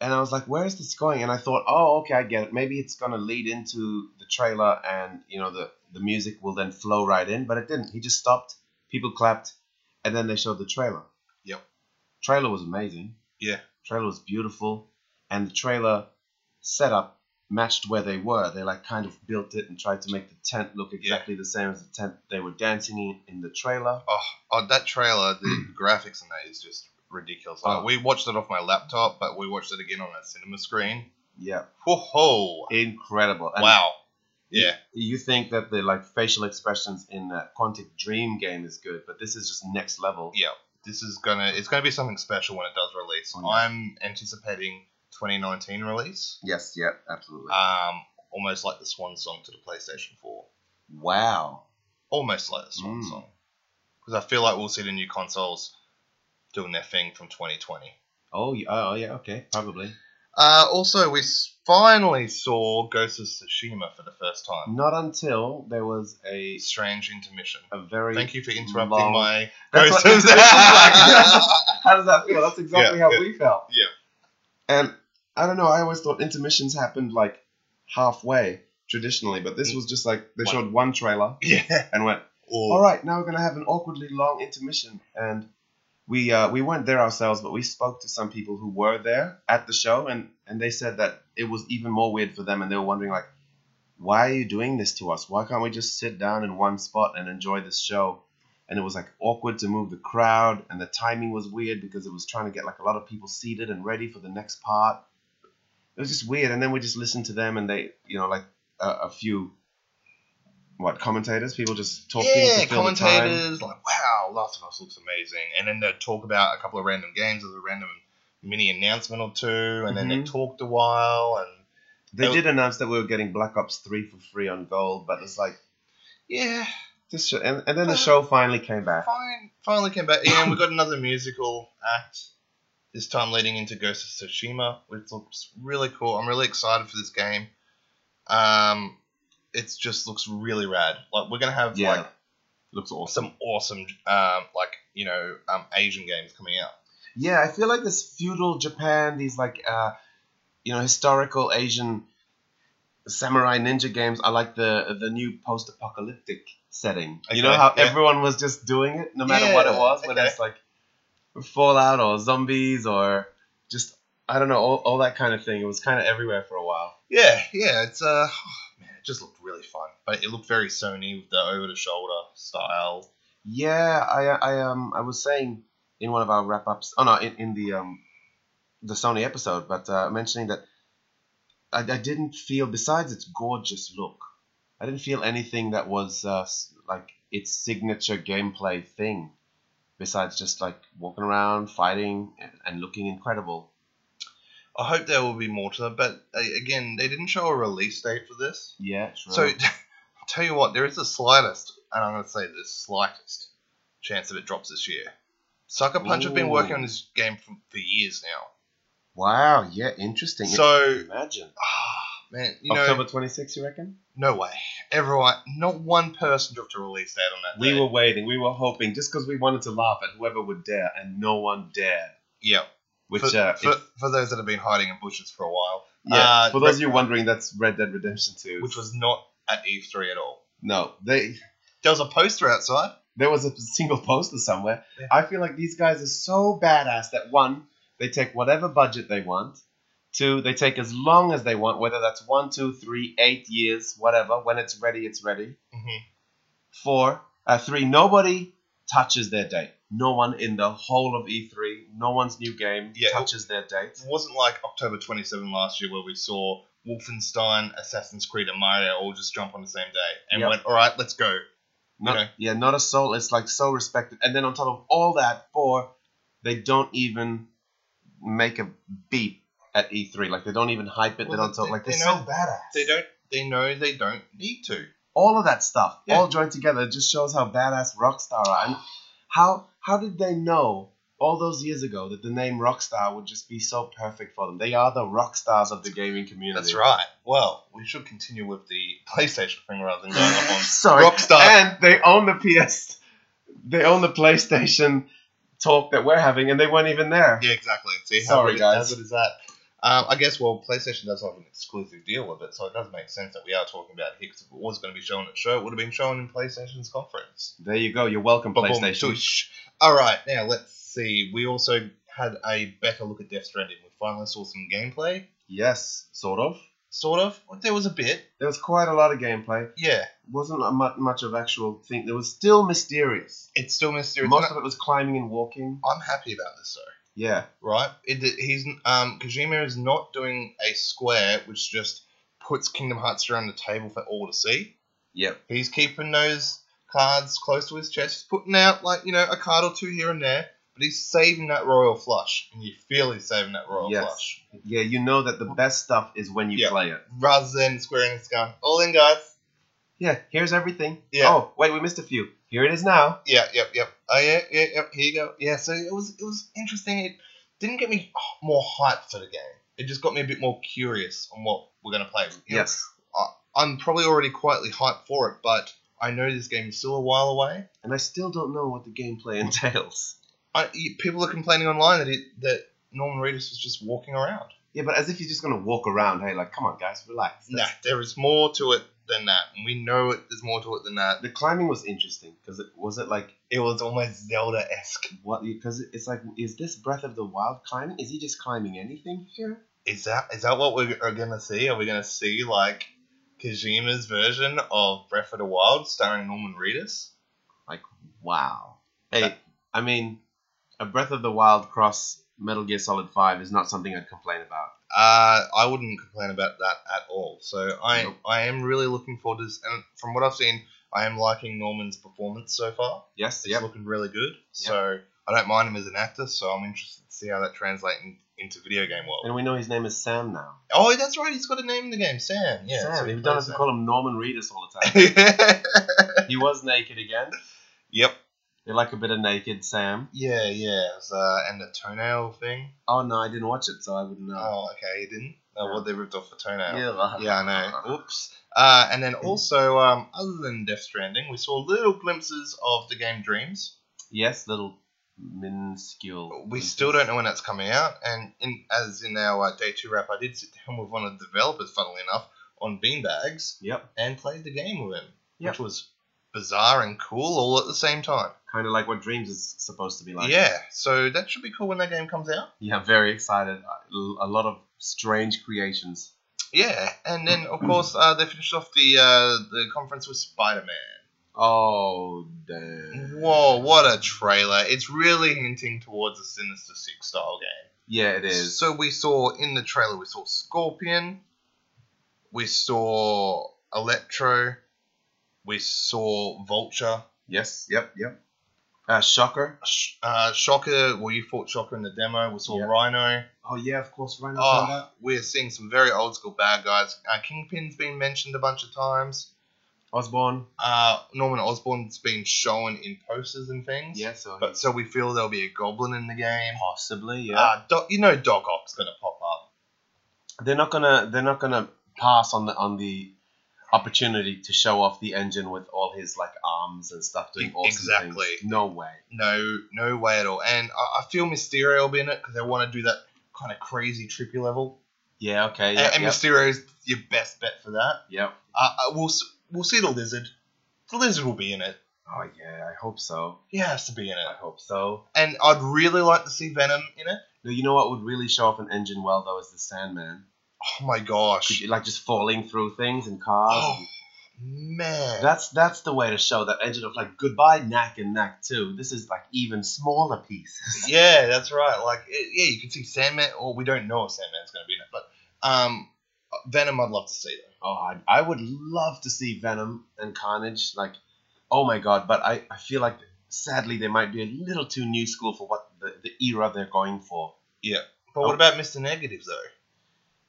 Speaker 2: And I was like, where is this going? And I thought, oh, okay, I get it. Maybe it's gonna lead into the trailer and you know the the music will then flow right in, but it didn't. He just stopped, people clapped, and then they showed the trailer.
Speaker 1: Yep.
Speaker 2: Trailer was amazing.
Speaker 1: Yeah.
Speaker 2: Trailer was beautiful, and the trailer setup matched where they were. They like kind of built it and tried to make the tent look exactly the same as the tent they were dancing in in the trailer.
Speaker 1: Oh, oh, that trailer, the graphics in that is just ridiculous. Like,
Speaker 2: Oh.
Speaker 1: We watched it off my laptop, but we watched it again on a cinema screen.
Speaker 2: Yeah,
Speaker 1: Whoa, ho.
Speaker 2: incredible. And
Speaker 1: wow. Yeah.
Speaker 2: You think that the like facial expressions in the Quantic Dream game is good, but this is just next level.
Speaker 1: Yeah. This is gonna, it's gonna be something special when it does release.
Speaker 2: Oh, yeah.
Speaker 1: I'm anticipating 2019 release.
Speaker 2: Yes, yeah, absolutely.
Speaker 1: Um, almost like the swan song to the PlayStation 4.
Speaker 2: wow.
Speaker 1: Almost like the swan
Speaker 2: Mm.
Speaker 1: song. Because I feel like we'll see the new consoles doing their thing from 2020.
Speaker 2: Oh, yeah, oh yeah, okay, probably.
Speaker 1: Uh, also, we s- finally saw Ghost of Tsushima for the first time.
Speaker 2: Not until there was a
Speaker 1: Strange intermission.
Speaker 2: a very
Speaker 1: Thank you for interrupting
Speaker 2: long-
Speaker 1: my
Speaker 2: That's
Speaker 1: Ghost
Speaker 2: what
Speaker 1: of
Speaker 2: this is like. How does that feel? That's exactly
Speaker 1: Yeah,
Speaker 2: how
Speaker 1: yeah.
Speaker 2: we felt.
Speaker 1: Yeah.
Speaker 2: And I don't know. I always thought intermissions happened like halfway traditionally, but
Speaker 1: Mm.
Speaker 2: this was just like they
Speaker 1: One.
Speaker 2: showed one trailer
Speaker 1: yeah.
Speaker 2: and went,
Speaker 1: Or,
Speaker 2: "All right, now we're gonna have an awkwardly long intermission." And we uh, we weren't there ourselves, but we spoke to some people who were there at the show, and and they said that it was even more weird for them, and they were wondering like, "Why are you doing this to us? Why can't we just sit down in one spot and enjoy this show?" and it was like awkward to move the crowd and the timing was weird because it was trying to get like a lot of people seated and ready for the next part it was just weird and then we just listened to them and they you know like a, a few what commentators people just talking
Speaker 1: yeah,
Speaker 2: to fill the time.
Speaker 1: commentators like, "Wow, Last of Us looks amazing," and then they would talk about a couple of random games as a random mini announcement or two, and then they
Speaker 2: Mhm.
Speaker 1: talked a while, and
Speaker 2: they did announce that we were getting black ops 3 for free on gold but it's like
Speaker 1: yeah,
Speaker 2: this show, and, and then the show finally came back
Speaker 1: fine, finally came back. Yeah, and we got another musical act this time leading into Ghost of Tsushima, which looks really cool. I'm really excited for this game. Um, it just looks really rad. Like we're gonna have
Speaker 2: yeah
Speaker 1: like
Speaker 2: looks awesome
Speaker 1: some awesome, um, like you know, um, Asian games coming out.
Speaker 2: Yeah, I feel like this feudal Japan, these like uh, you know historical Asian samurai ninja games are like the the new post apocalyptic setting. You know
Speaker 1: Okay,
Speaker 2: how
Speaker 1: yeah.
Speaker 2: everyone was just doing it, no matter what it
Speaker 1: Yeah,
Speaker 2: was, whether
Speaker 1: okay.
Speaker 2: it's like Fallout or zombies or just I don't know all, all that kind of thing. It was kind of everywhere for a while.
Speaker 1: Yeah, yeah, it's uh, man, it just looked really fun, but it looked very Sony with the over the shoulder style.
Speaker 2: Yeah, I I um I was saying in one of our wrap ups. Oh no, in, in the um the Sony episode, but uh, mentioning that I, I didn't feel besides its gorgeous look, I didn't feel anything that was uh, s- like its signature gameplay thing. Besides just like walking around, fighting, and, and looking incredible.
Speaker 1: I hope there will be more to them, but uh, again, they didn't show a release date for this.
Speaker 2: Yeah, true.
Speaker 1: So, tell you what, there is the slightest, and I'm going to say the slightest, chance that it drops this year. Sucker Punch have been working on this game for, for years now.
Speaker 2: wow, yeah, interesting.
Speaker 1: So,
Speaker 2: imagine
Speaker 1: ah, man, you know,
Speaker 2: October twenty sixth. You reckon?
Speaker 1: no way. Everyone, not one person dropped a release date on that.
Speaker 2: We
Speaker 1: day.
Speaker 2: were waiting. We were hoping just because we wanted to laugh at whoever would dare, and no one dared.
Speaker 1: yeah.
Speaker 2: Which
Speaker 1: for,
Speaker 2: uh,
Speaker 1: for,
Speaker 2: if-
Speaker 1: for those that have been hiding in bushes for a while,
Speaker 2: yeah,
Speaker 1: uh,
Speaker 2: for those of you wondering, that's Red Dead Redemption Two,
Speaker 1: which was not at E3 at all.
Speaker 2: no, they
Speaker 1: There was a poster outside.
Speaker 2: there was a single poster somewhere.
Speaker 1: Yeah.
Speaker 2: I feel like these guys are so badass that one, they take whatever budget they want. Two, they take as long as they want, whether that's one, two, three, eight years, whatever. When it's ready, it's ready.
Speaker 1: Mm-hmm.
Speaker 2: Four, uh, three, nobody touches their date. No one in the whole of E3, no one's new game
Speaker 1: Yeah.
Speaker 2: touches their date.
Speaker 1: It wasn't like October 27 last year where we saw Wolfenstein, Assassin's Creed, and Mario all just jump on the same day and
Speaker 2: Yep.
Speaker 1: went, all right, let's go.
Speaker 2: Not,
Speaker 1: Okay.
Speaker 2: Yeah, not a soul. It's like so respected. And then on top of all that, four, they don't even make a beat at E3. Like they don't even hype it.
Speaker 1: Well,
Speaker 2: they don't
Speaker 1: they-
Speaker 2: talk. Like
Speaker 1: they
Speaker 2: they're
Speaker 1: know-
Speaker 2: so badass.
Speaker 1: They don't. They know they don't need to.
Speaker 2: All of that stuff,
Speaker 1: Yeah.
Speaker 2: all joined together, just shows how badass Rockstar are. And how how did they know all those years ago that the name Rockstar would just be so perfect for them? They are the rockstars of the gaming community.
Speaker 1: That's right. Well, we should continue with the PlayStation thing rather than going up on.
Speaker 2: Sorry.
Speaker 1: Rockstar.
Speaker 2: And they own the PS. They own the PlayStation talk that we're having, and they weren't even there.
Speaker 1: Yeah, exactly. See how
Speaker 2: Sorry,
Speaker 1: good,
Speaker 2: guys.
Speaker 1: How good is that? Um, I guess, well, PlayStation does have an exclusive deal with it, so it does make sense that we are talking about here, 'cause if it was going to be shown at show, it would have been shown in PlayStation's conference.
Speaker 2: There you go. You're welcome,
Speaker 1: Boom,
Speaker 2: PlayStation.
Speaker 1: tush. All right, now let's see. We also had a better look at Death Stranding. We finally saw some gameplay,
Speaker 2: Yes, sort of.
Speaker 1: sort of. There was a bit,
Speaker 2: There was quite a lot of gameplay.
Speaker 1: yeah.
Speaker 2: Wasn't a mu- much of actual thing. There was still mysterious.
Speaker 1: It's still mysterious.
Speaker 2: Most of it was climbing and walking.
Speaker 1: I'm happy about this though.
Speaker 2: Yeah,
Speaker 1: right? It, he's um, Kojima is not doing a square which just puts Kingdom Hearts around the table for all to see.
Speaker 2: Yep.
Speaker 1: He's keeping those cards close to his chest. He's putting out like you know a card or two here and there, but he's saving that royal flush, and you feel he's saving that royal
Speaker 2: Yes.
Speaker 1: flush
Speaker 2: yeah. You know that the best stuff is when you
Speaker 1: Yeah.
Speaker 2: play it.
Speaker 1: rather than Square Enix going all in, guys.
Speaker 2: Yeah. Here's everything.
Speaker 1: Yeah.
Speaker 2: Oh wait, we missed a few. Here it is now.
Speaker 1: Yeah, yep, yep. Oh yeah, yeah, yep. Here you go. Yeah, so it was it was interesting. It didn't get me more hyped for the game. It just got me a bit more curious on what we're gonna play. You know,
Speaker 2: Yes.
Speaker 1: I'm probably already quietly hyped for it, but I know this game is still a while away.
Speaker 2: And I still don't know what the gameplay entails.
Speaker 1: I, y- people are complaining online that it, that Norman Reedus was just walking around.
Speaker 2: Yeah, but as if you're just gonna walk around. Hey, like, come on, guys, relax.
Speaker 1: Nah, there is more to it than that, and we know it, there's more to it than that.
Speaker 2: The climbing was interesting because it was it like
Speaker 1: It was almost Zelda esque.
Speaker 2: what? Because it's like, is this Breath of the Wild climbing? Is he just climbing anything here?
Speaker 1: Is that is that what we are gonna see? Are we gonna see like Kojima's version of Breath of the Wild starring Norman Reedus?
Speaker 2: Wow. Hey,
Speaker 1: That-
Speaker 2: I mean, a Breath of the Wild cross Metal Gear Solid Five is not something I'd complain about.
Speaker 1: Uh, I wouldn't complain about that at all. So I
Speaker 2: Nope.
Speaker 1: I am really looking forward to this, and from what I've seen, I am liking Norman's performance so far.
Speaker 2: Yes.
Speaker 1: It's
Speaker 2: Yep.
Speaker 1: looking really good. So I don't mind him as an actor. So I'm interested to see how that translates in, into video game world.
Speaker 2: And we know his name is Sam now.
Speaker 1: Oh, that's right. He's got a name in the game, Sam. Yeah.
Speaker 2: Sam.
Speaker 1: so he
Speaker 2: we don't have
Speaker 1: plays
Speaker 2: to call him Norman Reedus all the time.
Speaker 1: Sam.
Speaker 2: he was naked again.
Speaker 1: yep.
Speaker 2: They like a bit of naked Sam.
Speaker 1: Yeah, yeah. It was, uh, and the toenail thing.
Speaker 2: Oh no, I didn't watch it, so I wouldn't know.
Speaker 1: Oh, okay. You didn't. Oh,
Speaker 2: No.
Speaker 1: well, they ripped off the toenail.
Speaker 2: Yeah. uh-uh.
Speaker 1: Yeah, I
Speaker 2: Uh-huh.
Speaker 1: know. Oops. Uh, and then also, um, other than Death Stranding, we saw little glimpses of the game Dreams.
Speaker 2: Yes, little minuscule.
Speaker 1: We still don't know when that's coming out. And in, as in our uh, day two wrap, I did sit down with one of the developers, funnily enough, on Beanbags
Speaker 2: Yep.
Speaker 1: and played the game with him,
Speaker 2: Yep.
Speaker 1: which was bizarre and cool all at the same time.
Speaker 2: Kind of like what Dreams is supposed to be like.
Speaker 1: yeah, so that should be cool when that game comes out.
Speaker 2: Yeah, very excited. A lot of strange creations.
Speaker 1: Yeah, and then of course uh, they finished off the uh, the conference with Spider Man.
Speaker 2: Oh damn.
Speaker 1: Whoa, what a trailer. It's really hinting towards a Sinister Six style game.
Speaker 2: Yeah, it is.
Speaker 1: So we saw in the trailer we saw Scorpion, we saw Electro, we saw Vulture.
Speaker 2: Yes. Yep. Yep. Uh, Shocker.
Speaker 1: Sh- Uh, Shocker, well, you fought Shocker in the demo. We saw
Speaker 2: Yeah.
Speaker 1: Rhino.
Speaker 2: Oh yeah, of course. Rhino.
Speaker 1: Oh, we're seeing some very old school bad guys. Uh, Kingpin's been mentioned a bunch of times.
Speaker 2: Osborne.
Speaker 1: Uh, Norman Osborn's been shown in posters and things.
Speaker 2: Yeah. So
Speaker 1: But so we feel there'll be a goblin in the game.
Speaker 2: possibly. Yeah.
Speaker 1: Uh, Doc, you know Doc Ock's gonna pop up.
Speaker 2: they're not gonna. They're not gonna pass on the on the opportunity to show off the engine with all his like arms and stuff doing awesome
Speaker 1: E, Exactly.
Speaker 2: things. No way.
Speaker 1: No, no way at all. And I, I feel Mysterio will be in it because they want to do that kind of crazy trippy level.
Speaker 2: Yeah. Okay.
Speaker 1: And,
Speaker 2: Yeah.
Speaker 1: and
Speaker 2: Yep.
Speaker 1: Mysterio's your best bet for that.
Speaker 2: yep.
Speaker 1: Uh, uh, we'll s- we'll see the lizard. The lizard will be in it.
Speaker 2: Oh yeah. I hope so.
Speaker 1: He has to be in
Speaker 2: I
Speaker 1: it.
Speaker 2: hope so.
Speaker 1: And I'd really like to see Venom in it.
Speaker 2: No, you know what would really show off an engine well though is the Sandman.
Speaker 1: Oh my
Speaker 2: Could
Speaker 1: gosh,
Speaker 2: you, like just falling through things and cars.
Speaker 1: Oh.
Speaker 2: and-
Speaker 1: man.
Speaker 2: That's that's the way to show that engine of like goodbye knack and knack too. This is like even smaller pieces.
Speaker 1: yeah, that's right. Like it, yeah, you can see Sandman. Or we don't know if Sandman's gonna be in it, but um, Venom I'd love to see though.
Speaker 2: Oh, I, I would love to see Venom and Carnage. Like, oh my god! But I, I feel like sadly they might be a little too new school for what the, the era they're going for.
Speaker 1: But
Speaker 2: Oh.
Speaker 1: what about Mister Negative though?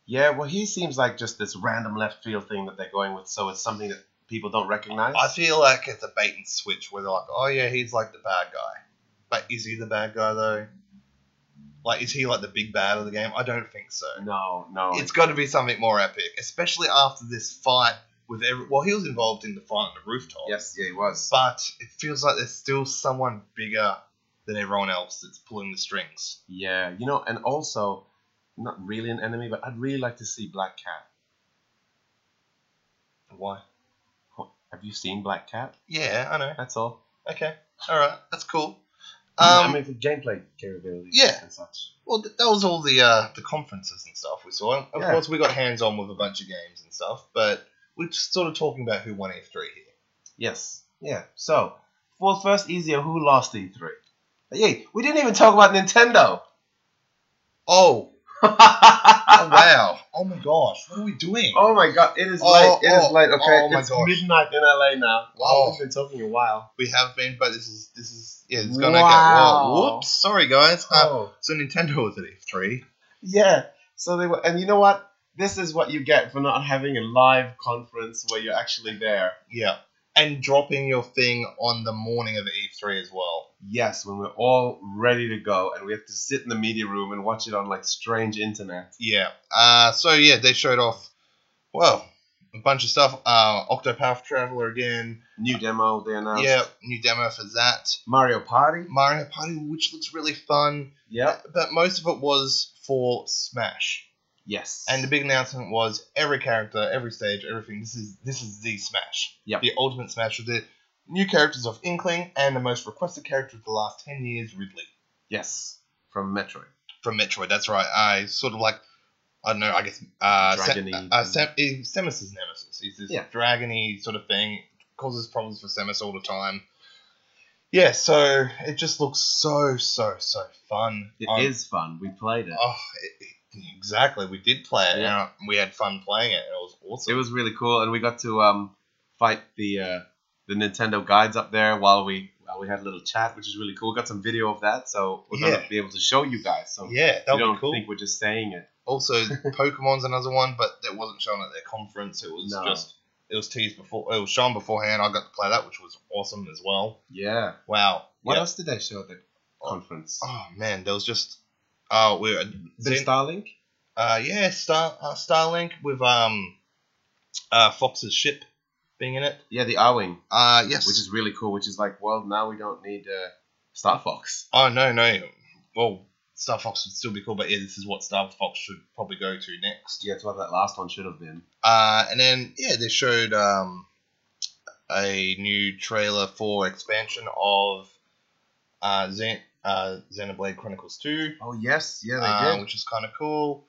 Speaker 2: Yeah, well he seems like just this random left field thing that they're going with. So it's something that people don't recognize.
Speaker 1: I feel like it's a bait and switch where they're like, oh yeah, he's like the bad guy. But is he the bad guy though? Like, is he like the big bad of the game? I don't think so.
Speaker 2: no, no.
Speaker 1: It's got to be something more epic, especially after this fight with every. Well, he was involved in the fight on the rooftop.
Speaker 2: yes, yeah, he was.
Speaker 1: But it feels like there's still someone bigger than everyone else that's pulling the strings.
Speaker 2: Yeah, you know, and also not really an enemy, but I'd really like to see Black Cat.
Speaker 1: Why?
Speaker 2: Wh- Have you seen Black Cat?
Speaker 1: Yeah, I know.
Speaker 2: That's all.
Speaker 1: Okay, all right, that's cool.
Speaker 2: I
Speaker 1: Um,
Speaker 2: mean, for gameplay capabilities
Speaker 1: yeah.
Speaker 2: and such.
Speaker 1: well, th- that was all the uh, the conferences and stuff we saw. And of
Speaker 2: Yeah.
Speaker 1: course, we got hands on with a bunch of games and stuff, but we're just sort of talking about who won E3 here.
Speaker 2: Yes. Yeah. So, for first easier, who lost E E3? Yay, we didn't even talk about Nintendo.
Speaker 1: Oh, oh
Speaker 2: oh
Speaker 1: wow! Oh my gosh, what are we doing?
Speaker 2: my god, it is
Speaker 1: Oh,
Speaker 2: late. It is
Speaker 1: oh,
Speaker 2: late. Okay,
Speaker 1: oh my
Speaker 2: it's
Speaker 1: gosh.
Speaker 2: midnight in LA now. Wow,
Speaker 1: Oh.
Speaker 2: we've been talking a while.
Speaker 1: We have been, but this is this is yeah, it's gonna
Speaker 2: Wow.
Speaker 1: go. Well, whoops, sorry guys. Uh,
Speaker 2: oh.
Speaker 1: so Nintendo was at E E3.
Speaker 2: Yeah. So they were, and you know what? This is what you get for not having a live conference where you're actually there.
Speaker 1: Yeah, and dropping your thing on the morning of E3 as well.
Speaker 2: Yes, when we're all ready to go and we have to sit in the media room and watch it on like strange internet.
Speaker 1: Yeah. Uh, so yeah, they showed off. Well, a bunch of stuff. Uh, Octopath Traveler again.
Speaker 2: New demo they announced.
Speaker 1: Yeah, new demo for that.
Speaker 2: Mario Party.
Speaker 1: Mario Party, which looks really fun,
Speaker 2: Yep.
Speaker 1: but most of it was for Smash.
Speaker 2: Yes.
Speaker 1: And the big announcement was every character, every stage, everything. This is this is the Smash.
Speaker 2: Yep.
Speaker 1: The ultimate Smash with it. New characters of Inkling and the most requested character of the last ten years, Ridley
Speaker 2: yes, from Metroid.
Speaker 1: from Metroid. That's right. I sort of like. I don't know. I guess uh, Sem-
Speaker 2: Dragon-y.
Speaker 1: uh, Sem- is Samus's nemesis. He's this
Speaker 2: Yeah.
Speaker 1: dragony sort of thing. Causes problems for Samus all the time. Yeah, so it just looks so so so fun.
Speaker 2: It is
Speaker 1: Um,
Speaker 2: fun. We played it.
Speaker 1: Oh, it, it- exactly. We did play it.
Speaker 2: Yeah.
Speaker 1: And we had fun playing it. and It was
Speaker 2: It
Speaker 1: awesome.
Speaker 2: was really cool, and we got to um, fight the uh, the Nintendo guides up there while we while we had a little chat, which is really cool. We got some video of that, so we're
Speaker 1: Yeah.
Speaker 2: gonna be able to show you guys. So
Speaker 1: yeah, that
Speaker 2: you
Speaker 1: would
Speaker 2: don't
Speaker 1: be cool.
Speaker 2: think we're just saying it.
Speaker 1: Also, Pokemon's another one, but that wasn't shown at their conference. It was
Speaker 2: No.
Speaker 1: just it was teased before. It was shown beforehand. I got to play that, which was awesome as well.
Speaker 2: Yeah.
Speaker 1: Wow.
Speaker 2: What
Speaker 1: Yeah.
Speaker 2: else did they show at the
Speaker 1: Oh.
Speaker 2: conference?
Speaker 1: Oh man, there was just oh we
Speaker 2: Is it
Speaker 1: were
Speaker 2: Starlink?
Speaker 1: uh yeah Star uh, Starlink with um uh Fox's ship being in it.
Speaker 2: Yeah, the R-wing,
Speaker 1: Uh yes.
Speaker 2: which is really cool. Which is like, well, now we don't need uh, Star Fox.
Speaker 1: oh no no well Star Fox would still be cool, but yeah, this is what Star Fox should probably go to next.
Speaker 2: Yeah, it's what that last one should have been.
Speaker 1: Uh and then yeah they showed um a new trailer for expansion of uh Zen uh Xenoblade Chronicles Two.
Speaker 2: Oh yes, yeah,
Speaker 1: uh, which is kind of cool.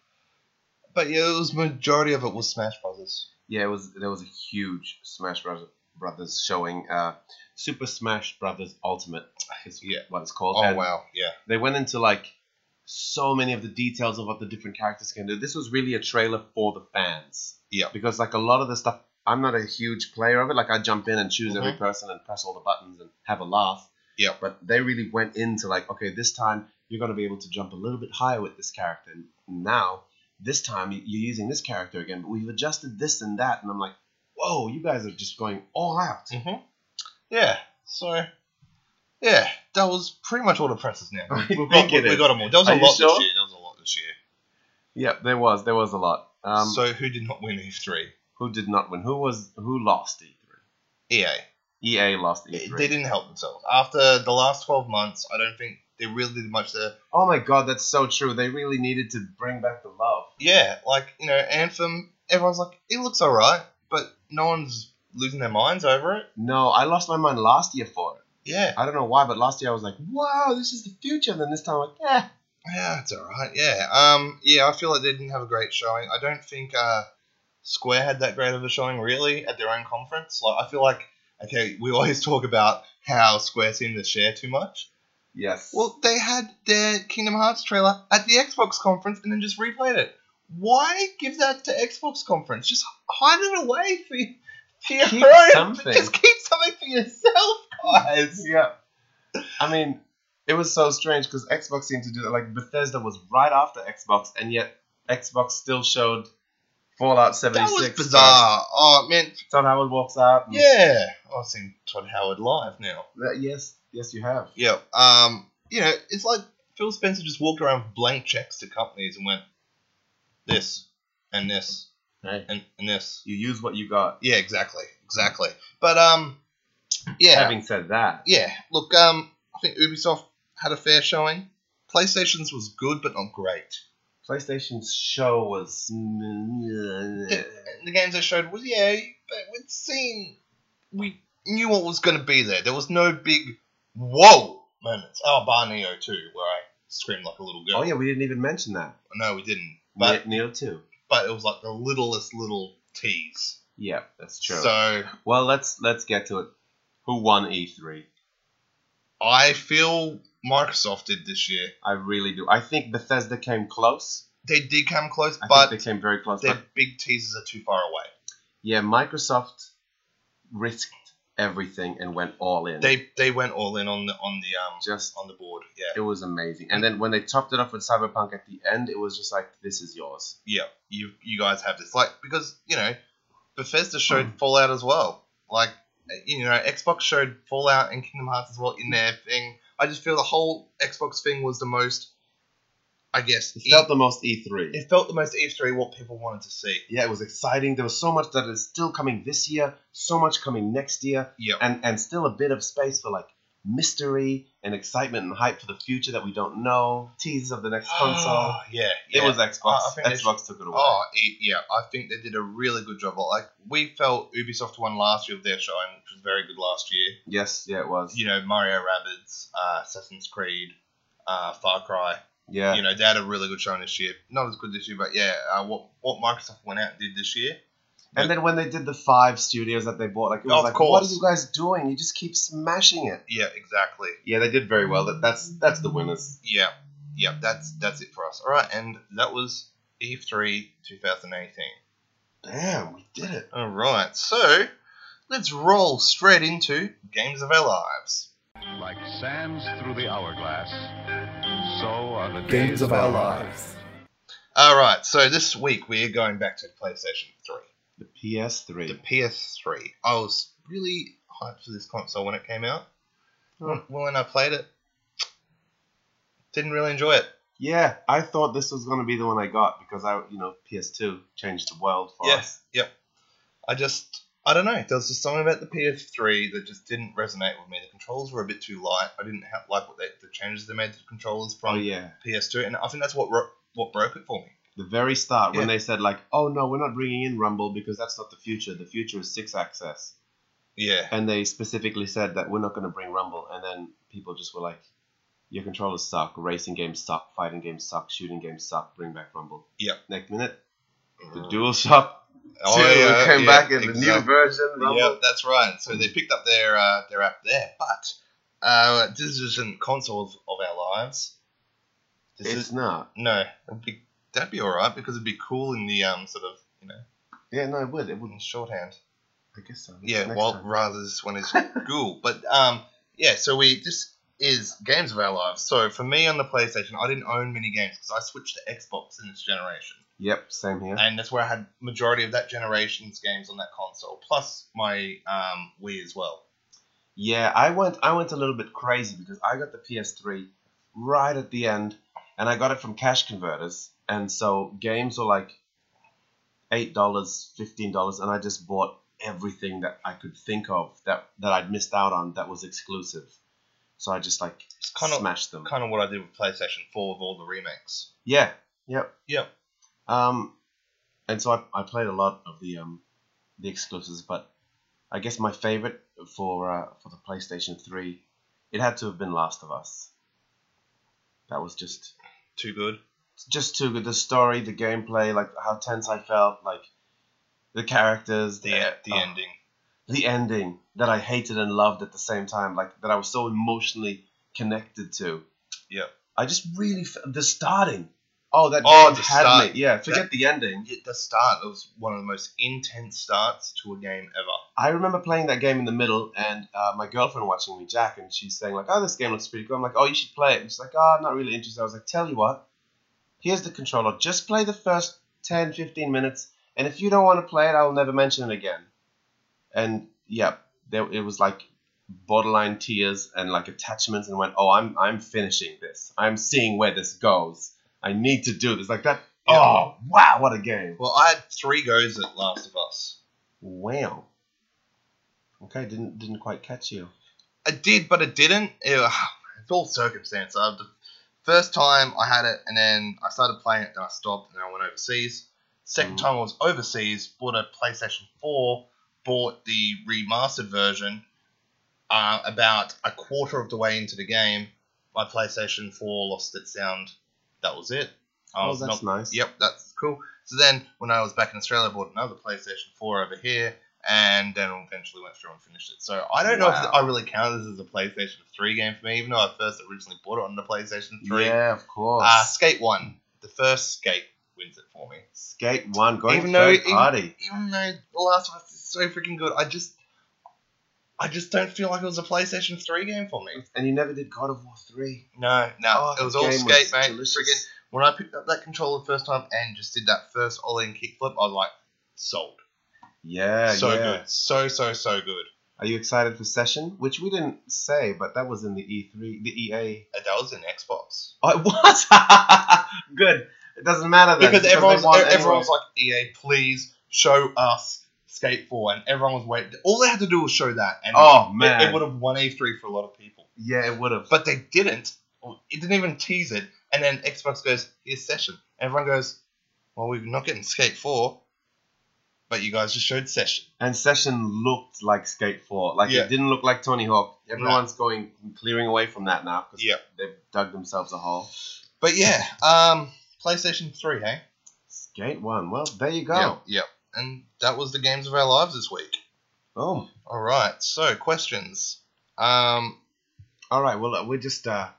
Speaker 1: But yeah, it was majority of it was Smash Brothers.
Speaker 2: Yeah, it was there was a huge Smash Bros- Brothers showing. Uh, Super Smash Brothers Ultimate is
Speaker 1: Yeah.
Speaker 2: what it's called.
Speaker 1: Oh
Speaker 2: and
Speaker 1: wow, yeah,
Speaker 2: They went into like so many of the details of what the different characters can do. This was really a trailer for the fans.
Speaker 1: Yeah.
Speaker 2: Because like a lot of the stuff, I'm not a huge player of it. Like I jump in and choose every person and press all the buttons and have a laugh.
Speaker 1: Mhm. Yeah.
Speaker 2: But they really went into like, okay, this time you're going to be able to jump a little bit higher with this character. And now this time you- you're using this character again, but we've adjusted this and that. And I'm like, whoa, you guys are just going all out.
Speaker 1: mm-hmm. yeah. So yeah, that was pretty much all the presses now.
Speaker 2: I
Speaker 1: We've got,
Speaker 2: think
Speaker 1: we,
Speaker 2: it
Speaker 1: we
Speaker 2: is.
Speaker 1: got them all. There was
Speaker 2: Are
Speaker 1: a
Speaker 2: you
Speaker 1: lot this
Speaker 2: sure?
Speaker 1: year. There was a lot this year.
Speaker 2: Yeah, there was. There was a lot. Um,
Speaker 1: so who did not win Eve three?
Speaker 2: who did not win? Who was who lost E E3?
Speaker 1: EA.
Speaker 2: EA lost
Speaker 1: E
Speaker 2: E
Speaker 1: They
Speaker 2: E3.
Speaker 1: they didn't help themselves after the last twelve months. I don't think they really did much there.
Speaker 2: oh my god, that's so true. They really needed to bring back the love.
Speaker 1: Yeah, like you know, Anthem. Everyone's like, it looks alright, but no one's losing their minds over it.
Speaker 2: No, I lost my mind last year for it.
Speaker 1: Yeah,
Speaker 2: I don't know why, but last year I was like, "Wow, this is the future." And then this time, I'm like, "Yeah,
Speaker 1: Yeah, it's all right. Yeah, um, yeah. I feel like they didn't have a great showing. I don't think uh, Square had that great of a showing really at their own conference. Like, I feel like okay, we always talk about how Square seemed to share too much.
Speaker 2: yes."
Speaker 1: Well, they had their Kingdom Hearts trailer at the Xbox conference and then just replayed it. Why give that to Xbox conference? Just hide it away for, y- for your
Speaker 2: Keep
Speaker 1: own.
Speaker 2: something.
Speaker 1: Just keep something for yourself, guys.
Speaker 2: yeah. I mean, it was so strange because Xbox seemed to do that. Like Bethesda was right after Xbox, and yet Xbox still showed Fallout
Speaker 1: That
Speaker 2: 76.
Speaker 1: was bizarre. Oh man,
Speaker 2: first. Todd Howard walks out. and-
Speaker 1: yeah. Oh, I've seen Todd Howard live now.
Speaker 2: Uh, yes, yes, you have.
Speaker 1: Yeah. Um, you know, it's like Phil Spencer just walked around with blank checks to companies and went, this, and this,
Speaker 2: Hey,
Speaker 1: and, and this.
Speaker 2: you use what you got.
Speaker 1: Yeah, exactly. Exactly. But, um, yeah.
Speaker 2: Having said that,
Speaker 1: yeah. Look, um, I think Ubisoft had a fair showing. PlayStation's was good, but not great.
Speaker 2: PlayStation's show was.
Speaker 1: The, the games they showed was yeah, but we'd seen we knew what was going to be there. There was no big whoa moments. Oh, bar Neo too, where I screamed like a little girl.
Speaker 2: Oh yeah, we didn't even mention that.
Speaker 1: no, we didn't. But
Speaker 2: Ne- Neo too.
Speaker 1: but it was like the littlest little tease.
Speaker 2: Yeah, that's true.
Speaker 1: So
Speaker 2: well, let's let's get to it. Who won E E3?
Speaker 1: I feel Microsoft did this year.
Speaker 2: I really do. I think Bethesda came close.
Speaker 1: They did come close,
Speaker 2: I
Speaker 1: but
Speaker 2: think they came very close.
Speaker 1: their
Speaker 2: But
Speaker 1: big teasers are too far away.
Speaker 2: yeah, Microsoft risked everything and went all in.
Speaker 1: They they went all in on the on the um
Speaker 2: just
Speaker 1: on the board. Yeah,
Speaker 2: it was amazing. And then when they topped it off with Cyberpunk at the end, it was just like this is yours.
Speaker 1: yeah. You you guys have this like because you know Bethesda showed
Speaker 2: Hmm.
Speaker 1: Fallout as well. Like you know Xbox showed Fallout and Kingdom Hearts as well in their thing. I just feel the whole Xbox thing was the most. I guess E-
Speaker 2: It felt the most E E3.
Speaker 1: it felt the most E3 what people wanted to see.
Speaker 2: yeah, it was exciting. There was so much that is still coming this year, so much coming next year,
Speaker 1: Yeah,
Speaker 2: and and still a bit of space for like mystery and excitement and hype for the future that we don't know. Teases of the next console.
Speaker 1: Oh, yeah,
Speaker 2: It
Speaker 1: yeah.
Speaker 2: was Xbox.
Speaker 1: I think they
Speaker 2: Xbox took it away.
Speaker 1: Oh, e- yeah. I think they did a really good job. Like we felt Ubisoft won last year with their shine, which was very good last year.
Speaker 2: Yes, yeah, it was.
Speaker 1: You know, Mario Rabbids, uh, Assassin's Creed, uh, Far Cry.
Speaker 2: Yeah,
Speaker 1: You know, they had a really good showing this year. Not as good this year, but yeah, uh, what what Microsoft went out and did this year.
Speaker 2: and then when they did the five studios that they bought, like it was
Speaker 1: Of
Speaker 2: like,
Speaker 1: course.
Speaker 2: what are you guys doing? You just keep smashing it.
Speaker 1: Yeah, exactly.
Speaker 2: Yeah, they did very well. That that's that's the winners.
Speaker 1: Yeah, yeah. That's that's it for us. All right, and that was E E3 2018.
Speaker 2: Damn, we did it.
Speaker 1: All right, so let's roll straight into games of our lives.
Speaker 3: Like sands through the hourglass, so are the
Speaker 4: Games of our lives.
Speaker 1: All right, so this week we're going back to PlayStation 3,
Speaker 2: The PS3.
Speaker 1: the PS3. I was really hyped for this console when it came out. When When I played it, didn't really enjoy it.
Speaker 2: yeah, I thought this was gonna be the one I got because I, you know, PS2 changed the world for us.
Speaker 1: Yes, yep. I just, I don't know. There was just something about the PS3 that just didn't resonate with me. The controls were a bit too light. I didn't have, like what they, the changes they made to the controllers
Speaker 2: Oh
Speaker 1: from
Speaker 2: yeah,
Speaker 1: PS2, and I think that's what ro- what broke it for me.
Speaker 2: the very start
Speaker 1: Yeah.
Speaker 2: when they said like, oh no, we're not bringing in Rumble because that's not the future. The future is six access,
Speaker 1: Yeah,
Speaker 2: and they specifically said that we're not gonna bring Rumble. And then people just were like, your controllers suck, racing games suck, fighting games suck, shooting games suck. Bring back Rumble.
Speaker 1: Yep.
Speaker 2: Next minute, the Dual Shop
Speaker 1: Oh,
Speaker 2: two
Speaker 1: yeah,
Speaker 2: came
Speaker 1: yeah,
Speaker 2: back in the new
Speaker 1: exactly.
Speaker 2: version. Rumble.
Speaker 1: Yeah, that's right. So they picked up their uh, their app there, but uh, this isn't consoles of our lives. This
Speaker 2: It's
Speaker 1: is
Speaker 2: not.
Speaker 1: no, it'd be, that'd be all right because it'd be cool in the um sort of you know
Speaker 2: Yeah, no, it would. It would.
Speaker 1: in shorthand.
Speaker 2: I guess so.
Speaker 1: Yeah,
Speaker 2: Next
Speaker 1: well,
Speaker 2: time.
Speaker 1: rather this one is cool, but um yeah. So we this is games of our lives. So for me on the PlayStation, I didn't own many games because I switched to Xbox in this generation.
Speaker 2: Yep, same here.
Speaker 1: and that's where I had majority of that generation's games on that console, plus my um, Wii as well.
Speaker 2: Yeah, I went. I went a little bit crazy because I got the PS3 right at the end, and I got it from cash converters, and so games were like eight dollars, fifteen dollars, and I just bought everything that I could think of that that I'd missed out on that was exclusive. So I just like
Speaker 1: It's kind of
Speaker 2: smashed them.
Speaker 1: kind of what I did with PlayStation Four with all the remakes.
Speaker 2: Yeah. Yep.
Speaker 1: Yep.
Speaker 2: Um, and so I, I played a lot of the um, the exclusives, but I guess my favorite for uh, for the PlayStation Three, it had to have been Last of Us. That was just
Speaker 1: Too good.
Speaker 2: just too good. The story, the gameplay, like how tense I felt, like the characters,
Speaker 1: The e-, the
Speaker 2: oh,
Speaker 1: ending.
Speaker 2: the ending that I hated and loved at the same time, like that I was so emotionally connected to.
Speaker 1: Yep.
Speaker 2: I just really f- the starting. Oh, that
Speaker 1: Oh,
Speaker 2: game
Speaker 1: the
Speaker 2: had
Speaker 1: start.
Speaker 2: me. Yeah, forget the ending.
Speaker 1: It- The start it was one of the most intense starts to a game ever.
Speaker 2: I remember playing that game in the middle, and uh, my girlfriend watching me, Jack, and she's saying like, "Oh, this game looks pretty cool." I'm like, "Oh, you should play it." And she's like, "Oh, I'm not really interested." I was like, "Tell you what, here's the controller. Just play the first 10, 15 minutes, and if you don't want to play it, I will never mention it again." And yeah, there it was like borderline tears and like attachments, and went, "Oh, I'm I'm finishing this. I'm seeing where this goes. I need to do this." Like that.
Speaker 1: Yeah.
Speaker 2: Oh wow, what a game!
Speaker 1: Well, I had three goes at Last of Us.
Speaker 2: Wow. Okay, didn't didn't quite catch you.
Speaker 1: I did, but it didn't. It, it's all circumstance. I, First time I had it, and then I started playing it, then I stopped, and then I went overseas. 2nd
Speaker 2: Mhm.
Speaker 1: time I was overseas, bought a PlayStation 4, bought the remastered version. Uh, about a quarter of the way into the game, my PlayStation 4 lost its sound. That was it. Um, I
Speaker 2: Oh,
Speaker 1: was
Speaker 2: that's
Speaker 1: not
Speaker 2: nice.
Speaker 1: Yep, that's cool. So then, when I was back in Australia, I bought another PlayStation 4 over here, and then eventually went through and finished it. So I don't know
Speaker 2: Wow.
Speaker 1: if I really count this as a PlayStation 3 game for me, even though I first originally bought it on the PlayStation 3.
Speaker 2: Yeah, of course.
Speaker 1: Uh, skate 1, the first Skate, wins it for me.
Speaker 2: Skate one going
Speaker 1: even though-
Speaker 2: third
Speaker 1: even-
Speaker 2: party.
Speaker 1: Even though The Last of Us is so freaking good, I just. I just don't feel like it was a PlayStation 3 game for me.
Speaker 2: And you never did God of War three.
Speaker 1: No, no,
Speaker 2: Oh,
Speaker 1: Ah, it was
Speaker 2: that
Speaker 1: all
Speaker 2: game
Speaker 1: skate, mate.
Speaker 2: delicious.
Speaker 1: Friggin' when I picked up that controller the first time and just did that first ollie and kickflip, I was like, sold.
Speaker 2: Yeah,
Speaker 1: so
Speaker 2: yeah.
Speaker 1: good, so so so good.
Speaker 2: Are you excited for Session? Which we didn't say, but that was in the E3, the EA.
Speaker 1: And that was in Xbox
Speaker 2: Oh, what? Good. It doesn't matter then.
Speaker 1: because
Speaker 2: they
Speaker 1: everyone's
Speaker 2: won anyway.
Speaker 1: everyone's like, EA, please show us Skate Four, and everyone was waiting. All they had to do was show that, and
Speaker 2: Oh
Speaker 1: it-
Speaker 2: man.
Speaker 1: it, would have won E3 for a lot of people.
Speaker 2: yeah, it would have.
Speaker 1: But they didn't. It didn't even tease it, and then Xbox goes, "Here's Session." Everyone goes, "Well, we're not getting Skate Four, but you guys just showed Session."
Speaker 2: And Session looked like Skate 4. Like
Speaker 1: Yeah.
Speaker 2: it didn't look like Tony Hawk. Everyone's going clearing away from that now because
Speaker 1: Yeah.
Speaker 2: they've dug themselves a hole.
Speaker 1: But yeah, um, PlayStation Three, hey.
Speaker 2: Skate 1. Well, there you go.
Speaker 1: Yep, yep. And that was the games of our lives this week.
Speaker 2: Boom.
Speaker 1: All right. So questions. Um,
Speaker 2: All right. Well, uh, we're just uh,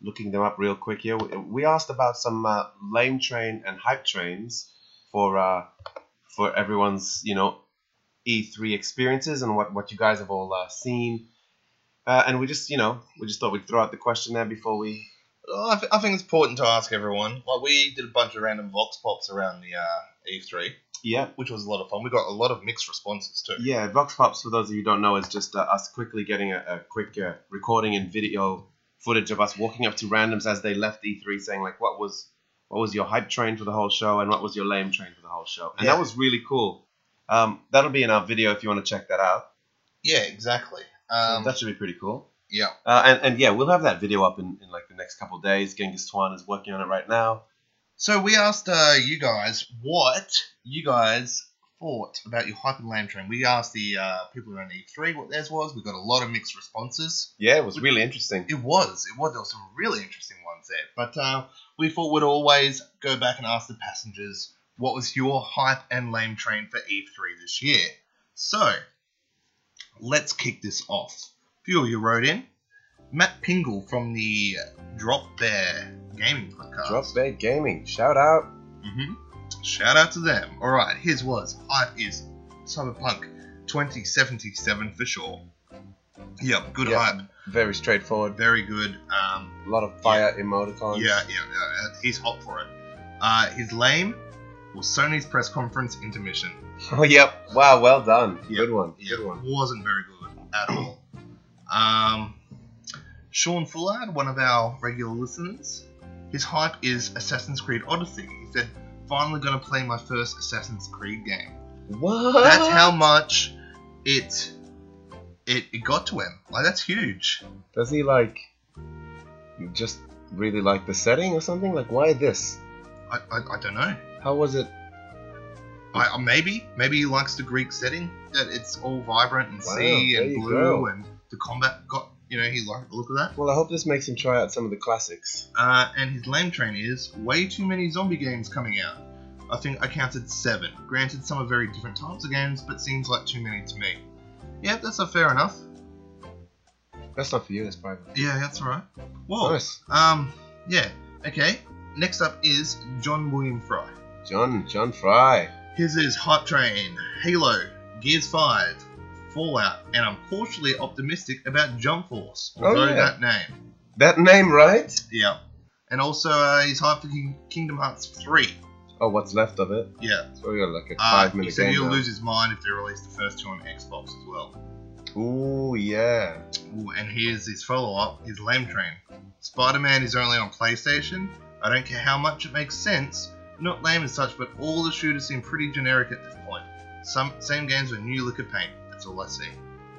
Speaker 2: looking them up real quick here. We, we asked about some uh, lame train and hype trains for uh, for everyone's you know E3 experiences and what what you guys have all uh, seen. Uh, and we just you know we just thought we'd throw out the question there before we.
Speaker 1: well, I, th- I think it's important to ask everyone. Like we did a bunch of random vox pops around the uh, E3,
Speaker 2: Yeah.
Speaker 1: which was a lot of fun. We got a lot of mixed responses too.
Speaker 2: Yeah, Vox Pops, for those of you who don't know, is just uh, us quickly getting a, a quick uh, recording and video footage of us walking up to randoms as they left E3, saying like, "What was what was your hype train for the whole show, and what was your lame train for the whole show?" And
Speaker 1: Yeah.
Speaker 2: that was really cool. Um, that'll be in our video if you want to check that out.
Speaker 1: Yeah, exactly. Um,
Speaker 2: that should be pretty cool.
Speaker 1: yeah.
Speaker 2: Uh, and, and yeah, we'll have that video up in, in like the next couple of days. Genghis Twan is working on it right now.
Speaker 1: So we asked uh, you guys what you guys thought about your hype and lame train. We asked the uh, people around E3 what theirs was. We got a lot of mixed responses.
Speaker 2: Yeah, it was really interesting.
Speaker 1: It was. It was. There were some really interesting ones there. But uh, we thought we'd always go back and ask the passengers what was your hype and lame train for E3 this year. So let's kick this off. Few of you wrote in. Matt Pingle from the Drop Bear Gaming Podcast.
Speaker 2: Drop Bay Gaming, shout out.
Speaker 1: hmm Shout out to them. All right, his was hype is Cyberpunk 2077 for sure. Yep, good
Speaker 2: Yeah.
Speaker 1: hype.
Speaker 2: Very straightforward.
Speaker 1: Very good. Um,
Speaker 2: A lot of
Speaker 1: fire
Speaker 2: emoticons.
Speaker 1: yeah, yeah, yeah, he's hot for it. Uh, his lame was Sony's press conference intermission.
Speaker 2: Oh, yep. Wow, well done.
Speaker 1: Yep.
Speaker 2: Good one.
Speaker 1: Yeah,
Speaker 2: Good one.
Speaker 1: Wasn't very good at all. Um, Sean Fullard, one of our regular listeners, his hype is Assassin's Creed Odyssey. He said, "Finally gonna play my first Assassin's Creed game."
Speaker 2: What?
Speaker 1: That's how much it it, it got to him. Like that's huge.
Speaker 2: Does he like just really like the setting or something? Like, why this?
Speaker 1: I I, I don't know.
Speaker 2: How was it?
Speaker 1: I, uh, maybe, maybe he likes the Greek setting that it's all vibrant and
Speaker 2: Wow,
Speaker 1: sea
Speaker 2: there
Speaker 1: and
Speaker 2: you
Speaker 1: blue,
Speaker 2: go.
Speaker 1: and the combat got you know he liked the look of that.
Speaker 2: Well, I hope this makes him try out some of the classics.
Speaker 1: Uh, and his lame train is way too many zombie games coming out. I think I counted seven. Granted, some are very different types of games, but seems like too many to me. Yeah, that's a fair enough.
Speaker 2: That's not for you, that's private.
Speaker 1: Yeah, that's alright. Whoa.
Speaker 2: Nice.
Speaker 1: Um, yeah. Okay. Next up is John William Fry.
Speaker 2: John, John Fry.
Speaker 1: His is Hype Train, Halo, Gears 5, Fallout, and I'm cautiously optimistic about Jump Force,
Speaker 2: Oh,
Speaker 1: although
Speaker 2: yeah.
Speaker 1: that name.
Speaker 2: That name, right?
Speaker 1: Yeah. And also, uh, he's hyped for King- Kingdom Hearts 3.
Speaker 2: Oh, what's left of it?
Speaker 1: Yeah.
Speaker 2: So we got like a
Speaker 1: Uh,
Speaker 2: five
Speaker 1: he
Speaker 2: minute
Speaker 1: said
Speaker 2: game.
Speaker 1: he'll
Speaker 2: now.
Speaker 1: lose his mind if they release the first two on Xbox as well.
Speaker 2: Ooh, yeah.
Speaker 1: Ooh, and here's his follow up, his Lame Train. Spider Man is only on PlayStation. I don't care how much it makes sense. Not lame as such, but all the shooters seem pretty generic at this point. Some same games with new lick of paint. That's all I see.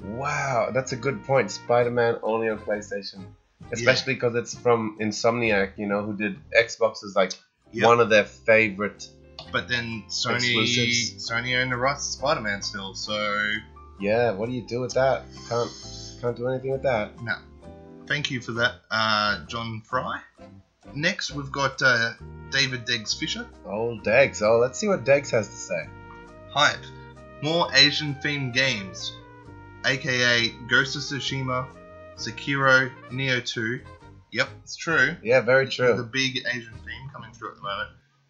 Speaker 2: Wow, that's a good point. Spider Man only on PlayStation. especially because it's from Insomniac, you know, who did Xbox's like
Speaker 1: Yep.
Speaker 2: one of their favorite.
Speaker 1: But then Sony
Speaker 2: Exclusives.
Speaker 1: Sony owned the rights to Spider Man still, so
Speaker 2: Yeah, what do you do with that? You can't can't do anything with that.
Speaker 1: thank you for that, uh, John Fry. Next, we've got uh, David Deggs Fisher.
Speaker 2: Old Degs. Oh, let's see what Degs has to say.
Speaker 1: Hype. More Asian themed games, aka Ghost of Tsushima, Sekiro, Neo 2. Yep, it's true.
Speaker 2: Yeah, very
Speaker 1: The
Speaker 2: true.
Speaker 1: big Asian theme coming through at the moment.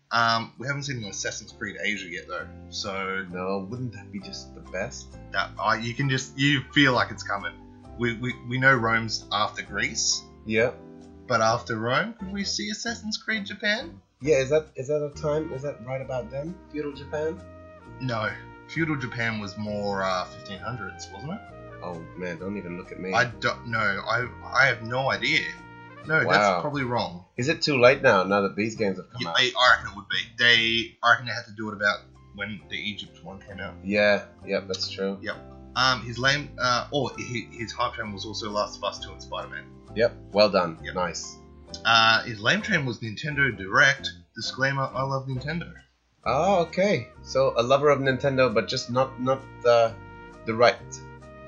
Speaker 1: Um, we haven't seen an Assassin's Creed Asia yet though, so
Speaker 2: No, wouldn't that be just the best?
Speaker 1: that uh, I you can just you feel like it's coming. We, we, we know Rome's after Greece,
Speaker 2: Yeah.
Speaker 1: but after Rome, could we see Assassin's Creed Japan?
Speaker 2: Yeah, is that is that a time? Is that right about then? Feudal Japan?
Speaker 1: No, feudal Japan was more uh, 1500s, wasn't it?
Speaker 2: Oh man, don't even look at me.
Speaker 1: I don't know. I I have no idea. No,
Speaker 2: Wow.
Speaker 1: that's probably wrong.
Speaker 2: Is it too late now? Now that these games have come
Speaker 1: Yeah,
Speaker 2: out.
Speaker 1: I, I reckon it would be. They I reckon they had to do it about when the Egypt one came out.
Speaker 2: Yeah. Yep, that's true.
Speaker 1: Um, his lame. Uh, oh, he, his hype train was also Last of Us Two and Spider Man.
Speaker 2: Yep. Well done.
Speaker 1: Yep.
Speaker 2: Nice.
Speaker 1: Uh, his lame train was Nintendo Direct. Disclaimer: I love Nintendo.
Speaker 2: Oh, okay. So a lover of Nintendo, but just not not the the right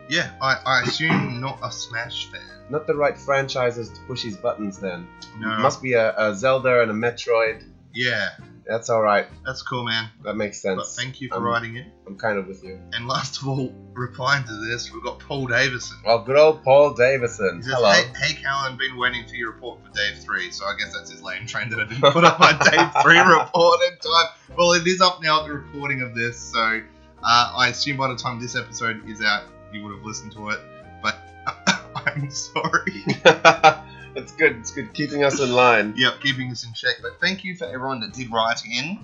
Speaker 1: Yeah, I, I assume not a Smash fan.
Speaker 2: not the right franchises to push his buttons. Then
Speaker 1: No.
Speaker 2: must be a, a Zelda and a Metroid.
Speaker 1: yeah,
Speaker 2: That's all right.
Speaker 1: that's cool, man.
Speaker 2: That makes
Speaker 1: But
Speaker 2: sense.
Speaker 1: thank you for
Speaker 2: um,
Speaker 1: writing it.
Speaker 2: I'm kind of with you.
Speaker 1: And last of all, replying to this, we've got Paul Davison.
Speaker 2: Well, good old Paul Davison.
Speaker 1: He says,
Speaker 2: Hello.
Speaker 1: Hey, hey, Callan, been waiting for your report for day three, so I guess that's his lame train that I didn't put up my day three report in time. Well, it is up now at the recording of this, so uh, I assume by the time this episode is out, you would have listened to it, but I'm sorry.
Speaker 2: it's good. It's good keeping us in line.
Speaker 1: Yep, keeping us in check, but thank you for everyone that did write in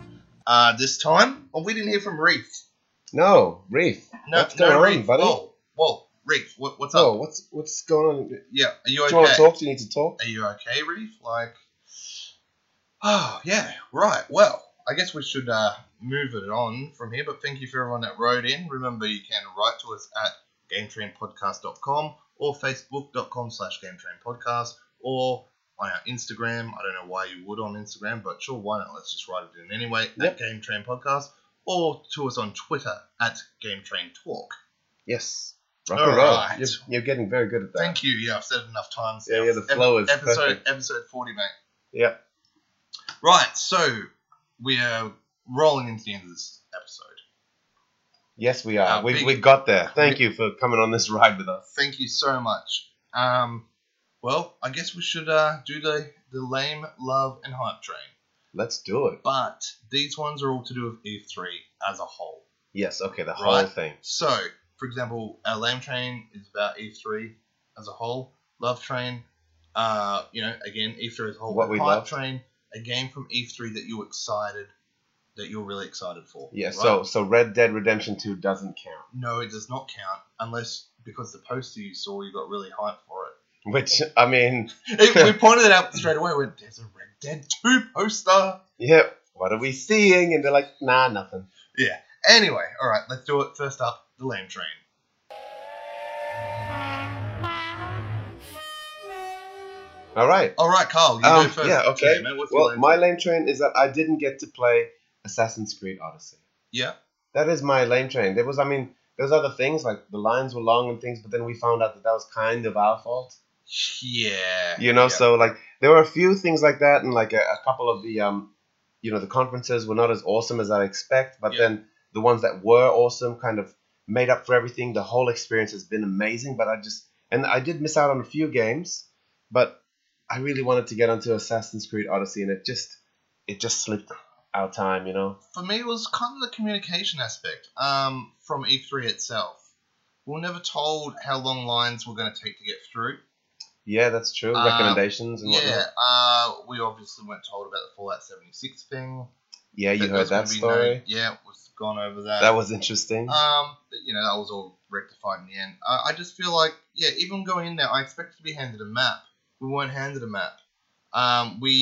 Speaker 1: uh, this time. Oh, we didn't hear from Reef.
Speaker 2: No, Reef.
Speaker 1: No,
Speaker 2: What's going
Speaker 1: no,
Speaker 2: on,
Speaker 1: Reef.
Speaker 2: buddy?
Speaker 1: Whoa, whoa, Reef, what, what's
Speaker 2: Oh,
Speaker 1: up?
Speaker 2: what's what's going on? Do
Speaker 1: Yeah, are you okay?
Speaker 2: you want to talk? Do you need to talk?
Speaker 1: are you okay, Reef? Like, oh, yeah, right. Well, I guess we should uh, move it on from here, but thank you for everyone that wrote in. Remember, you can write to us at gametrainpodcast.com or facebook.com slash gametrainpodcast or on our Instagram. I don't know why you would on Instagram, but sure, why not? Let's just write it in anyway
Speaker 2: Yep.
Speaker 1: at Game Train Podcast or to us on Twitter at Game Train Talk.
Speaker 2: Yes. Rock and
Speaker 1: All
Speaker 2: roll.
Speaker 1: right.
Speaker 2: You're, you're getting very good at that.
Speaker 1: Thank you. Yeah, I've said it enough times.
Speaker 2: Yeah,
Speaker 1: now.
Speaker 2: yeah, the
Speaker 1: Ep-
Speaker 2: flow is
Speaker 1: episode,
Speaker 2: perfect.
Speaker 1: Episode 40, mate.
Speaker 2: Yeah.
Speaker 1: Right, so we are rolling into the end of this episode.
Speaker 2: Yes, we are.
Speaker 1: Uh,
Speaker 2: we
Speaker 1: big-
Speaker 2: we got there. Thank you for coming on this ride with us.
Speaker 1: Thank you so much. Um, well, I guess we should uh, do the, the lame, love, and hype train.
Speaker 2: Let's do it.
Speaker 1: But these ones are all to do with Eve 3 as a whole.
Speaker 2: Yes, okay, the whole
Speaker 1: Right.
Speaker 2: thing.
Speaker 1: So, for example, our lame train is about Eve 3 as a whole. Love train, uh, you know, again, Eve 3 as a whole.
Speaker 2: What we
Speaker 1: Hype
Speaker 2: love.
Speaker 1: train, a game from Eve 3 that you were excited, that you're really excited for.
Speaker 2: Yeah,
Speaker 1: right?
Speaker 2: so so Red Dead Redemption 2 doesn't count.
Speaker 1: No, it does not count unless because the poster you saw, you got really hyped for it.
Speaker 2: Which I mean,
Speaker 1: It- we pointed it out straight away. We went, "There's a Red Dead 2 poster."
Speaker 2: yeah, what are we seeing? And they're like, nah, nothing.
Speaker 1: Anyway, all right, let's do it. First up, the Lame Train.
Speaker 2: All right.
Speaker 1: All right, Carl, you
Speaker 2: Um,
Speaker 1: go first.
Speaker 2: yeah, okay.
Speaker 1: today, man. What's your
Speaker 2: Well,
Speaker 1: lame
Speaker 2: my
Speaker 1: train?
Speaker 2: lame train is that I didn't get to play Assassin's Creed Odyssey.
Speaker 1: yeah,
Speaker 2: That is my lame train. There was, I mean, there's other things like the lines were long and things, but then we found out that that was kind of our fault.
Speaker 1: yeah,
Speaker 2: you know
Speaker 1: yeah.
Speaker 2: so like there were a few things like that and like a, a couple of the um you know the conferences were not as awesome as i expect but
Speaker 1: Yeah.
Speaker 2: then the ones that were awesome kind of made up for everything the whole experience has been amazing but i just and i did miss out on a few games but i really wanted to get onto assassin's creed odyssey and it just it just slipped our time you know
Speaker 1: for me it was kind of the communication aspect um, from E3 itself. We were never told how long lines were going to take to get through.
Speaker 2: yeah that's true
Speaker 1: Uh,
Speaker 2: recommendations and
Speaker 1: Yeah,
Speaker 2: whatnot
Speaker 1: uh, we obviously weren't told about the Fallout 76 thing.
Speaker 2: yeah you heard
Speaker 1: was
Speaker 2: that
Speaker 1: gonna be known.
Speaker 2: story
Speaker 1: yeah, was gone over that.
Speaker 2: that was interesting
Speaker 1: Um, but, you know, that was all rectified in the end. I, I just feel like, yeah, even going in there, I expected to be handed a map. We weren't handed a map. Um, we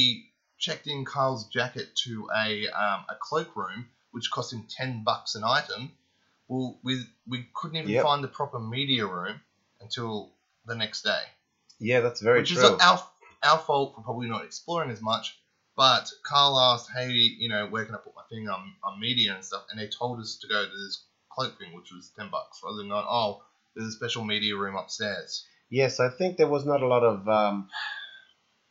Speaker 1: checked in Carl's jacket to a um, a cloakroom, which cost him ten bucks an item. Well, we we couldn't even
Speaker 2: Yep.
Speaker 1: find the proper media room until the next day.
Speaker 2: Yeah, that's very
Speaker 1: which
Speaker 2: true.
Speaker 1: is our our fault for probably not exploring as much. But Carl asked, "Hey, you know, where can I put my thing on, on media and stuff?" And they told us to go to this cloak thing, which was ten bucks. Other than that, oh, there's a special media room upstairs.
Speaker 2: Yes, I think there was not a lot of um,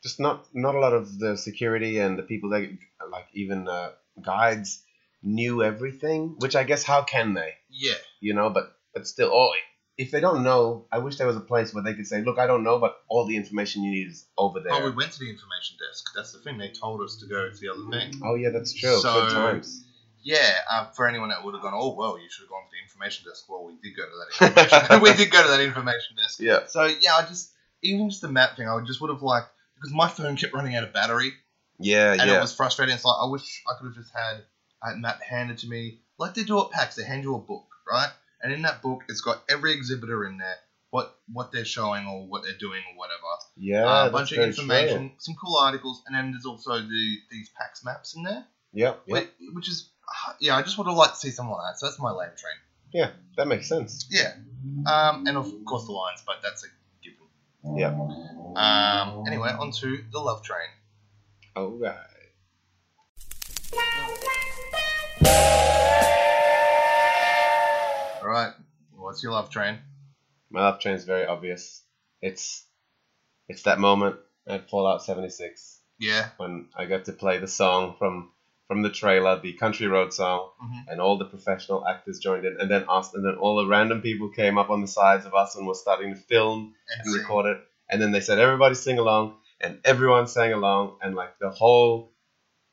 Speaker 2: just not not a lot of the security and the people that like even uh, guides knew everything. Which I guess how can they?
Speaker 1: Yeah,
Speaker 2: You know, but but still, oh, if they don't know, I wish there was a place where they could say, "Look, I don't know, but all the information you need is over there."
Speaker 1: but we went to the information desk. That's the thing. They told us to go to the other thing.
Speaker 2: oh yeah, that's true.
Speaker 1: So-
Speaker 2: Good times.
Speaker 1: Yeah, uh, for anyone that would have gone, oh well, you should have gone to the information desk. Well, we did go to that information. we did go to that information desk.
Speaker 2: Yeah.
Speaker 1: So yeah, I just even just the map thing, I would just would have liked because my phone kept running out of battery.
Speaker 2: Yeah,
Speaker 1: and
Speaker 2: yeah.
Speaker 1: it was frustrating. It's like I wish I could have just had a map handed to me, like they do at PAX. They hand you a book, right? And in that book, it's got every exhibitor in there, what what they're showing or what they're doing or whatever.
Speaker 2: yeah,
Speaker 1: Uh, a
Speaker 2: that's
Speaker 1: bunch of
Speaker 2: very
Speaker 1: information,
Speaker 2: true.
Speaker 1: some cool articles, and then there's also the these PAX maps in there,
Speaker 2: Yeah, yeah,
Speaker 1: whi- which is yeah. I just would have liked to see something like that. So that's my lame train.
Speaker 2: that makes sense.
Speaker 1: Yeah, um, and of course the lines, but that's a given.
Speaker 2: Yeah.
Speaker 1: Um, anyway, on to the love train.
Speaker 2: All right.
Speaker 1: All right, what's your love train?
Speaker 2: My love train's very obvious. It's it's that moment at Fallout 76
Speaker 1: Yeah.
Speaker 2: when I got to play the song from from the trailer, the Country Road song,
Speaker 1: Mhm.
Speaker 2: and all the professional actors joined in, and then us, and then all the random people came up on the sides of us and were starting to film and
Speaker 1: see.
Speaker 2: record it, and then they said everybody sing along, and everyone sang along, and like the whole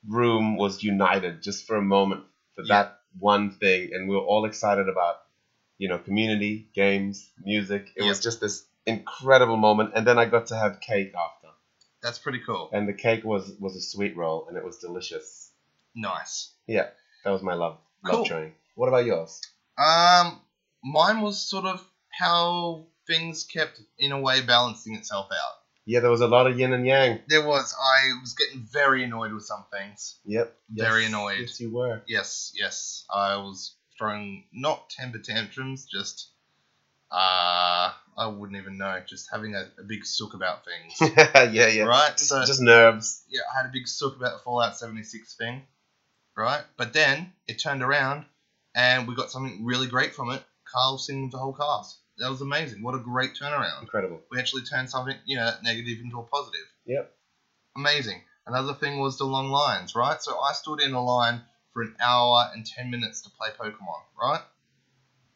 Speaker 2: room was united just for a moment for
Speaker 1: Yeah.
Speaker 2: that one thing, and we were all excited about you know community, games, music. It
Speaker 1: Yeah.
Speaker 2: was just this incredible moment, and then I got to have cake after
Speaker 1: That's pretty cool.
Speaker 2: and the cake was was a sweet roll and it was delicious
Speaker 1: Nice.
Speaker 2: yeah that was my love love
Speaker 1: Cool.
Speaker 2: train what about yours
Speaker 1: Um, mine was sort of how things kept in a way balancing itself out.
Speaker 2: yeah there was a lot of yin and yang
Speaker 1: There was I was getting very annoyed with some things.
Speaker 2: yep
Speaker 1: Very annoyed.
Speaker 2: yes you were
Speaker 1: Yes, yes, I was throwing not temper tantrums, just uh, I wouldn't even know, just having a, a big sook about things.
Speaker 2: yeah yeah
Speaker 1: Right,
Speaker 2: just,
Speaker 1: so-
Speaker 2: just nerves
Speaker 1: yeah, I had a big sook about the Fallout 76 thing, right? But then it turned around and we got something really great from it. Carl singing with the whole cast. That was amazing. What a great turnaround.
Speaker 2: incredible
Speaker 1: We actually turned something, you know, that negative into a positive.
Speaker 2: Yep.
Speaker 1: Amazing. Another thing was the long lines, right? So I stood in a line for an hour and 10 minutes to play Pokemon, right?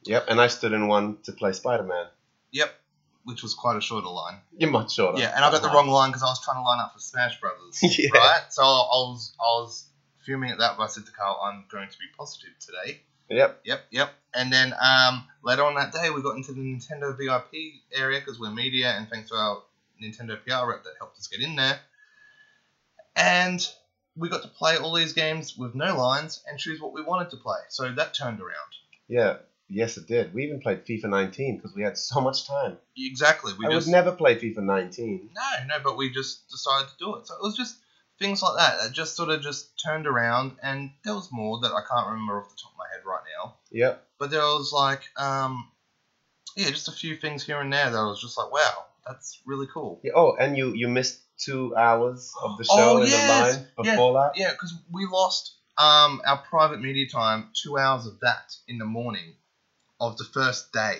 Speaker 2: yep and i stood in one to play spider-man
Speaker 1: Yep. Which was quite a shorter line.
Speaker 2: you're much shorter
Speaker 1: Yeah, and I got the wrong line because I was trying to line up for Smash Brothers.
Speaker 2: Yeah.
Speaker 1: Right? So I was I was fuming at that, but I said to Carl, I'm going to be positive today.
Speaker 2: yep
Speaker 1: Yep, yep. And then um, later on that day, we got into the Nintendo VIP area because we're media, and thanks to our Nintendo PR rep that helped us get in there. And we got to play all these games with no lines and choose what we wanted to play. So that turned around.
Speaker 2: yeah yes it did we even played fifa 19 because we had so much time
Speaker 1: Exactly. We
Speaker 2: i
Speaker 1: just
Speaker 2: would never play fifa 19
Speaker 1: No, no, but we just decided to do it. So it was just things like that that just sort of just turned around, and there was more that I can't remember off the top of my head right now.
Speaker 2: yep
Speaker 1: But there was like, um, yeah, just a few things here and there that I was just like, wow, that's really cool.
Speaker 2: yeah, oh and you you missed two hours of the show
Speaker 1: Oh,
Speaker 2: in
Speaker 1: yes.
Speaker 2: the line for
Speaker 1: Yeah,
Speaker 2: fallout
Speaker 1: Yeah, because we lost um, our private media time, two hours of that in the morning of the first day.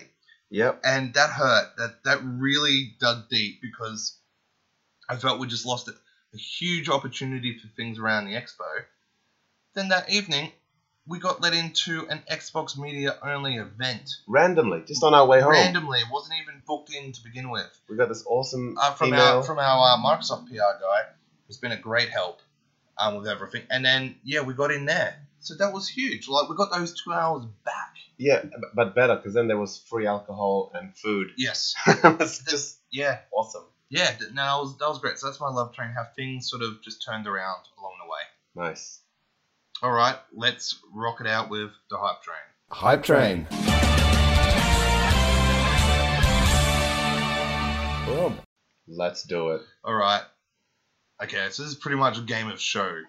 Speaker 2: yep
Speaker 1: and that hurt. That that really dug deep because I felt we just lost a, a huge opportunity for things around the expo. Then that evening, we got let into an Xbox Media only event
Speaker 2: randomly just on our way home
Speaker 1: randomly. It wasn't even booked in to begin with.
Speaker 2: We got this awesome
Speaker 1: Uh, from
Speaker 2: email.
Speaker 1: our from our uh, Microsoft PR guy, who's been a great help um, with everything. And then yeah, we got in there. So that was huge. Like we got those two hours back.
Speaker 2: yeah, b- but better because then there was free alcohol and food.
Speaker 1: Yes.
Speaker 2: it was just
Speaker 1: Yeah.
Speaker 2: awesome.
Speaker 1: yeah, th- no, that was, that was great. So that's my love train. How things sort of just turned around along the way.
Speaker 2: Nice.
Speaker 1: All right, let's rock it out with the hype train.
Speaker 4: Hype Train. Boom.
Speaker 2: Let's do it.
Speaker 1: All right. Okay, so this is pretty much a game of show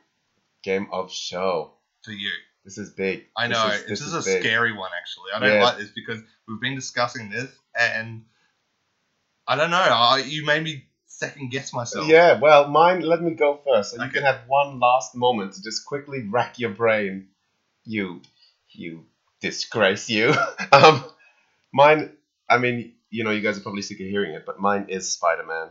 Speaker 2: Game of show.
Speaker 1: for you.
Speaker 2: This is big.
Speaker 1: I know
Speaker 2: This is,
Speaker 1: this,
Speaker 2: this
Speaker 1: is,
Speaker 2: is
Speaker 1: a
Speaker 2: big.
Speaker 1: scary one actually. I don't
Speaker 2: Yeah.
Speaker 1: like this because we've been discussing this and I don't know. I, you made me second guess myself.
Speaker 2: Yeah, well, mine. Let me go first, so you
Speaker 1: Okay.
Speaker 2: can have one last moment to just quickly rack your brain. You, you disgrace you. um, mine. I mean, you know, you guys are probably sick of hearing it, but mine is Spider Man.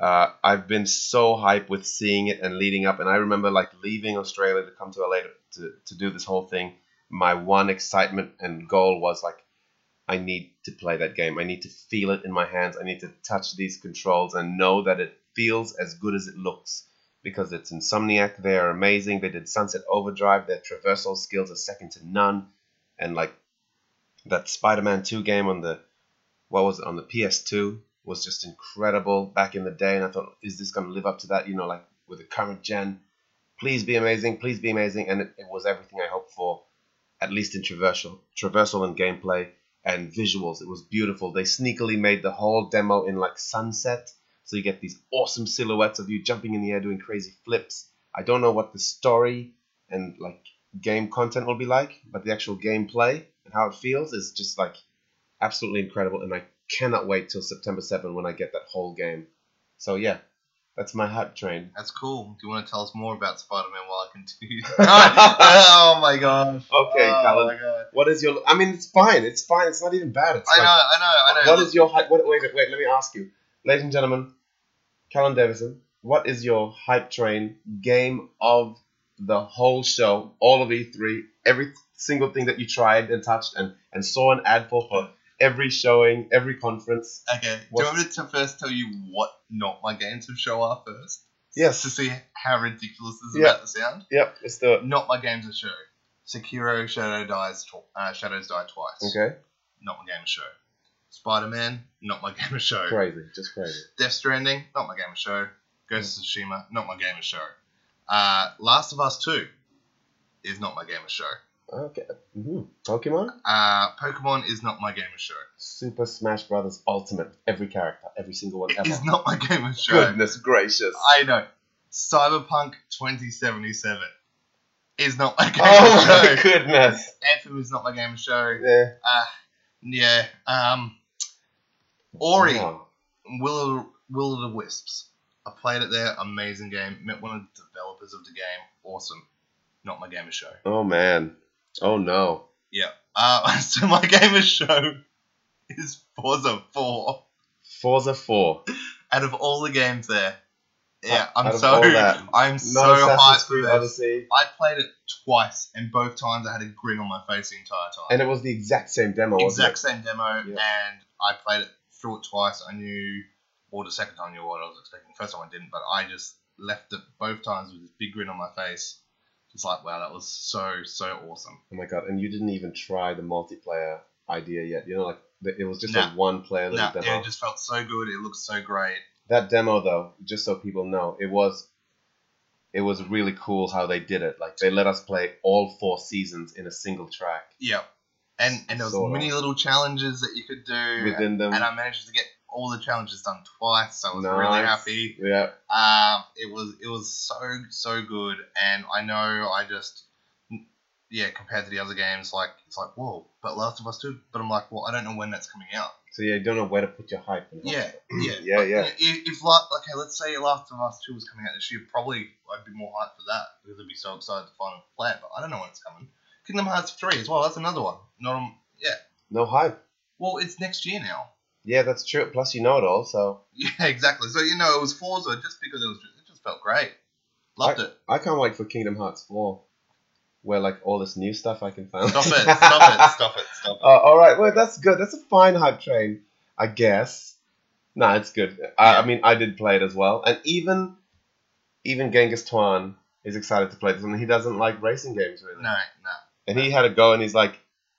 Speaker 2: Uh, I've been so hyped with seeing it and leading up, and I remember like leaving Australia to come to LA to, to, to do this whole thing. My one excitement and goal was like, I need to play that game. I need to feel it in my hands. I need to touch these controls and know that it feels as good as it looks. Because it's Insomniac, they are amazing. They did Sunset Overdrive. Their traversal skills are second to none. And like that Spider-Man 2 game on the what was it on the PS2 was just incredible back in the day. And I thought, is this going to live up to that? You know, like with the current gen, please be amazing, please be amazing. And it, it was everything I hoped for, at least in traversal, traversal and gameplay and visuals. It was beautiful. They sneakily made the whole demo in like sunset, so you get these awesome silhouettes of you jumping in the air doing crazy flips. I don't know what the story and like game content will be like, but the actual gameplay and how it feels is just like absolutely incredible, and I cannot wait till September 7 when I get that whole game. So yeah, that's my hype train.
Speaker 1: That's cool. Do you want to tell us more about Spider Man while I continue? oh my gosh.
Speaker 2: Okay,
Speaker 1: oh
Speaker 2: Colin.
Speaker 1: My God.
Speaker 2: What is your? I mean, it's fine. It's fine. It's not even bad. It's
Speaker 1: I know,
Speaker 2: like,
Speaker 1: I know, I know.
Speaker 2: What is your hype? What, wait, wait, wait. Let me ask you, ladies and gentlemen, Callum Davison. What is your hype train game of the whole show? All of E3, every single thing that you tried and touched and, and saw an ad for for every showing, every conference.
Speaker 1: Okay, do
Speaker 2: What's-
Speaker 1: you want me to first tell you what not my games of show are first?
Speaker 2: Yes.
Speaker 1: To see how ridiculous this is
Speaker 2: Yeah.
Speaker 1: about the sound?
Speaker 2: Yep, let's do it.
Speaker 1: Not my games of show. Sekiro Shadow Dies tw- uh, Shadows Die Twice.
Speaker 2: Okay.
Speaker 1: Not my game of show. Spider Man, not my game of show.
Speaker 2: Crazy, just crazy.
Speaker 1: Death Stranding, not my game of show. Ghost of Tsushima, not my game of show. Uh, Last of Us 2 is not my game of show.
Speaker 2: Okay. hmm Pokemon,
Speaker 1: Uh, Pokemon is not my game of show.
Speaker 2: Super Smash Brothers Ultimate. Every character, every single one
Speaker 1: It
Speaker 2: ever.
Speaker 1: is not my game of show.
Speaker 2: Goodness gracious.
Speaker 1: I know. Cyberpunk 2077 is not my game
Speaker 2: oh
Speaker 1: of
Speaker 2: my
Speaker 1: show.
Speaker 2: goodness.
Speaker 1: Anthem is not my game of show.
Speaker 2: Yeah.
Speaker 1: Uh, yeah. Um, Ori,
Speaker 2: Wow.
Speaker 1: Will of, Will of the Wisps. I played it there. Amazing game. Met one of the developers of the game. Awesome. Not my game of show.
Speaker 2: Oh man. Oh no.
Speaker 1: Uh, so my game of show is Forza 4.
Speaker 2: Forza 4.
Speaker 1: Out of all the games there, yeah,
Speaker 2: Out
Speaker 1: I'm
Speaker 2: of
Speaker 1: so
Speaker 2: all that,
Speaker 1: I'm
Speaker 2: No
Speaker 1: so
Speaker 2: Assassin's
Speaker 1: hyped for
Speaker 2: Creed
Speaker 1: this.
Speaker 2: Odyssey.
Speaker 1: I played it twice, and both times I had a grin on my face the entire time.
Speaker 2: And it was the exact same demo, wasn't
Speaker 1: exact same demo, and I played it through it twice. I knew, or the second time, I knew what I was expecting. The first time I didn't, but I just left it both times with this big grin on my face. Just like, wow, that was so so awesome.
Speaker 2: it? Oh my god. And you didn't even try the multiplayer idea yet. You know, like the- it was just a
Speaker 1: Nah.
Speaker 2: one player
Speaker 1: No,
Speaker 2: little demo.
Speaker 1: yeah, it just felt so good. It looked so great.
Speaker 2: that demo though, just so people know, it was it was really cool how they did it. Like they let us play all four seasons in a single track.
Speaker 1: Yep. And and there was
Speaker 2: Sort of.
Speaker 1: many little challenges that you could do,
Speaker 2: Within them.
Speaker 1: and I managed to get all the challenges done twice. So I was really
Speaker 2: Nice.
Speaker 1: happy.
Speaker 2: Yeah.
Speaker 1: Um, it was it was so so good, and I know I just yeah compared to the other games, like it's like whoa, but Last of Us two, but I'm like, well, I don't know when that's coming out.
Speaker 2: So yeah, you don't know where to put your hype. and how-
Speaker 1: Yeah, yeah,
Speaker 2: Yeah,
Speaker 1: But
Speaker 2: yeah.
Speaker 1: i- If, if like okay, let's say Last of Us two was coming out this year, probably I'd be more hyped for that because I'd be so excited to finally play it. But I don't know when it's coming. Kingdom Hearts three as well. That's another one. Not on, yeah.
Speaker 2: No hype.
Speaker 1: Well, it's next year now.
Speaker 2: Yeah, that's true. Plus you know it all, so
Speaker 1: Yeah, exactly. So you know, it was Forza just because it was it just felt great. Loved it.
Speaker 2: I can't wait for Kingdom Hearts 4, where like all this new stuff I can find.
Speaker 1: Stop it! Stop it! Stop it! Stop it!
Speaker 2: Uh, all right, well that's good. That's a fine hype train, I guess. Nah, it's good. I, I mean, I did play it as well, and even even Genghis Twan is excited to play this, and he doesn't like racing games really.
Speaker 1: No, no.
Speaker 2: And he had a go, and he's like,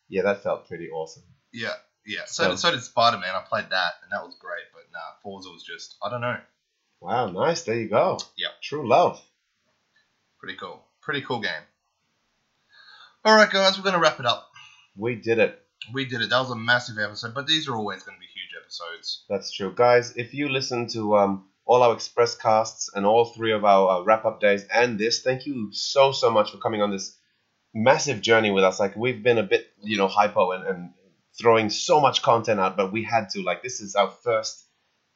Speaker 2: "Yeah, that felt pretty awesome."
Speaker 1: Yeah, yeah. So,
Speaker 2: So-
Speaker 1: did so did Spider Man. I played that, and that was great. But nah, Forza was just I don't know.
Speaker 2: Wow, nice. There you go.
Speaker 1: Yeah.
Speaker 2: True love.
Speaker 1: Pretty cool. Pretty cool game. All right, guys, we're gonna wrap it up.
Speaker 2: We did it.
Speaker 1: We did it. That was a massive episode, but these are always gonna be huge episodes.
Speaker 2: That's true, guys. If you listen to um, all our express casts and all three of our uh, wrap up days and this, thank you so so much for coming on this massive journey with us. Like we've been a bit you know hypo and, and throwing so much content out, but we had to. Like this is our first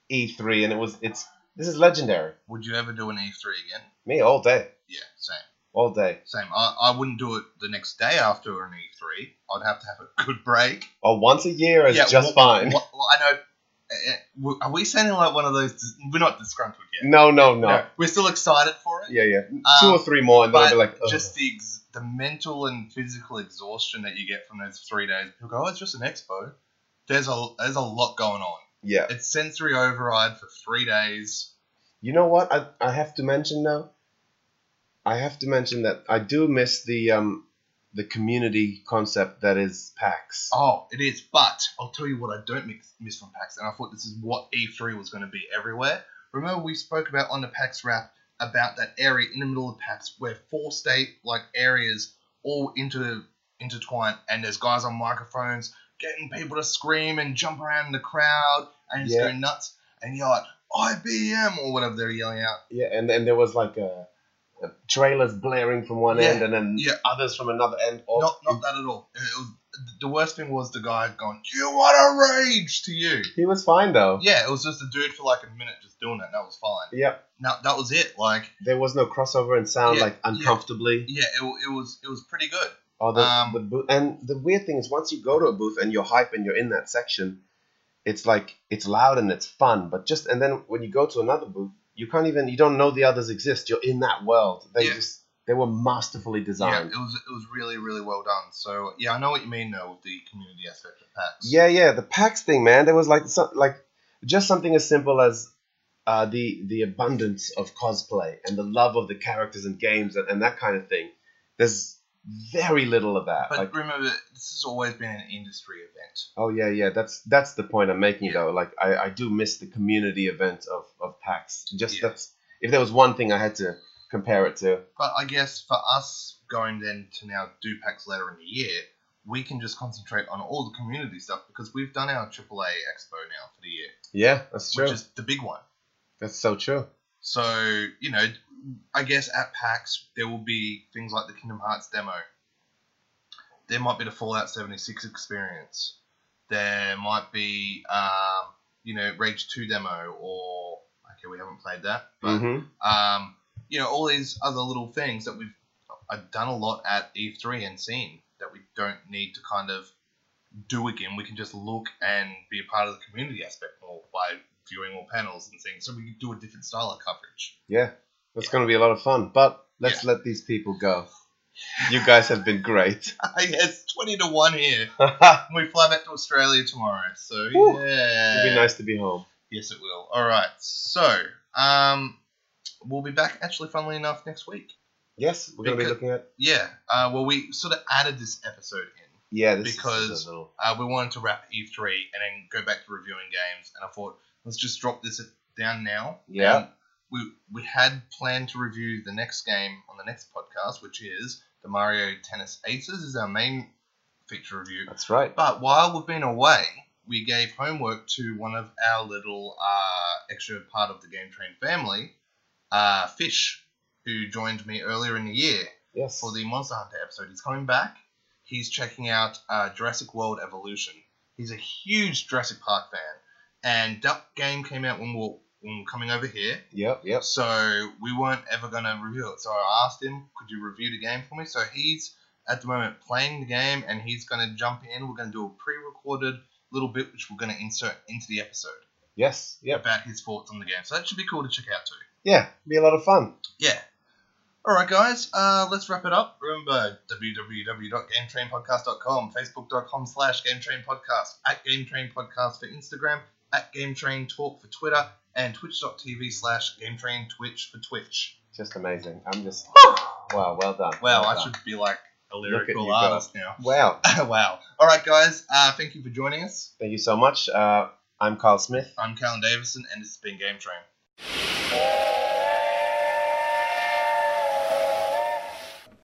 Speaker 2: E3, and it was it's this is legendary.
Speaker 1: Would you ever do an E3 again?
Speaker 2: Me all day,
Speaker 1: Yeah, same.
Speaker 2: all day,
Speaker 1: Same. I, I wouldn't do it the next day after an E3. I'd have to have a good break.
Speaker 2: or Oh, once a year is
Speaker 1: Yeah,
Speaker 2: just
Speaker 1: well,
Speaker 2: fine.
Speaker 1: Well, well, I know. eh, eh, w- Are we sounding like one of those? dis- We're not disgruntled yet.
Speaker 2: No, no, no.
Speaker 1: We're still excited for it.
Speaker 2: Yeah, yeah. Two
Speaker 1: Um,
Speaker 2: or three more, and then I'll
Speaker 1: but
Speaker 2: be like, oh, Ugh.
Speaker 1: just the ex- the mental and physical exhaustion that you get from those three days. People go, "Oh, it's just an expo." There's a there's a lot going on.
Speaker 2: yeah.
Speaker 1: It's sensory override for three days.
Speaker 2: You know what? I, I have to mention now. I have to mention that I do miss the um the community concept that is PAX.
Speaker 1: Oh, it is. But I'll tell you what I don't mix, miss from PAX, and I thought this is what E3 was going to be everywhere. Remember we spoke about on the PAX wrap about that area in the middle of PAX where four state like areas all inter intertwined, and there's guys on microphones getting people to scream and jump around in the crowd and just
Speaker 2: Yeah.
Speaker 1: go nuts and yell like IBM or whatever they're yelling out.
Speaker 2: Yeah, and then there was like a, a trailers blaring from one
Speaker 1: Yeah,
Speaker 2: end, and then
Speaker 1: yeah.
Speaker 2: others from another end. Or
Speaker 1: Not not that at all. It was, the worst thing was the guy going, "You want to rage to you."
Speaker 2: he was fine though.
Speaker 1: Yeah, it was just a dude for like a minute just doing it. and That was fine.
Speaker 2: Yeah,
Speaker 1: No, that was it. Like,
Speaker 2: there was no crossover and sound
Speaker 1: Yeah,
Speaker 2: like uncomfortably.
Speaker 1: yeah, it, wa- it was it was pretty good.
Speaker 2: Or the,
Speaker 1: Um,
Speaker 2: the booth, and the weird thing is, once you go to a booth and you're hype and you're in that section, it's like it's loud and it's fun. But just and then when you go to another booth, you can't even you don't know the others exist. You're in that world. They
Speaker 1: Yeah.
Speaker 2: just they were masterfully
Speaker 1: Yeah,
Speaker 2: designed.
Speaker 1: it was it was really really well done. So yeah, I know what you mean though with the community aspect of PAX.
Speaker 2: Yeah, yeah, the PAX thing, man. There was like so, like just something as simple as uh, the the abundance of cosplay and the love of the characters and games and, and that kind of thing. There's very little of that.
Speaker 1: but
Speaker 2: like,
Speaker 1: remember this has always been an industry event.
Speaker 2: oh yeah, yeah. That's that's the point I'm making
Speaker 1: Yeah.
Speaker 2: though. Like I, I do miss the community event of of PAX. Just
Speaker 1: Yeah.
Speaker 2: that's if there was one thing I had to compare it to.
Speaker 1: But I guess for us going then to now do PAX later in the year, we can just concentrate on all the community stuff because we've done our AAA expo now for the year,
Speaker 2: Yeah, that's true.
Speaker 1: which is the big one.
Speaker 2: that's so true.
Speaker 1: So, you know, I guess at PAX, there will be things like the Kingdom Hearts demo. There might be the Fallout 76 experience. There might be, um, you know, Rage 2 demo, or, okay, we haven't played that, but,
Speaker 2: hmm
Speaker 1: um, you know, all these other little things that we've I've done a lot at E3 and seen that we don't need to kind of do again. We can just look and be a part of the community aspect more by viewing more panels and things. So we can do a different style of coverage.
Speaker 2: Yeah, that's gonna be a lot of fun. But let's let these people go. You guys have been great.
Speaker 1: yeah, it's 20 to 1 here. We fly back to Australia tomorrow. So,
Speaker 2: Whew.
Speaker 1: yeah.
Speaker 2: It'd be nice to be home.
Speaker 1: Yes, it will. All right. So, um, we'll be back actually, funnily enough, next week.
Speaker 2: Yes, we're going to be
Speaker 1: Because-
Speaker 2: looking at.
Speaker 1: Yeah. Uh, well, we sort of added this episode in.
Speaker 2: Yeah, this is
Speaker 1: because-
Speaker 2: just a little-
Speaker 1: Uh, we wanted to wrap E3 and then go back to reviewing games, and I thought let's just drop this down now.
Speaker 2: Yeah.
Speaker 1: And we we had planned to review the next game on the next podcast, which is the Mario Tennis Aces, is our main feature review.
Speaker 2: That's right.
Speaker 1: But while we've been away, we gave homework to one of our little uh, extra part of the Game Train family, uh, Fish, who joined me earlier in the year
Speaker 2: Yes.
Speaker 1: for the Monster Hunter episode. He's coming back. He's checking out uh, Jurassic World Evolution. He's a huge Jurassic Park fan, and that game came out when we were, when we were coming over here,
Speaker 2: Yep, yep.
Speaker 1: so we weren't ever going to review it. So I asked him, "Could you review the game for me?" So he's at the moment playing the game, and he's going to jump in. We're going to do a pre-recorded little bit, which we're going to insert into the episode
Speaker 2: Yes, yep.
Speaker 1: about his thoughts on the game. So that should be cool to check out too.
Speaker 2: Yeah, be a lot of fun.
Speaker 1: Yeah. All right, guys, uh, let's wrap it up. Remember, www.gametrainpodcast.com, facebook.com slash gametrainpodcast, at gametrainpodcast for Instagram, at gametraintalk for Twitter, and twitch.tv slash gametraintwitch for Twitch.
Speaker 2: Just amazing. I'm just. wow, well done.
Speaker 1: Wow,
Speaker 2: well
Speaker 1: I
Speaker 2: done.
Speaker 1: should be like a
Speaker 2: Look at you
Speaker 1: lyrical
Speaker 2: go.
Speaker 1: artist now.
Speaker 2: Wow.
Speaker 1: wow. All right, guys, uh, thank you for joining us.
Speaker 2: Thank you so much. Uh, I'm Carl Smith.
Speaker 1: I'm Callan Davison, and this has been Game Train.